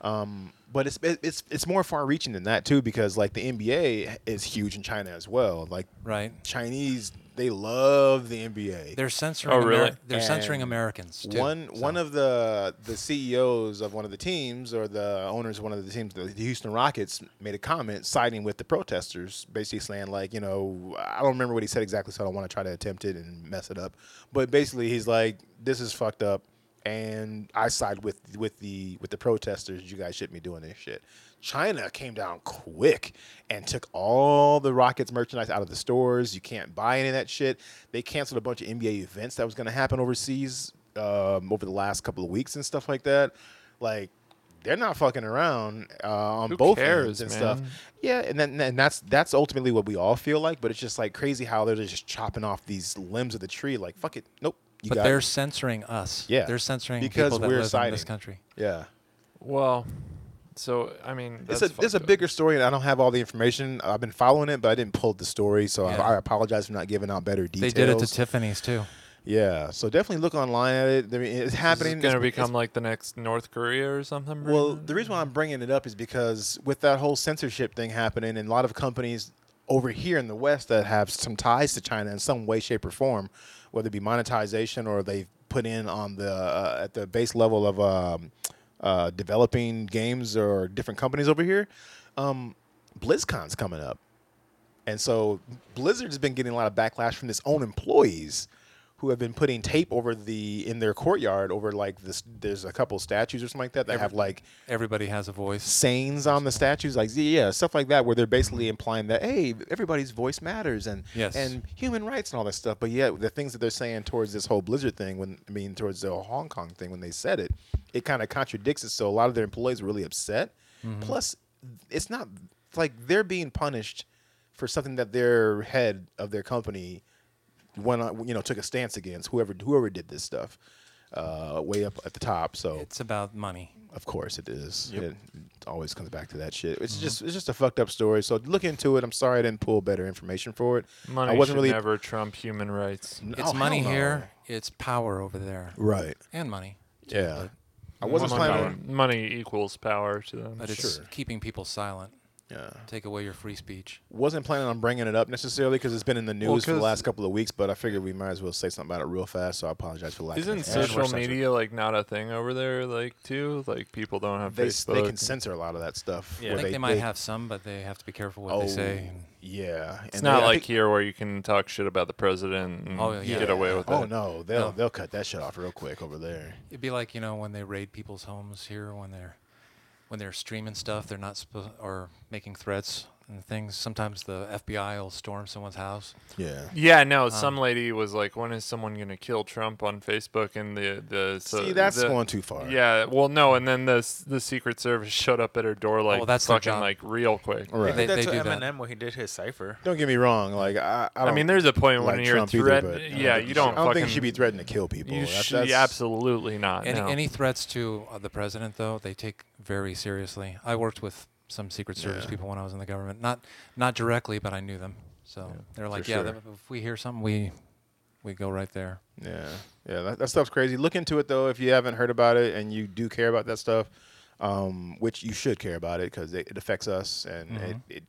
Speaker 1: But it's it- it's it's more far-reaching than that too, because like the NBA is huge in China as well. Like
Speaker 4: right.
Speaker 1: Chinese, they love the NBA.
Speaker 4: They're censoring.
Speaker 2: Oh, really?
Speaker 4: Ameri- they're censoring
Speaker 1: And
Speaker 4: Americans. Too,
Speaker 1: one
Speaker 4: so.
Speaker 1: one of the the CEOs of one of the teams or the owners of one of the teams, the Houston Rockets, made a comment siding with the protesters, basically saying like, you know, I don't remember what he said exactly, so I don't want to try to attempt it and mess it up. But basically, he's like, this is fucked up, and I side with with the with the protesters. You guys shouldn't be doing this shit. China came down quick and took all the Rockets merchandise out of the stores. You can't buy any of that shit. They canceled a bunch of NBA events that was going to happen overseas um, over the last couple of weeks and stuff like that. Like, they're not fucking around uh, on
Speaker 2: Who
Speaker 1: both ends
Speaker 2: cares,
Speaker 1: and
Speaker 2: man?
Speaker 1: stuff. Yeah, and then and that's that's ultimately what we all feel like. But it's just like crazy how they're just chopping off these limbs of the tree. Like, fuck it, nope. You
Speaker 4: But
Speaker 1: got
Speaker 4: they're
Speaker 1: it.
Speaker 4: censoring us.
Speaker 1: Yeah,
Speaker 4: They're censoring
Speaker 1: because
Speaker 4: people that
Speaker 1: we're
Speaker 4: live in this
Speaker 1: siding.
Speaker 4: country.
Speaker 1: yeah.
Speaker 2: Well, so I mean,
Speaker 1: It's
Speaker 2: that's
Speaker 1: a, it's
Speaker 2: fucked
Speaker 1: a
Speaker 2: up.
Speaker 1: bigger story, and I don't have all the information. I've been following it, but I didn't pull the story, so
Speaker 4: Yeah.
Speaker 1: I, I apologize for not giving out better details.
Speaker 4: They did it to Tiffany's too.
Speaker 1: yeah, so definitely look online at it. I mean, it's
Speaker 2: This
Speaker 1: happening.
Speaker 2: Is going to
Speaker 1: It's- it's-
Speaker 2: become like the next North Korea or something.
Speaker 1: Well,
Speaker 2: Brandon?
Speaker 1: the reason why I'm bringing it up is because with that whole censorship thing happening, and a lot of companies over here in the West that have some ties to China in some way, shape, or form, whether it be monetization or they've put in on the uh, at the base level of um, uh, developing games or different companies over here, um, BlizzCon's coming up. And so Blizzard's been getting a lot of backlash from its own employees who have been putting tape over the in their courtyard over like this there's a couple statues or something like that that have like
Speaker 4: Everybody has a voice.
Speaker 1: sayings on the statues like yeah stuff like that where they're basically implying that hey everybody's voice matters and
Speaker 4: Yes.
Speaker 1: and human rights and all that stuff but yet the things that they're saying towards this whole blizzard thing when i mean towards the hong kong thing when they said it it kind of contradicts it so a lot of their employees were really upset plus it's not it's like they're being punished for something that their head of their company went on you know took a stance against whoever whoever did this stuff uh, way up at the top so
Speaker 4: It's about money.
Speaker 1: of course it is. It always comes back to that shit. It's
Speaker 2: Mm-hmm.
Speaker 1: just it's just a fucked up story. So look into it. I'm sorry I didn't pull better information for it.
Speaker 2: money
Speaker 1: I wasn't
Speaker 2: should
Speaker 1: really
Speaker 2: never trump human rights.
Speaker 1: No,
Speaker 4: It's
Speaker 1: hell
Speaker 4: money
Speaker 1: no.
Speaker 4: here. It's power over there.
Speaker 1: Right.
Speaker 4: And money. too,
Speaker 1: Yeah.
Speaker 4: but-
Speaker 1: I wasn't
Speaker 2: money,
Speaker 1: planning on
Speaker 2: money equals power to them.
Speaker 4: But, it's
Speaker 1: Sure.
Speaker 4: keeping people silent.
Speaker 1: yeah.
Speaker 4: Take away your free speech.
Speaker 1: wasn't planning on bringing it up necessarily because it's been in the news
Speaker 2: Well,
Speaker 1: for the
Speaker 2: 'cause-
Speaker 1: last couple of weeks. But I figured we might as well say something about it real fast. So I apologize for lack. of
Speaker 2: Isn't
Speaker 1: information.
Speaker 2: social
Speaker 4: censored.
Speaker 2: media like not a thing over there? Like too, like people don't have
Speaker 1: They
Speaker 2: Facebook.
Speaker 1: they can censor a lot of that stuff.
Speaker 3: Yeah.
Speaker 1: where
Speaker 4: I think they, might have some, but they have to be careful what
Speaker 1: oh,
Speaker 4: they say. and-
Speaker 1: Yeah.
Speaker 2: It's not like here where you can talk shit about the president and
Speaker 4: Oh,
Speaker 2: get
Speaker 4: yeah.
Speaker 2: away with
Speaker 1: Oh
Speaker 2: it.
Speaker 1: no, they'll
Speaker 4: No.
Speaker 1: they'll cut that shit off real quick over there.
Speaker 4: It'd be like you know when they raid people's homes here when they're when they're streaming stuff. They're not supposed or making threats. and things. Sometimes the FBI will storm someone's house.
Speaker 1: Yeah.
Speaker 2: Yeah, no. some lady was like, "When is someone going to kill Trump on Facebook?" And the the so
Speaker 1: See, that's
Speaker 2: the-
Speaker 1: going too far.
Speaker 2: Yeah, well, no, and then the s- the Secret Service showed up at her door like
Speaker 4: well, that's their
Speaker 2: fucking
Speaker 4: job.
Speaker 2: like real quick.
Speaker 1: Right.
Speaker 4: They-
Speaker 3: that's
Speaker 4: they
Speaker 3: what
Speaker 4: do that.
Speaker 3: Eminem when he did his cipher.
Speaker 1: Don't get me wrong. Like I, I,
Speaker 2: I,
Speaker 1: don't
Speaker 2: mean, there's a point
Speaker 1: like
Speaker 2: when you're
Speaker 1: Trump either,
Speaker 2: threat.
Speaker 1: but I don't
Speaker 2: yeah,
Speaker 1: think
Speaker 2: you
Speaker 1: should-
Speaker 2: don't.
Speaker 1: I don't think
Speaker 2: fucking-
Speaker 1: you should be threatening to kill people.
Speaker 2: You
Speaker 1: That-
Speaker 2: should
Speaker 1: that's-
Speaker 2: absolutely not.
Speaker 4: Any,
Speaker 2: no.
Speaker 4: any threats to uh, the president, though, they take very seriously. I worked with some Secret Service
Speaker 1: Yeah.
Speaker 4: people when I was in the government, not not directly, but I knew them. So they're like,
Speaker 1: sure.
Speaker 4: yeah, th- if we hear something, we we go right there.
Speaker 1: Yeah, yeah, that, that stuff's crazy. Look into it though if you haven't heard about it and you do care about that stuff, um, which you should care about it because it, it affects us and it,
Speaker 2: Mm-hmm.
Speaker 1: it.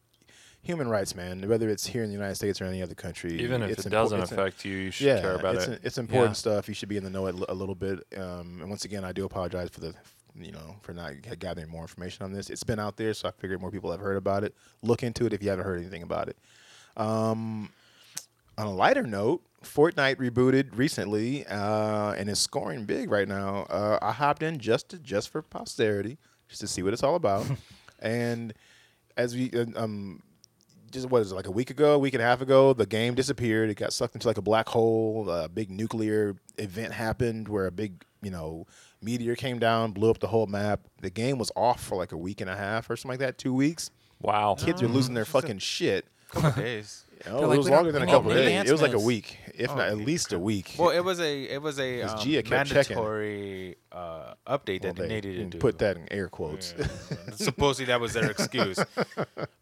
Speaker 1: Human rights, man. Whether it's here in the United States or any other country,
Speaker 2: even if
Speaker 1: it's
Speaker 2: it
Speaker 1: impor-
Speaker 2: doesn't
Speaker 1: it's-
Speaker 2: affect you, you should
Speaker 1: yeah,
Speaker 2: care about
Speaker 1: it's,
Speaker 2: it.
Speaker 1: it's important
Speaker 4: Yeah.
Speaker 1: stuff. You should be in the know a, li- a little bit. Um, and once again, I do apologize for the, you know, for not g- gathering more information on this. It's been out there, so I figured more people have heard about it. Look into it if you haven't heard anything about it. Um, on a lighter note, Fortnite rebooted recently uh, and is scoring big right now. Uh, I hopped in just to, just for posterity, just to see what it's all about. and as we uh, um, just what is it like a week ago, a week and a half ago, the game disappeared. It got sucked into like a black hole. A big nuclear event happened where a big you know meteor came down, blew up the whole map. The game was off for like a week and a half or something like that, two weeks.
Speaker 2: Wow.
Speaker 1: Kids are
Speaker 3: Oh.
Speaker 1: losing their fucking shit.
Speaker 3: Couple days.
Speaker 1: You know,
Speaker 4: They're
Speaker 1: it
Speaker 4: like,
Speaker 1: was
Speaker 4: "We don't-
Speaker 1: longer than a
Speaker 4: we need
Speaker 1: couple of days. It was like a
Speaker 4: enhancements."
Speaker 1: week, if not at least a week.
Speaker 3: Oh, Well, it was a it was a
Speaker 1: 'Cause
Speaker 3: um,
Speaker 1: Gia kept checking.
Speaker 3: mandatory uh, update
Speaker 1: Well,
Speaker 3: that they
Speaker 1: they
Speaker 3: needed to
Speaker 1: put
Speaker 3: do.
Speaker 1: that in air quotes.
Speaker 3: Supposedly that was their excuse,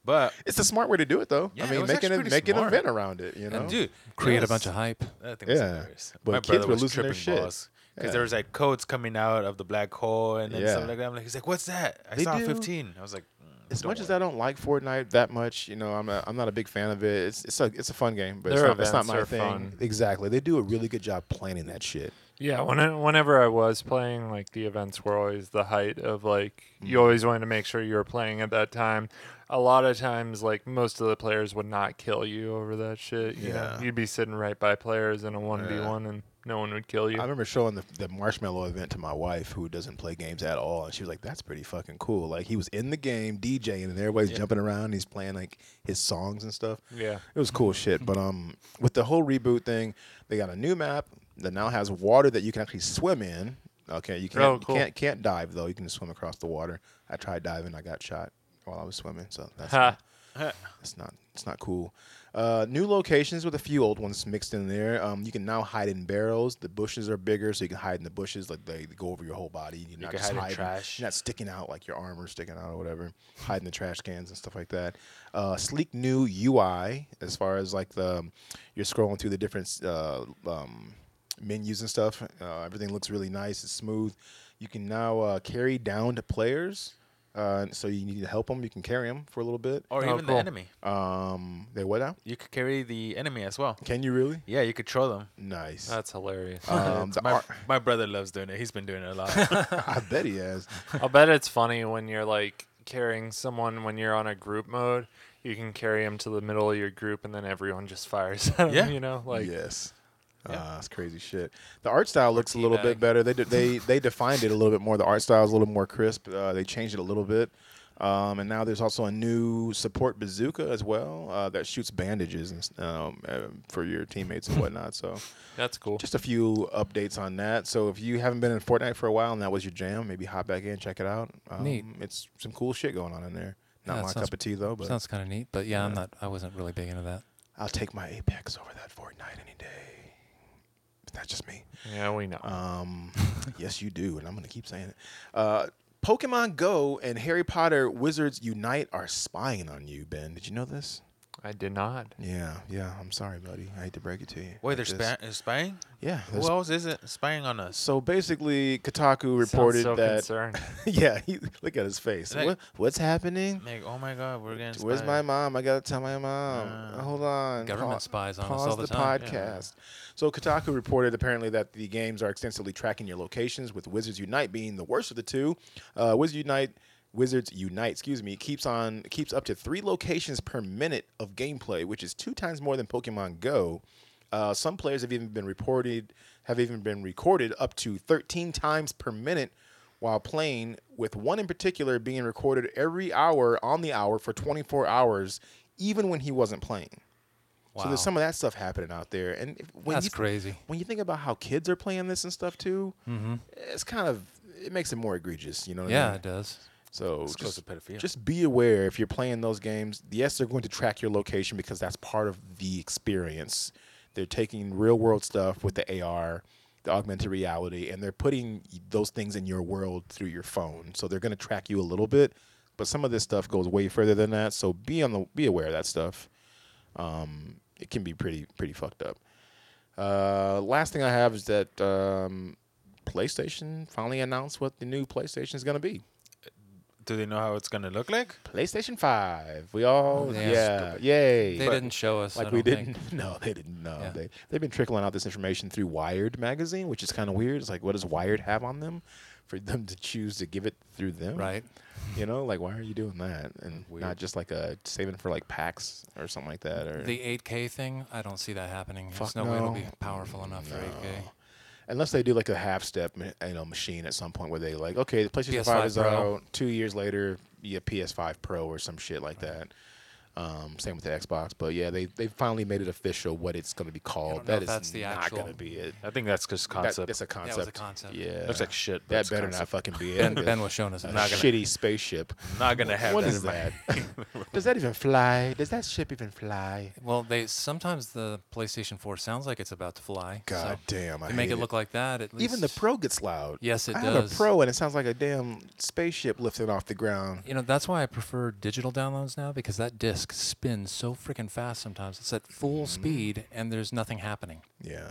Speaker 3: but
Speaker 1: it's a smart way to do it though.
Speaker 3: Yeah,
Speaker 1: I
Speaker 3: it
Speaker 1: mean,
Speaker 3: was
Speaker 1: make an
Speaker 3: actually pretty
Speaker 1: make an
Speaker 3: smart.
Speaker 1: event around it. You know,
Speaker 3: and dude,
Speaker 4: Create
Speaker 3: that
Speaker 4: a bunch
Speaker 3: was-
Speaker 4: of hype.
Speaker 3: That thing was
Speaker 1: Yeah.
Speaker 3: hilarious.
Speaker 1: But
Speaker 3: My
Speaker 1: kids
Speaker 3: brother
Speaker 1: were
Speaker 3: was
Speaker 1: losing their
Speaker 3: tripping
Speaker 1: shit.
Speaker 3: balls because
Speaker 1: Yeah.
Speaker 3: there was like codes coming out of the black hole and then
Speaker 1: Yeah.
Speaker 3: stuff like that. I'm like, he's like, what's that? I
Speaker 1: They
Speaker 3: saw
Speaker 1: do.
Speaker 3: 15. I was like, mm,
Speaker 1: as
Speaker 3: don't
Speaker 1: much as
Speaker 3: worry.
Speaker 1: I don't like Fortnite that much, you know, I'm a, I'm not a big fan of it. It's it's a it's a fun game, but it's
Speaker 2: Their
Speaker 1: not, it's not
Speaker 2: events
Speaker 1: my
Speaker 2: are
Speaker 1: thing.
Speaker 2: fun.
Speaker 1: Exactly, they do a really good job planning that shit.
Speaker 2: Yeah, when I- whenever I was playing, like the events were always the height of like
Speaker 1: Mm.
Speaker 2: you always wanted to make sure you were playing at that time. A lot of times, like most of the players would not kill you over that shit. You
Speaker 1: Yeah.
Speaker 2: know? you'd be sitting right by players in a one v one, and no one would kill you.
Speaker 1: I remember showing the, the marshmallow event to my wife, who doesn't play games at all, and she was like, "That's pretty fucking cool." Like he was in the game DJing, and everybody's jumping around. And he's playing like his songs and stuff.
Speaker 2: Yeah.
Speaker 1: it was cool shit. But um, with the whole reboot thing, they got a new map that now has water that you can actually swim in. Okay, you can't
Speaker 2: Oh, cool.
Speaker 1: you can't can't dive though. You can swim across the water. I tried diving, I got shot while I was swimming, so that's
Speaker 2: Ha.
Speaker 1: it's not it's not cool. Uh, new locations with a few old ones mixed in there. Um, you can now hide in barrels. The bushes are bigger, so you can hide in the bushes. Like they, they go over your whole body. You're not
Speaker 3: can
Speaker 1: just
Speaker 3: hide in
Speaker 1: hiding-
Speaker 3: trash.
Speaker 1: You're not sticking out like your armor sticking out or whatever. hide in the trash cans and stuff like that. Uh, sleek new UI as far as like the um, you're scrolling through the different uh, um, menus and stuff. Uh, everything looks really nice. It's smooth. You can now uh, carry downed players. Uh, so you need to help them. You can carry them for a little bit.
Speaker 3: Or
Speaker 2: Oh,
Speaker 3: even
Speaker 2: cool.
Speaker 3: the enemy.
Speaker 1: Um, they what now?
Speaker 3: You could carry the enemy as well.
Speaker 1: Can you really?
Speaker 3: Yeah, you could troll them. Uh,
Speaker 1: Nice.
Speaker 2: That's hilarious.
Speaker 1: um, the
Speaker 3: my,
Speaker 1: art,
Speaker 3: my brother loves doing it. He's been doing it a lot.
Speaker 1: I bet he has.
Speaker 2: I'll bet it's funny when you're like carrying someone when you're on a group mode. You can carry them to the middle of your group, and then everyone just fires at 'em,
Speaker 3: Yeah.
Speaker 2: You know, like
Speaker 1: yes.
Speaker 3: Yeah.
Speaker 1: Uh, it's crazy shit. The art style looks a little
Speaker 2: teabag.
Speaker 1: bit better. They de- they they defined it a little bit more. The art style is a little more crisp. Uh, they changed it a little bit, um, and now there's also a new support bazooka as well uh, that shoots bandages and, s- um, uh, for your teammates and whatnot. So
Speaker 2: that's cool.
Speaker 1: just a few updates on that. So if you haven't been in Fortnite for a while and that was your jam, maybe hop back in, check it out. Um,
Speaker 4: Neat.
Speaker 1: It's some cool shit going on in there. Not
Speaker 4: Yeah, it
Speaker 1: my
Speaker 4: sounds-
Speaker 1: cup of tea though, but
Speaker 4: Sounds kind of neat, but yeah, I'm not. I wasn't really big into that.
Speaker 1: I'll take my Apex over that Fortnite any day. But that's just me.
Speaker 2: yeah, we know.
Speaker 1: Um, yes, you do, and I'm gonna keep saying it. Uh, Pokemon Go and Harry Potter Wizards Unite are spying on you, Ben. Did you know this?
Speaker 2: I did not.
Speaker 1: Yeah, yeah. I'm sorry, buddy. I hate to break it to you.
Speaker 3: Wait, they're
Speaker 1: Like this.
Speaker 3: spa- uh, spying?
Speaker 1: Yeah. they're
Speaker 3: Who
Speaker 1: sp-
Speaker 3: else is it spying on us?
Speaker 1: so basically, Kotaku
Speaker 2: Sounds
Speaker 1: reported
Speaker 2: so
Speaker 1: that.
Speaker 2: concerned.
Speaker 1: yeah, he, look at his face.
Speaker 3: Like-
Speaker 1: what, what's happening?
Speaker 3: Like, oh my God, we're getting
Speaker 1: Where's my
Speaker 3: spied.
Speaker 1: mom? I gotta tell my mom.
Speaker 3: Uh,
Speaker 1: Hold on.
Speaker 4: Government
Speaker 1: Pa-
Speaker 4: spies on us
Speaker 1: pause
Speaker 4: all the time.
Speaker 1: podcast. So Kotaku reported apparently that the games are extensively tracking your locations, with Wizards Unite being the worst of the two. Uh, Wizards Unite, Wizards Unite, excuse me, keeps on keeps up to three locations per minute of gameplay, which is two times more than Pokemon Go. Uh, some players have even been reported have even been recorded up to 13 times per minute while playing, with one in particular being recorded every hour on the hour for 24 hours, even when he wasn't playing. So
Speaker 4: Wow.
Speaker 1: there's some of that stuff happening out there, and if- when
Speaker 4: That's
Speaker 1: you,
Speaker 4: crazy. Mm-hmm.
Speaker 1: When you think about how kids are playing this and stuff too, it's kind of it makes it more egregious. You know what I
Speaker 4: Yeah,
Speaker 1: mean?
Speaker 4: it does.
Speaker 1: So
Speaker 3: It's close
Speaker 1: just,
Speaker 3: to pedophilia.
Speaker 1: just be aware if you're playing those games. Yes, they're going to track your location because that's part of the experience. They're taking real world stuff with the AR, the augmented reality, and they're putting those things in your world through your phone. So they're going to track you a little bit, but some of this stuff goes way further than that. So be on the be aware of that stuff. Um, it can be pretty pretty fucked up. Uh, last thing I have is that um, PlayStation finally announced what the new PlayStation is going to be.
Speaker 3: Do they know how it's gonna look like?
Speaker 1: PlayStation Five. We all
Speaker 4: Oh,
Speaker 1: yeah,
Speaker 4: yeah.
Speaker 1: yay.
Speaker 4: They
Speaker 1: But-
Speaker 4: didn't show us. I
Speaker 1: like we
Speaker 4: don't
Speaker 1: didn't.
Speaker 4: Think.
Speaker 1: No, they didn't. No,
Speaker 4: Yeah.
Speaker 1: they they've been trickling out this information through Wired magazine, which is kind of weird. It's like, what does Wired have on them for them to choose to give it through them?
Speaker 4: Right.
Speaker 1: You know, like why are you doing that and not just like a saving for like packs or something like that or
Speaker 4: The 8K thing, I don't see that happening.
Speaker 1: Fuck
Speaker 4: There's no, way it'll
Speaker 1: no.
Speaker 4: be powerful enough for 8K.
Speaker 1: unless they do like a half step ma- you know machine at some point where they like okay the PlayStation 5
Speaker 4: PS5
Speaker 1: is
Speaker 4: Pro.
Speaker 1: out two years later yeah PS5 Pro or some shit like that. Um, same with the Xbox, but yeah, they they finally made it official what it's going to be called.
Speaker 4: know
Speaker 1: That
Speaker 4: if
Speaker 1: is
Speaker 4: that's the
Speaker 1: not
Speaker 4: actual-
Speaker 1: going to be it.
Speaker 3: I think that's just
Speaker 1: That,
Speaker 3: concept.
Speaker 1: that's a
Speaker 4: was
Speaker 1: concept.
Speaker 4: a concept.
Speaker 1: Yeah,
Speaker 3: Looks like shit. but
Speaker 1: that
Speaker 3: it's
Speaker 1: better not
Speaker 3: concept.
Speaker 1: fucking be it.
Speaker 4: Ben,
Speaker 1: That's
Speaker 4: ben was showing us.
Speaker 1: a
Speaker 4: that.
Speaker 1: shitty spaceship.
Speaker 3: Not gonna have
Speaker 1: What
Speaker 3: that
Speaker 1: is
Speaker 3: in my-
Speaker 1: that? Does that even fly? Does that ship even fly?
Speaker 4: Well, they sometimes the PlayStation 4 sounds like it's about to fly. so
Speaker 1: God damn, I
Speaker 4: To make
Speaker 1: hate
Speaker 4: it look like that, at least
Speaker 1: Even the Pro gets loud.
Speaker 4: Yes, it
Speaker 1: I have a
Speaker 4: does.
Speaker 1: Pro, and it sounds like a damn spaceship lifting off the ground.
Speaker 4: You know, that's why I prefer digital downloads now because that disc spins so freaking fast sometimes. It's at
Speaker 1: Mm-hmm.
Speaker 4: full speed and there's nothing happening.
Speaker 1: Yeah.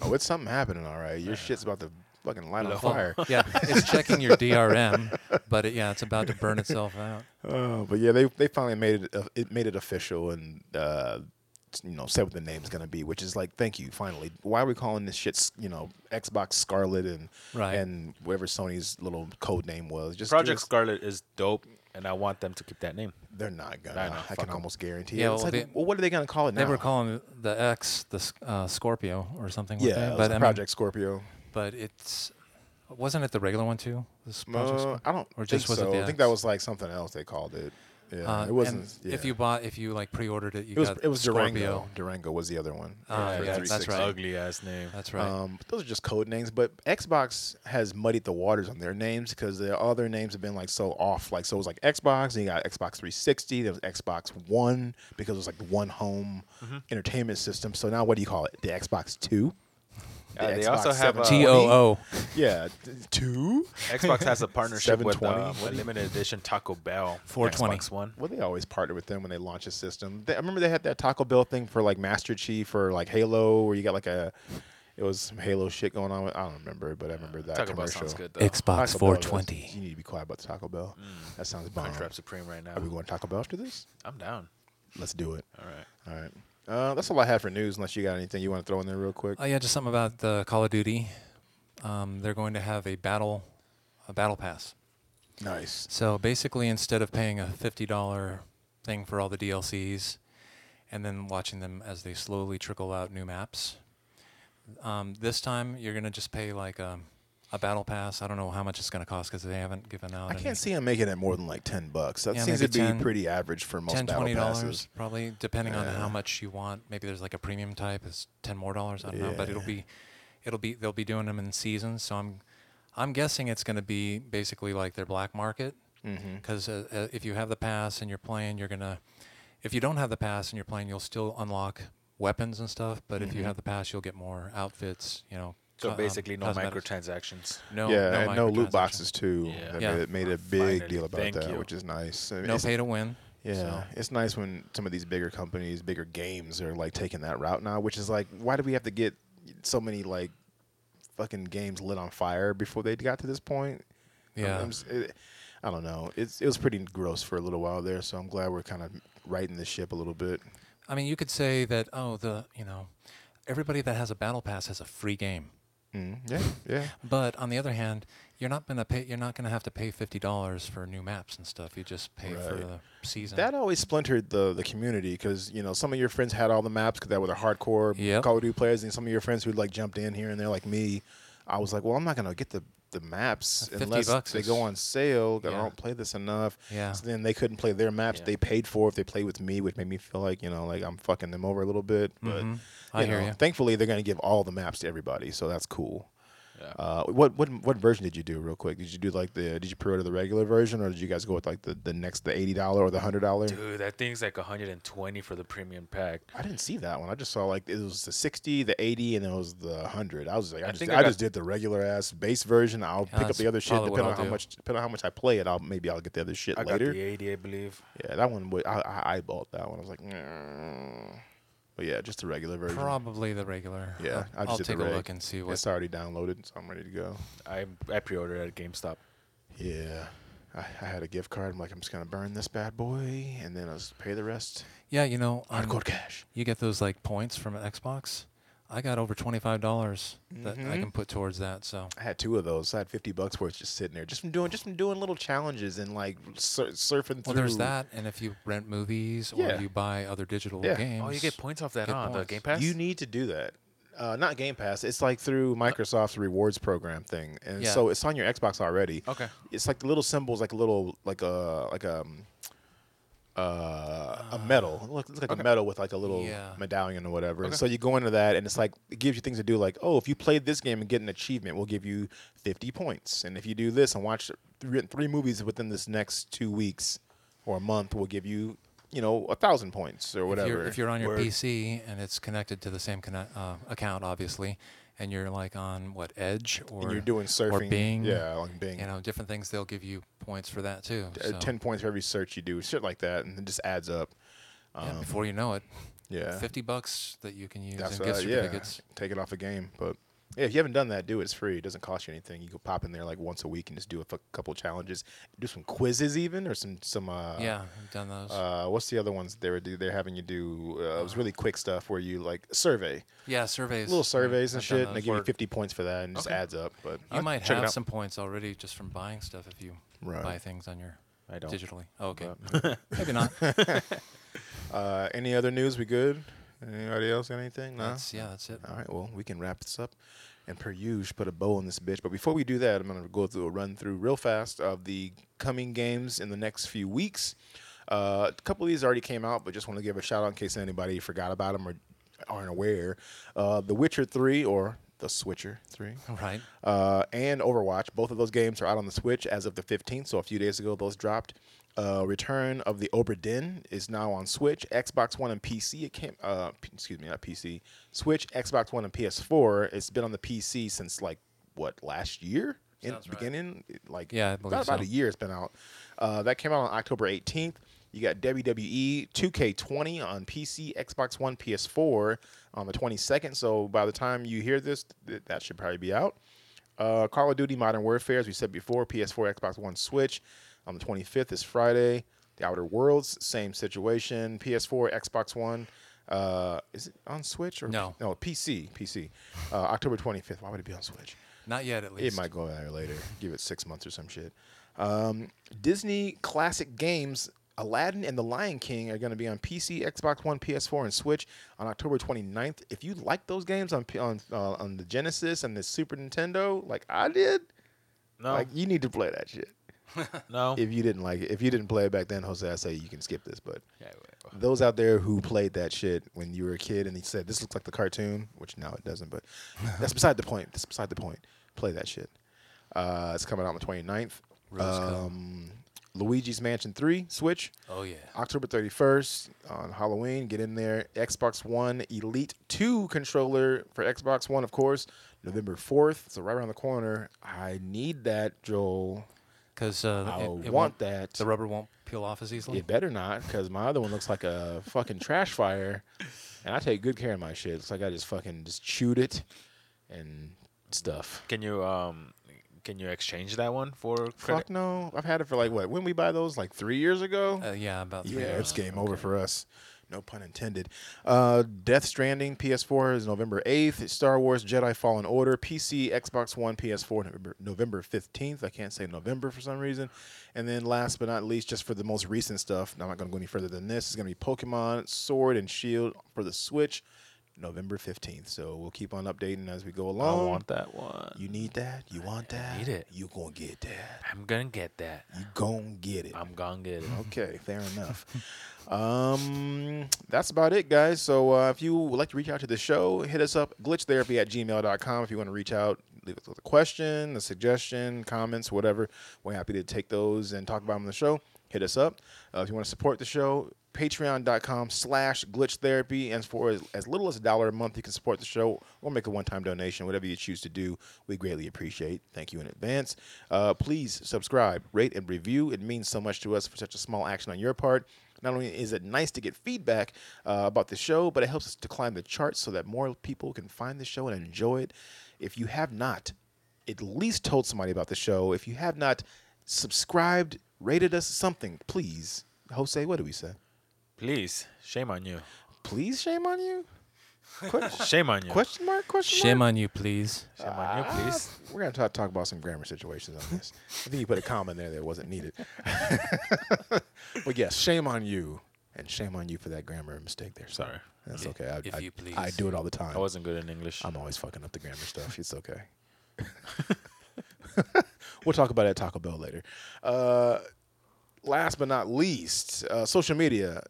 Speaker 1: Oh, it's something happening, all right. Your shit's about to fucking light on
Speaker 3: Blow.
Speaker 1: fire.
Speaker 4: Yeah, it's checking your DRM, but it, yeah, it's about to burn itself out.
Speaker 1: Oh, but yeah, they they finally made it uh, it made it official and uh, you know said what the name's gonna be, which is like, thank you, finally. Why are we calling this shit you know Xbox Scarlet and
Speaker 4: Right.
Speaker 1: and whatever Sony's little code name was? Just give
Speaker 3: Project
Speaker 1: us-
Speaker 3: Scarlet is dope, and I want them to keep that name.
Speaker 1: They're not gonna.
Speaker 3: I
Speaker 1: I,
Speaker 3: know, fuck
Speaker 1: can
Speaker 3: 'em.
Speaker 1: almost guarantee.
Speaker 4: Yeah,
Speaker 1: it. It's
Speaker 4: well,
Speaker 1: like,
Speaker 4: they-
Speaker 1: well, what are they gonna call it now?
Speaker 4: They were calling the X the S- uh, Scorpio or something. weren't
Speaker 1: yeah,
Speaker 4: they?
Speaker 1: it was
Speaker 4: but I mean,
Speaker 1: Project Scorpio.
Speaker 4: but it's wasn't it the regular one too? This Project
Speaker 1: Uh,
Speaker 4: Scorpio?
Speaker 1: I don't
Speaker 4: or
Speaker 1: think
Speaker 4: just was
Speaker 1: so.
Speaker 4: It
Speaker 1: I
Speaker 4: the
Speaker 1: think
Speaker 4: X?
Speaker 1: that was like something else they called it. Yeah,
Speaker 4: Uh,
Speaker 1: it wasn't.
Speaker 4: and If
Speaker 1: yeah.
Speaker 4: you bought, if you like pre-ordered it, you
Speaker 1: it was
Speaker 4: got
Speaker 1: it was
Speaker 4: Scorpio.
Speaker 1: Durango. Durango was the other one.
Speaker 4: Ah,
Speaker 1: for
Speaker 4: yeah, that's
Speaker 1: 360.
Speaker 4: right.
Speaker 3: Ugly ass name.
Speaker 4: That's right.
Speaker 1: Um, but those are just code names, but Xbox has muddied the waters on their names because their all their names have been like so off. Like so, it was like Xbox, and you got Xbox 360. There was Xbox One because it was like the one home entertainment system. So now, what do you call it? The Xbox Two.
Speaker 3: Uh, they also have, uh,
Speaker 4: T O O.
Speaker 1: Yeah, t- two.
Speaker 3: Xbox has a partnership with
Speaker 1: 720?
Speaker 3: um, a limited edition Taco Bell.
Speaker 4: 420.
Speaker 3: Xbox One.
Speaker 1: Well, they always partner with them when they launch a system. They, I remember they had that Taco Bell thing for like Master Chief or like Halo, where you got like a it was some Halo shit going on. With, I don't remember, but I remember that
Speaker 3: Taco Bell
Speaker 1: commercial.
Speaker 3: sounds good though.
Speaker 1: Taco
Speaker 4: Xbox
Speaker 1: Bell does.
Speaker 4: 420.
Speaker 1: You need to be quiet about the Taco Bell.
Speaker 3: Mm.
Speaker 1: That sounds bomb.
Speaker 3: Crunchwrap Supreme right now.
Speaker 1: Are we going to Taco Bell after this?
Speaker 3: I'm down.
Speaker 1: Let's do it.
Speaker 3: All right.
Speaker 1: All right. Uh, that's all I have for news. Unless you got anything you want to throw in there real quick.
Speaker 4: Oh yeah, just something about the Call of Duty. Um, they're going to have a battle, a battle pass.
Speaker 1: nice.
Speaker 4: So basically, instead of paying a fifty dollar thing for all the DLCs, and then watching them as they slowly trickle out new maps, um, this time you're gonna just pay like a, a battle pass. I don't know how much it's gonna cost because they haven't given out.
Speaker 1: I
Speaker 4: any-
Speaker 1: can't see him making it more than like ten bucks. That
Speaker 4: Yeah,
Speaker 1: seems to
Speaker 4: maybe
Speaker 1: be
Speaker 4: 10,
Speaker 1: pretty average for most
Speaker 4: 10
Speaker 1: battle
Speaker 4: 20
Speaker 1: passes.
Speaker 4: dollars probably depending on
Speaker 1: Yeah.
Speaker 4: how much you want maybe there's like a premium type it's 10 more dollars i don't know but it'll
Speaker 1: Yeah.
Speaker 4: be it'll be they'll be doing them in seasons so i'm i'm guessing it's going to be basically like their black market
Speaker 1: Mm-hmm.
Speaker 4: because uh, uh, if you have the pass and you're playing you're going to if you don't have the pass and you're playing you'll still unlock weapons and stuff but if
Speaker 1: Mm-hmm.
Speaker 4: you have the pass you'll get more outfits you know
Speaker 3: So
Speaker 4: co- um,
Speaker 3: basically, no
Speaker 4: cosmetics.
Speaker 3: microtransactions.
Speaker 4: no
Speaker 1: yeah, and no
Speaker 4: microtransaction.
Speaker 1: loot boxes too.
Speaker 3: Yeah.
Speaker 1: They
Speaker 4: Yeah.
Speaker 1: Made, it made a big
Speaker 3: Finally,
Speaker 1: deal about
Speaker 3: thank
Speaker 1: that,
Speaker 3: you.
Speaker 1: which is nice. I mean,
Speaker 4: no
Speaker 1: it's-
Speaker 4: pay to win
Speaker 1: Yeah,
Speaker 4: so.
Speaker 1: it's nice when some of these bigger companies, bigger games are like taking that route now, which is like, why do we have to get so many like fucking games lit on fire before they got to this point? I'm-
Speaker 4: Yeah.
Speaker 1: I'm s- it- I don't know. It's it was pretty gross for a little while there, so I'm glad we're kind of righting the ship a little bit.
Speaker 4: I mean, you could say that, oh, the, you know, everybody that has a battle pass has a free game.
Speaker 1: Mm, yeah, yeah.
Speaker 4: But on the other hand, you're not gonna pay. You're not gonna have to pay fifty dollars for new maps and stuff. You just pay for
Speaker 1: Right.
Speaker 4: the season.
Speaker 1: That always splintered the the community because you know some of your friends had all the maps because they were the hardcore
Speaker 4: Yep.
Speaker 1: Call of Duty players, and some of your friends who like jumped in here and there, like me. I was like, well, I'm not gonna get the the maps
Speaker 4: 50
Speaker 1: unless
Speaker 4: Uh, bucks
Speaker 1: they
Speaker 4: is-
Speaker 1: go on sale. I
Speaker 4: Yeah.
Speaker 1: don't play this enough.
Speaker 4: Yeah.
Speaker 1: So then they couldn't play their maps
Speaker 3: Yeah.
Speaker 1: they paid for if they played with me, which made me feel like you know like I'm fucking them over a little bit. But
Speaker 4: Mhm. I hear
Speaker 1: know,
Speaker 4: you.
Speaker 1: Thankfully, they're gonna give all the maps to everybody, so that's cool.
Speaker 3: Yeah.
Speaker 1: Uh, what what what version did you do real quick? Did you do like the did you pre-order the regular version or did you guys go with like the, the next the eighty dollar or the hundred dollar?
Speaker 3: Dude, that thing's like 120 for the premium pack.
Speaker 1: I didn't see that one. I just saw like it was the sixty, the eighty, and then it was the hundred. I was like, I,
Speaker 3: I
Speaker 1: just
Speaker 3: think
Speaker 1: I,
Speaker 3: I got-
Speaker 1: just did the regular ass base version. I'll pick up
Speaker 4: that's
Speaker 1: the other shit
Speaker 4: probably what
Speaker 1: depending on
Speaker 4: I'll
Speaker 1: how
Speaker 4: do.
Speaker 1: much depending on how much I play it. I'll maybe I'll get the other shit
Speaker 3: I
Speaker 1: later.
Speaker 3: got the 80, I believe.
Speaker 1: Yeah, that one. wa- I, I eyeballed that one. I was like, "Nyeh." but yeah, just the regular version.
Speaker 4: Probably the regular.
Speaker 1: Yeah, I
Speaker 4: I'll,
Speaker 1: just
Speaker 4: I'll
Speaker 1: did the
Speaker 4: take a
Speaker 1: reg.
Speaker 4: look and see what.
Speaker 1: It's already downloaded, so I'm ready to go.
Speaker 3: I I pre-ordered it at GameStop.
Speaker 1: Yeah, I, I had a gift card. I'm like, I'm just gonna burn this bad boy, and then I'll just pay the rest.
Speaker 4: Yeah, you know, on-
Speaker 1: Hardcore cash.
Speaker 4: you get those like points from Xbox. I got over twenty five dollars that I
Speaker 1: Mhm.
Speaker 4: can put towards that. So
Speaker 1: I had two of those. I had 50 bucks worth just sitting there, just from doing, just from doing little challenges and like sur- surfing through.
Speaker 4: well, there's that, and if you rent movies
Speaker 1: Yeah.
Speaker 4: or you buy other digital
Speaker 1: Yeah. Oh,
Speaker 4: games,
Speaker 3: Oh, you get points off that
Speaker 4: Good
Speaker 3: on the
Speaker 4: points.
Speaker 3: Game Pass.
Speaker 1: You need to do that. Uh, not Game Pass. It's like through Microsoft's rewards program thing, and
Speaker 4: Uh, Yeah.
Speaker 1: so it's on your Xbox already.
Speaker 3: Okay.
Speaker 1: It's like the little symbols, like a little, like a, like a, um, uh, a medal. It looks, looks like a medal with like a little
Speaker 4: Yeah.
Speaker 1: medallion or whatever. And so you go into that, and it's like it gives you things to do. Like, oh, if you played this game and get an achievement, we'll give you 50 points. And if you do this and watch three, three movies within this next two weeks or a month, we'll give you, you know, a thousand points or
Speaker 4: If
Speaker 1: whatever.
Speaker 4: you're, if you're on your
Speaker 3: Word.
Speaker 4: PC and it's connected to the same connect, uh, account, obviously, and you're like on what Edge or
Speaker 1: and you're doing surfing,
Speaker 4: or Bing,
Speaker 1: yeah, on Bing.
Speaker 4: you know, different things, they'll give you points for that too.
Speaker 1: uh,
Speaker 4: So,
Speaker 1: 10 points for every search you do, shit like that, and it just adds up.
Speaker 4: yeah, before you know it,
Speaker 1: um, Yeah.
Speaker 4: fifty bucks that you can use
Speaker 1: That's
Speaker 4: in gift
Speaker 1: uh, yeah.
Speaker 4: certificates.
Speaker 1: Take it off a game. But yeah, if you haven't done that, do it. It's free. It doesn't cost you anything. You can pop in there like once a week and just do a f- couple challenges, do some quizzes even, or some, some, uh,
Speaker 4: yeah, I've done those.
Speaker 1: Uh, what's the other ones they were do? They're having you do. Uh, it was really quick stuff where you like survey,
Speaker 4: yeah, surveys,
Speaker 1: little
Speaker 4: right,
Speaker 1: surveys and
Speaker 4: I've done
Speaker 1: shit, and they
Speaker 4: those.
Speaker 1: give you
Speaker 4: Or
Speaker 1: 50 points for that, and it just adds up. But
Speaker 4: You might
Speaker 1: check it
Speaker 4: have
Speaker 1: out.
Speaker 4: some points already just from buying stuff if you
Speaker 1: Right.
Speaker 4: buy things on your
Speaker 3: I don't.
Speaker 4: digitally. Oh, okay, maybe not.
Speaker 1: Uh, any other news? We good? Anybody else? got Anything? No.
Speaker 4: That's, yeah, that's it.
Speaker 1: All right, well, we can wrap this up and per usual put a bow on this bitch. But before we do that, I'm going to go through a run through real fast of the coming games in the next few weeks. Uh, a couple of these already came out, but just want to give a shout out in case anybody forgot about them or aren't aware. Uh, the Witcher 3 or The Switcher 3
Speaker 4: Right.
Speaker 1: uh, and Overwatch. Both of those games are out on the Switch as of the 15th, so a few days ago those dropped. Uh, Return of the Oberdin is now on Switch, Xbox One, and PC. It came, uh, p- excuse me, not PC, Switch, Xbox One, and PS4. It's been on the PC since like what last year? In
Speaker 4: Sounds right.
Speaker 1: beginning, It- like
Speaker 4: Yeah, I
Speaker 1: about-
Speaker 4: believe
Speaker 1: about
Speaker 4: so.
Speaker 1: a year it's been out. Uh, that came out on October 18th. You got E WWE 2K20 on PC, Xbox One, PS4 on the 22nd. So by the time you hear this, th- that should probably be out. Uh, Call of Duty Modern Warfare, as we said before, PS4, Xbox One, Switch on the 25th is Friday. The Outer Worlds, same situation. PS4, Xbox One. Uh, is it on Switch or
Speaker 4: No.
Speaker 1: No, PC, PC. Uh, October 25th. Why would it be on Switch?
Speaker 4: Not yet, at least.
Speaker 1: It might go there later. Give it six months or some shit. Um, Disney classic games. Aladdin and the Lion King are going to be on PC, Xbox One, PS4, and Switch on October 29th. If you like those games on P- on uh, on the Genesis and the Super Nintendo, like I did,
Speaker 3: No, Uh-huh.
Speaker 1: like you need to play that shit.
Speaker 3: no.
Speaker 1: If you didn't like it, if you didn't play it back then, Jose, I say you can skip this. But
Speaker 3: Yeah, well,
Speaker 1: those out there who played that shit when you were a kid and they said this looks like the cartoon, which now it doesn't, but that's beside the point. That's beside the point. Play that shit. Uh, it's coming out on the 29th.
Speaker 4: Rose colour.
Speaker 1: Um, Luigi's Mansion 3 Switch,
Speaker 4: oh yeah.
Speaker 1: October 31st on Halloween. Get in there. Xbox One Elite 2 controller for Xbox One, of course, November 4th. So right around the corner. I need that, Joel.
Speaker 4: Because uh,
Speaker 1: I
Speaker 4: it- it
Speaker 1: want
Speaker 4: won't-
Speaker 1: that.
Speaker 4: The rubber won't peel off as easily.
Speaker 1: It better not, because my other one looks like a fucking trash fire, and I take good care of my shit. It's like I just fucking just chewed it and stuff.
Speaker 3: Can you um can you exchange that one for
Speaker 1: Fuck
Speaker 3: credit?
Speaker 1: no, I've had it for like what? When we buy those, like three years ago.
Speaker 4: Uh, yeah, about three
Speaker 1: yeah,
Speaker 4: years.
Speaker 1: it's game over for us. No pun intended. Uh, Death Stranding PS4 is November 8th. Star Wars Jedi Fallen Order PC, Xbox One, PS4 November, November 15th. I can't say November for some reason. And then last but not least, just for the most recent stuff, and I'm not going to go any further than this, is going to be Pokemon Sword and Shield for the Switch November 15th. So we'll keep on updating as we go
Speaker 3: I
Speaker 1: along.
Speaker 3: want that one.
Speaker 1: You need that? You want that?
Speaker 3: need it.
Speaker 1: You gonna get that.
Speaker 3: I'm gonna get that.
Speaker 1: You gonna get it.
Speaker 3: I'm gonna get it.
Speaker 1: Okay, fair enough. um, that's about it, guys. So uh, if you would like to reach out to the show, hit us up, glitchtherapy at gmail.com. If you want to reach out, leave us with a question, a suggestion, comments, whatever. We're happy to take those and talk about them on the show. Hit us up. Uh, if you want to support the show, patreon.com slash glitch therapy and for as, as little as a dollar a month you can support the show or make a one-time donation whatever you choose to do we greatly appreciate thank you in advance uh, please subscribe rate and review it means so much to us for such a small action on your part not only is it nice to get feedback uh, about the show but it helps us to climb the charts so that more people can find the show and enjoy it if you have not at least told somebody about the show if you have not subscribed rated us something please jose what do we say
Speaker 3: Please, shame on you.
Speaker 1: please shame on you? Que-
Speaker 3: Shame on you.
Speaker 1: question mark? Question
Speaker 4: Shame
Speaker 1: mark?
Speaker 4: on you, please.
Speaker 3: Shame on you, please.
Speaker 1: Ah, We're gonna talk, talk about some grammar situations on this. I think you put a comma in there that wasn't needed. but yes, shame on you, and shame on you for that grammar mistake there.
Speaker 3: Sorry.
Speaker 1: that's
Speaker 4: If-
Speaker 1: okay. I,
Speaker 4: if
Speaker 1: I,
Speaker 4: you please.
Speaker 1: I do it all the time.
Speaker 3: I wasn't good in English.
Speaker 1: I'm always fucking up the grammar stuff. It's okay. we'll talk about it at Taco Bell later. Uh, last but not least, uh, social media.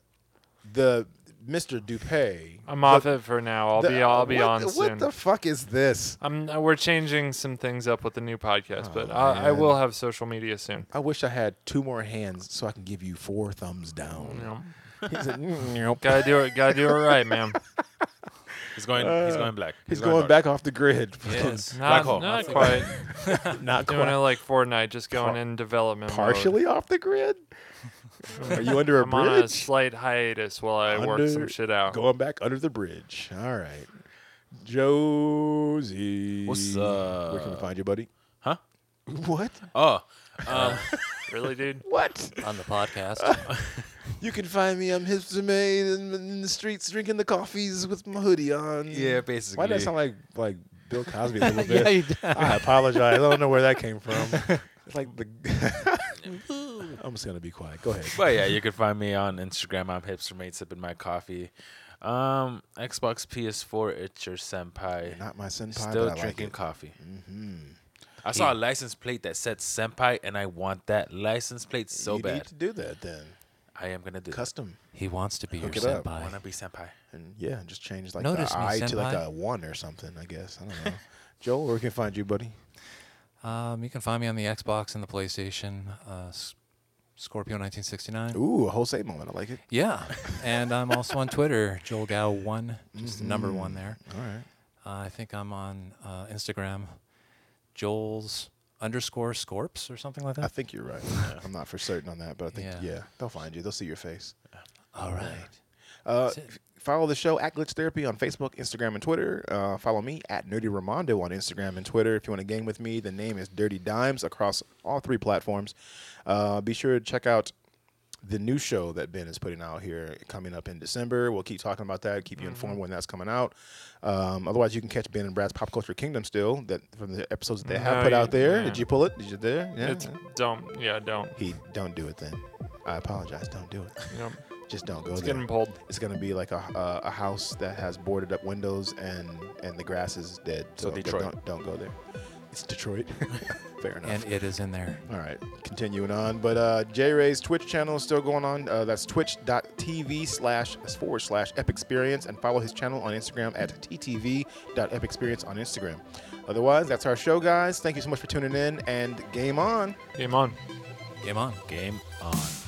Speaker 1: The Mr. Dupay.
Speaker 2: I'm
Speaker 1: the-
Speaker 2: off it for now. I'll
Speaker 1: the-
Speaker 2: be I'll be
Speaker 1: what,
Speaker 2: on
Speaker 1: what
Speaker 2: soon.
Speaker 1: the fuck is this?
Speaker 2: I'm, uh, we're changing some things up with the new podcast, but
Speaker 1: Oh,
Speaker 2: I, I
Speaker 1: man.
Speaker 2: will have social media soon.
Speaker 1: I wish I had two more hands so I can give you four thumbs down.
Speaker 2: You know,
Speaker 1: He said, "Mm, nope."
Speaker 2: gotta do it. Gotta do it right, man.
Speaker 3: he's going. he's "Oh, going black.
Speaker 1: Uh, He's going back off the grid.
Speaker 4: Yes.
Speaker 2: Not,
Speaker 3: Black hole.
Speaker 2: not
Speaker 4: Nothing.
Speaker 2: quite.
Speaker 1: Not
Speaker 2: Doing it
Speaker 1: quite.
Speaker 2: like Fortnite, just going in development. mode.
Speaker 1: Partially off the grid. Are you under a
Speaker 2: I'm on a
Speaker 1: bridge?
Speaker 2: slight hiatus while I work
Speaker 1: Under-
Speaker 2: some shit out.
Speaker 1: Going back under the bridge. All right, Josie.
Speaker 3: What's
Speaker 1: Where can we
Speaker 3: up?
Speaker 1: find you, buddy?
Speaker 3: Huh?
Speaker 1: What?
Speaker 3: Oh,
Speaker 2: Um, Really, dude?
Speaker 1: What?
Speaker 4: On the podcast.
Speaker 1: You can find me. I'm hipster made in, in the streets drinking the coffees with my hoodie on.
Speaker 3: yeah, basically.
Speaker 1: Why does that sound like like Bill Cosby a little bit?
Speaker 4: you did.
Speaker 1: I apologize. I don't know where that came from. It's like the. I'm just gonna be quiet. Go ahead.
Speaker 3: But yeah, you can find me on Instagram. I'm hipstermate sipping my coffee. Um, Xbox, PS4, it's your senpai.
Speaker 1: Not my senpai.
Speaker 3: Still
Speaker 1: but I
Speaker 3: drinking
Speaker 1: Like Mm-hmm.
Speaker 3: coffee. I saw a license plate that said senpai, and I want that license plate
Speaker 1: it.
Speaker 3: so
Speaker 1: you
Speaker 3: bad.
Speaker 1: need to do that then.
Speaker 3: I am gonna do. it.
Speaker 1: Custom
Speaker 4: He wants to be
Speaker 1: Hook
Speaker 4: your
Speaker 1: it up.
Speaker 3: I
Speaker 4: senpai.
Speaker 3: wanna be senpai.
Speaker 1: and yeah, and just change like
Speaker 4: Notice
Speaker 1: the
Speaker 4: me,
Speaker 1: I to like
Speaker 4: senpai.
Speaker 1: a one or something. I guess I don't know. Joel, where can I find you, buddy?
Speaker 4: Um, you can find me on the Xbox and the PlayStation, uh, S- Scorpio 1969.
Speaker 1: Ooh, a Jose moment. I like it.
Speaker 4: Yeah, and I'm also on Twitter, Joel Gow one, just the number one there.
Speaker 1: All right.
Speaker 4: Uh, I think I'm on uh, Instagram, Joel's underscore Scorps or something like
Speaker 1: I
Speaker 4: that.
Speaker 1: think you're right. I'm not for certain on that, but I think
Speaker 4: Yeah.
Speaker 1: yeah, they'll find you. They'll see your face.
Speaker 4: All right.
Speaker 1: Uh,
Speaker 4: That's it.
Speaker 1: f- follow the show at Glitch Therapy on Facebook, Instagram, and Twitter. Uh, follow me at Nerdy Ramondo on Instagram and Twitter. If you want to game with me, the name is Dirty Dimes across all three platforms. Uh, be sure to check out the new show that Ben is putting out here coming up in December. We'll keep talking about that, keep you informed when that's coming out. Um, otherwise, you can catch Ben and Brad's Pop Culture Kingdom still that from the episodes that they have
Speaker 2: No,
Speaker 1: put
Speaker 2: you-
Speaker 1: out there.
Speaker 2: yeah.
Speaker 1: Did you pull it? Did you there? Yeah.
Speaker 2: It's don't. Yeah, don't.
Speaker 1: he don't do it then. I apologize. Don't do it.
Speaker 2: You know,
Speaker 1: Just don't go
Speaker 2: it's
Speaker 1: there.
Speaker 2: getting pulled.
Speaker 1: It's gonna be like a, uh, a house that has boarded up windows and and the grass is dead.
Speaker 3: So Detroit.
Speaker 1: Don't, don't go there. It's Detroit. Fair enough.
Speaker 4: And it is in there.
Speaker 1: All right, continuing on. But uh, J Ray's Twitch channel is still going on. Uh, that's twitch.tv slash forward slash epexperience and follow his channel on Instagram at ttv.epexperience on Instagram. Otherwise, that's our show, guys. Thank you so much for tuning in and game on.
Speaker 2: Game on.
Speaker 4: Game on.
Speaker 3: Game on.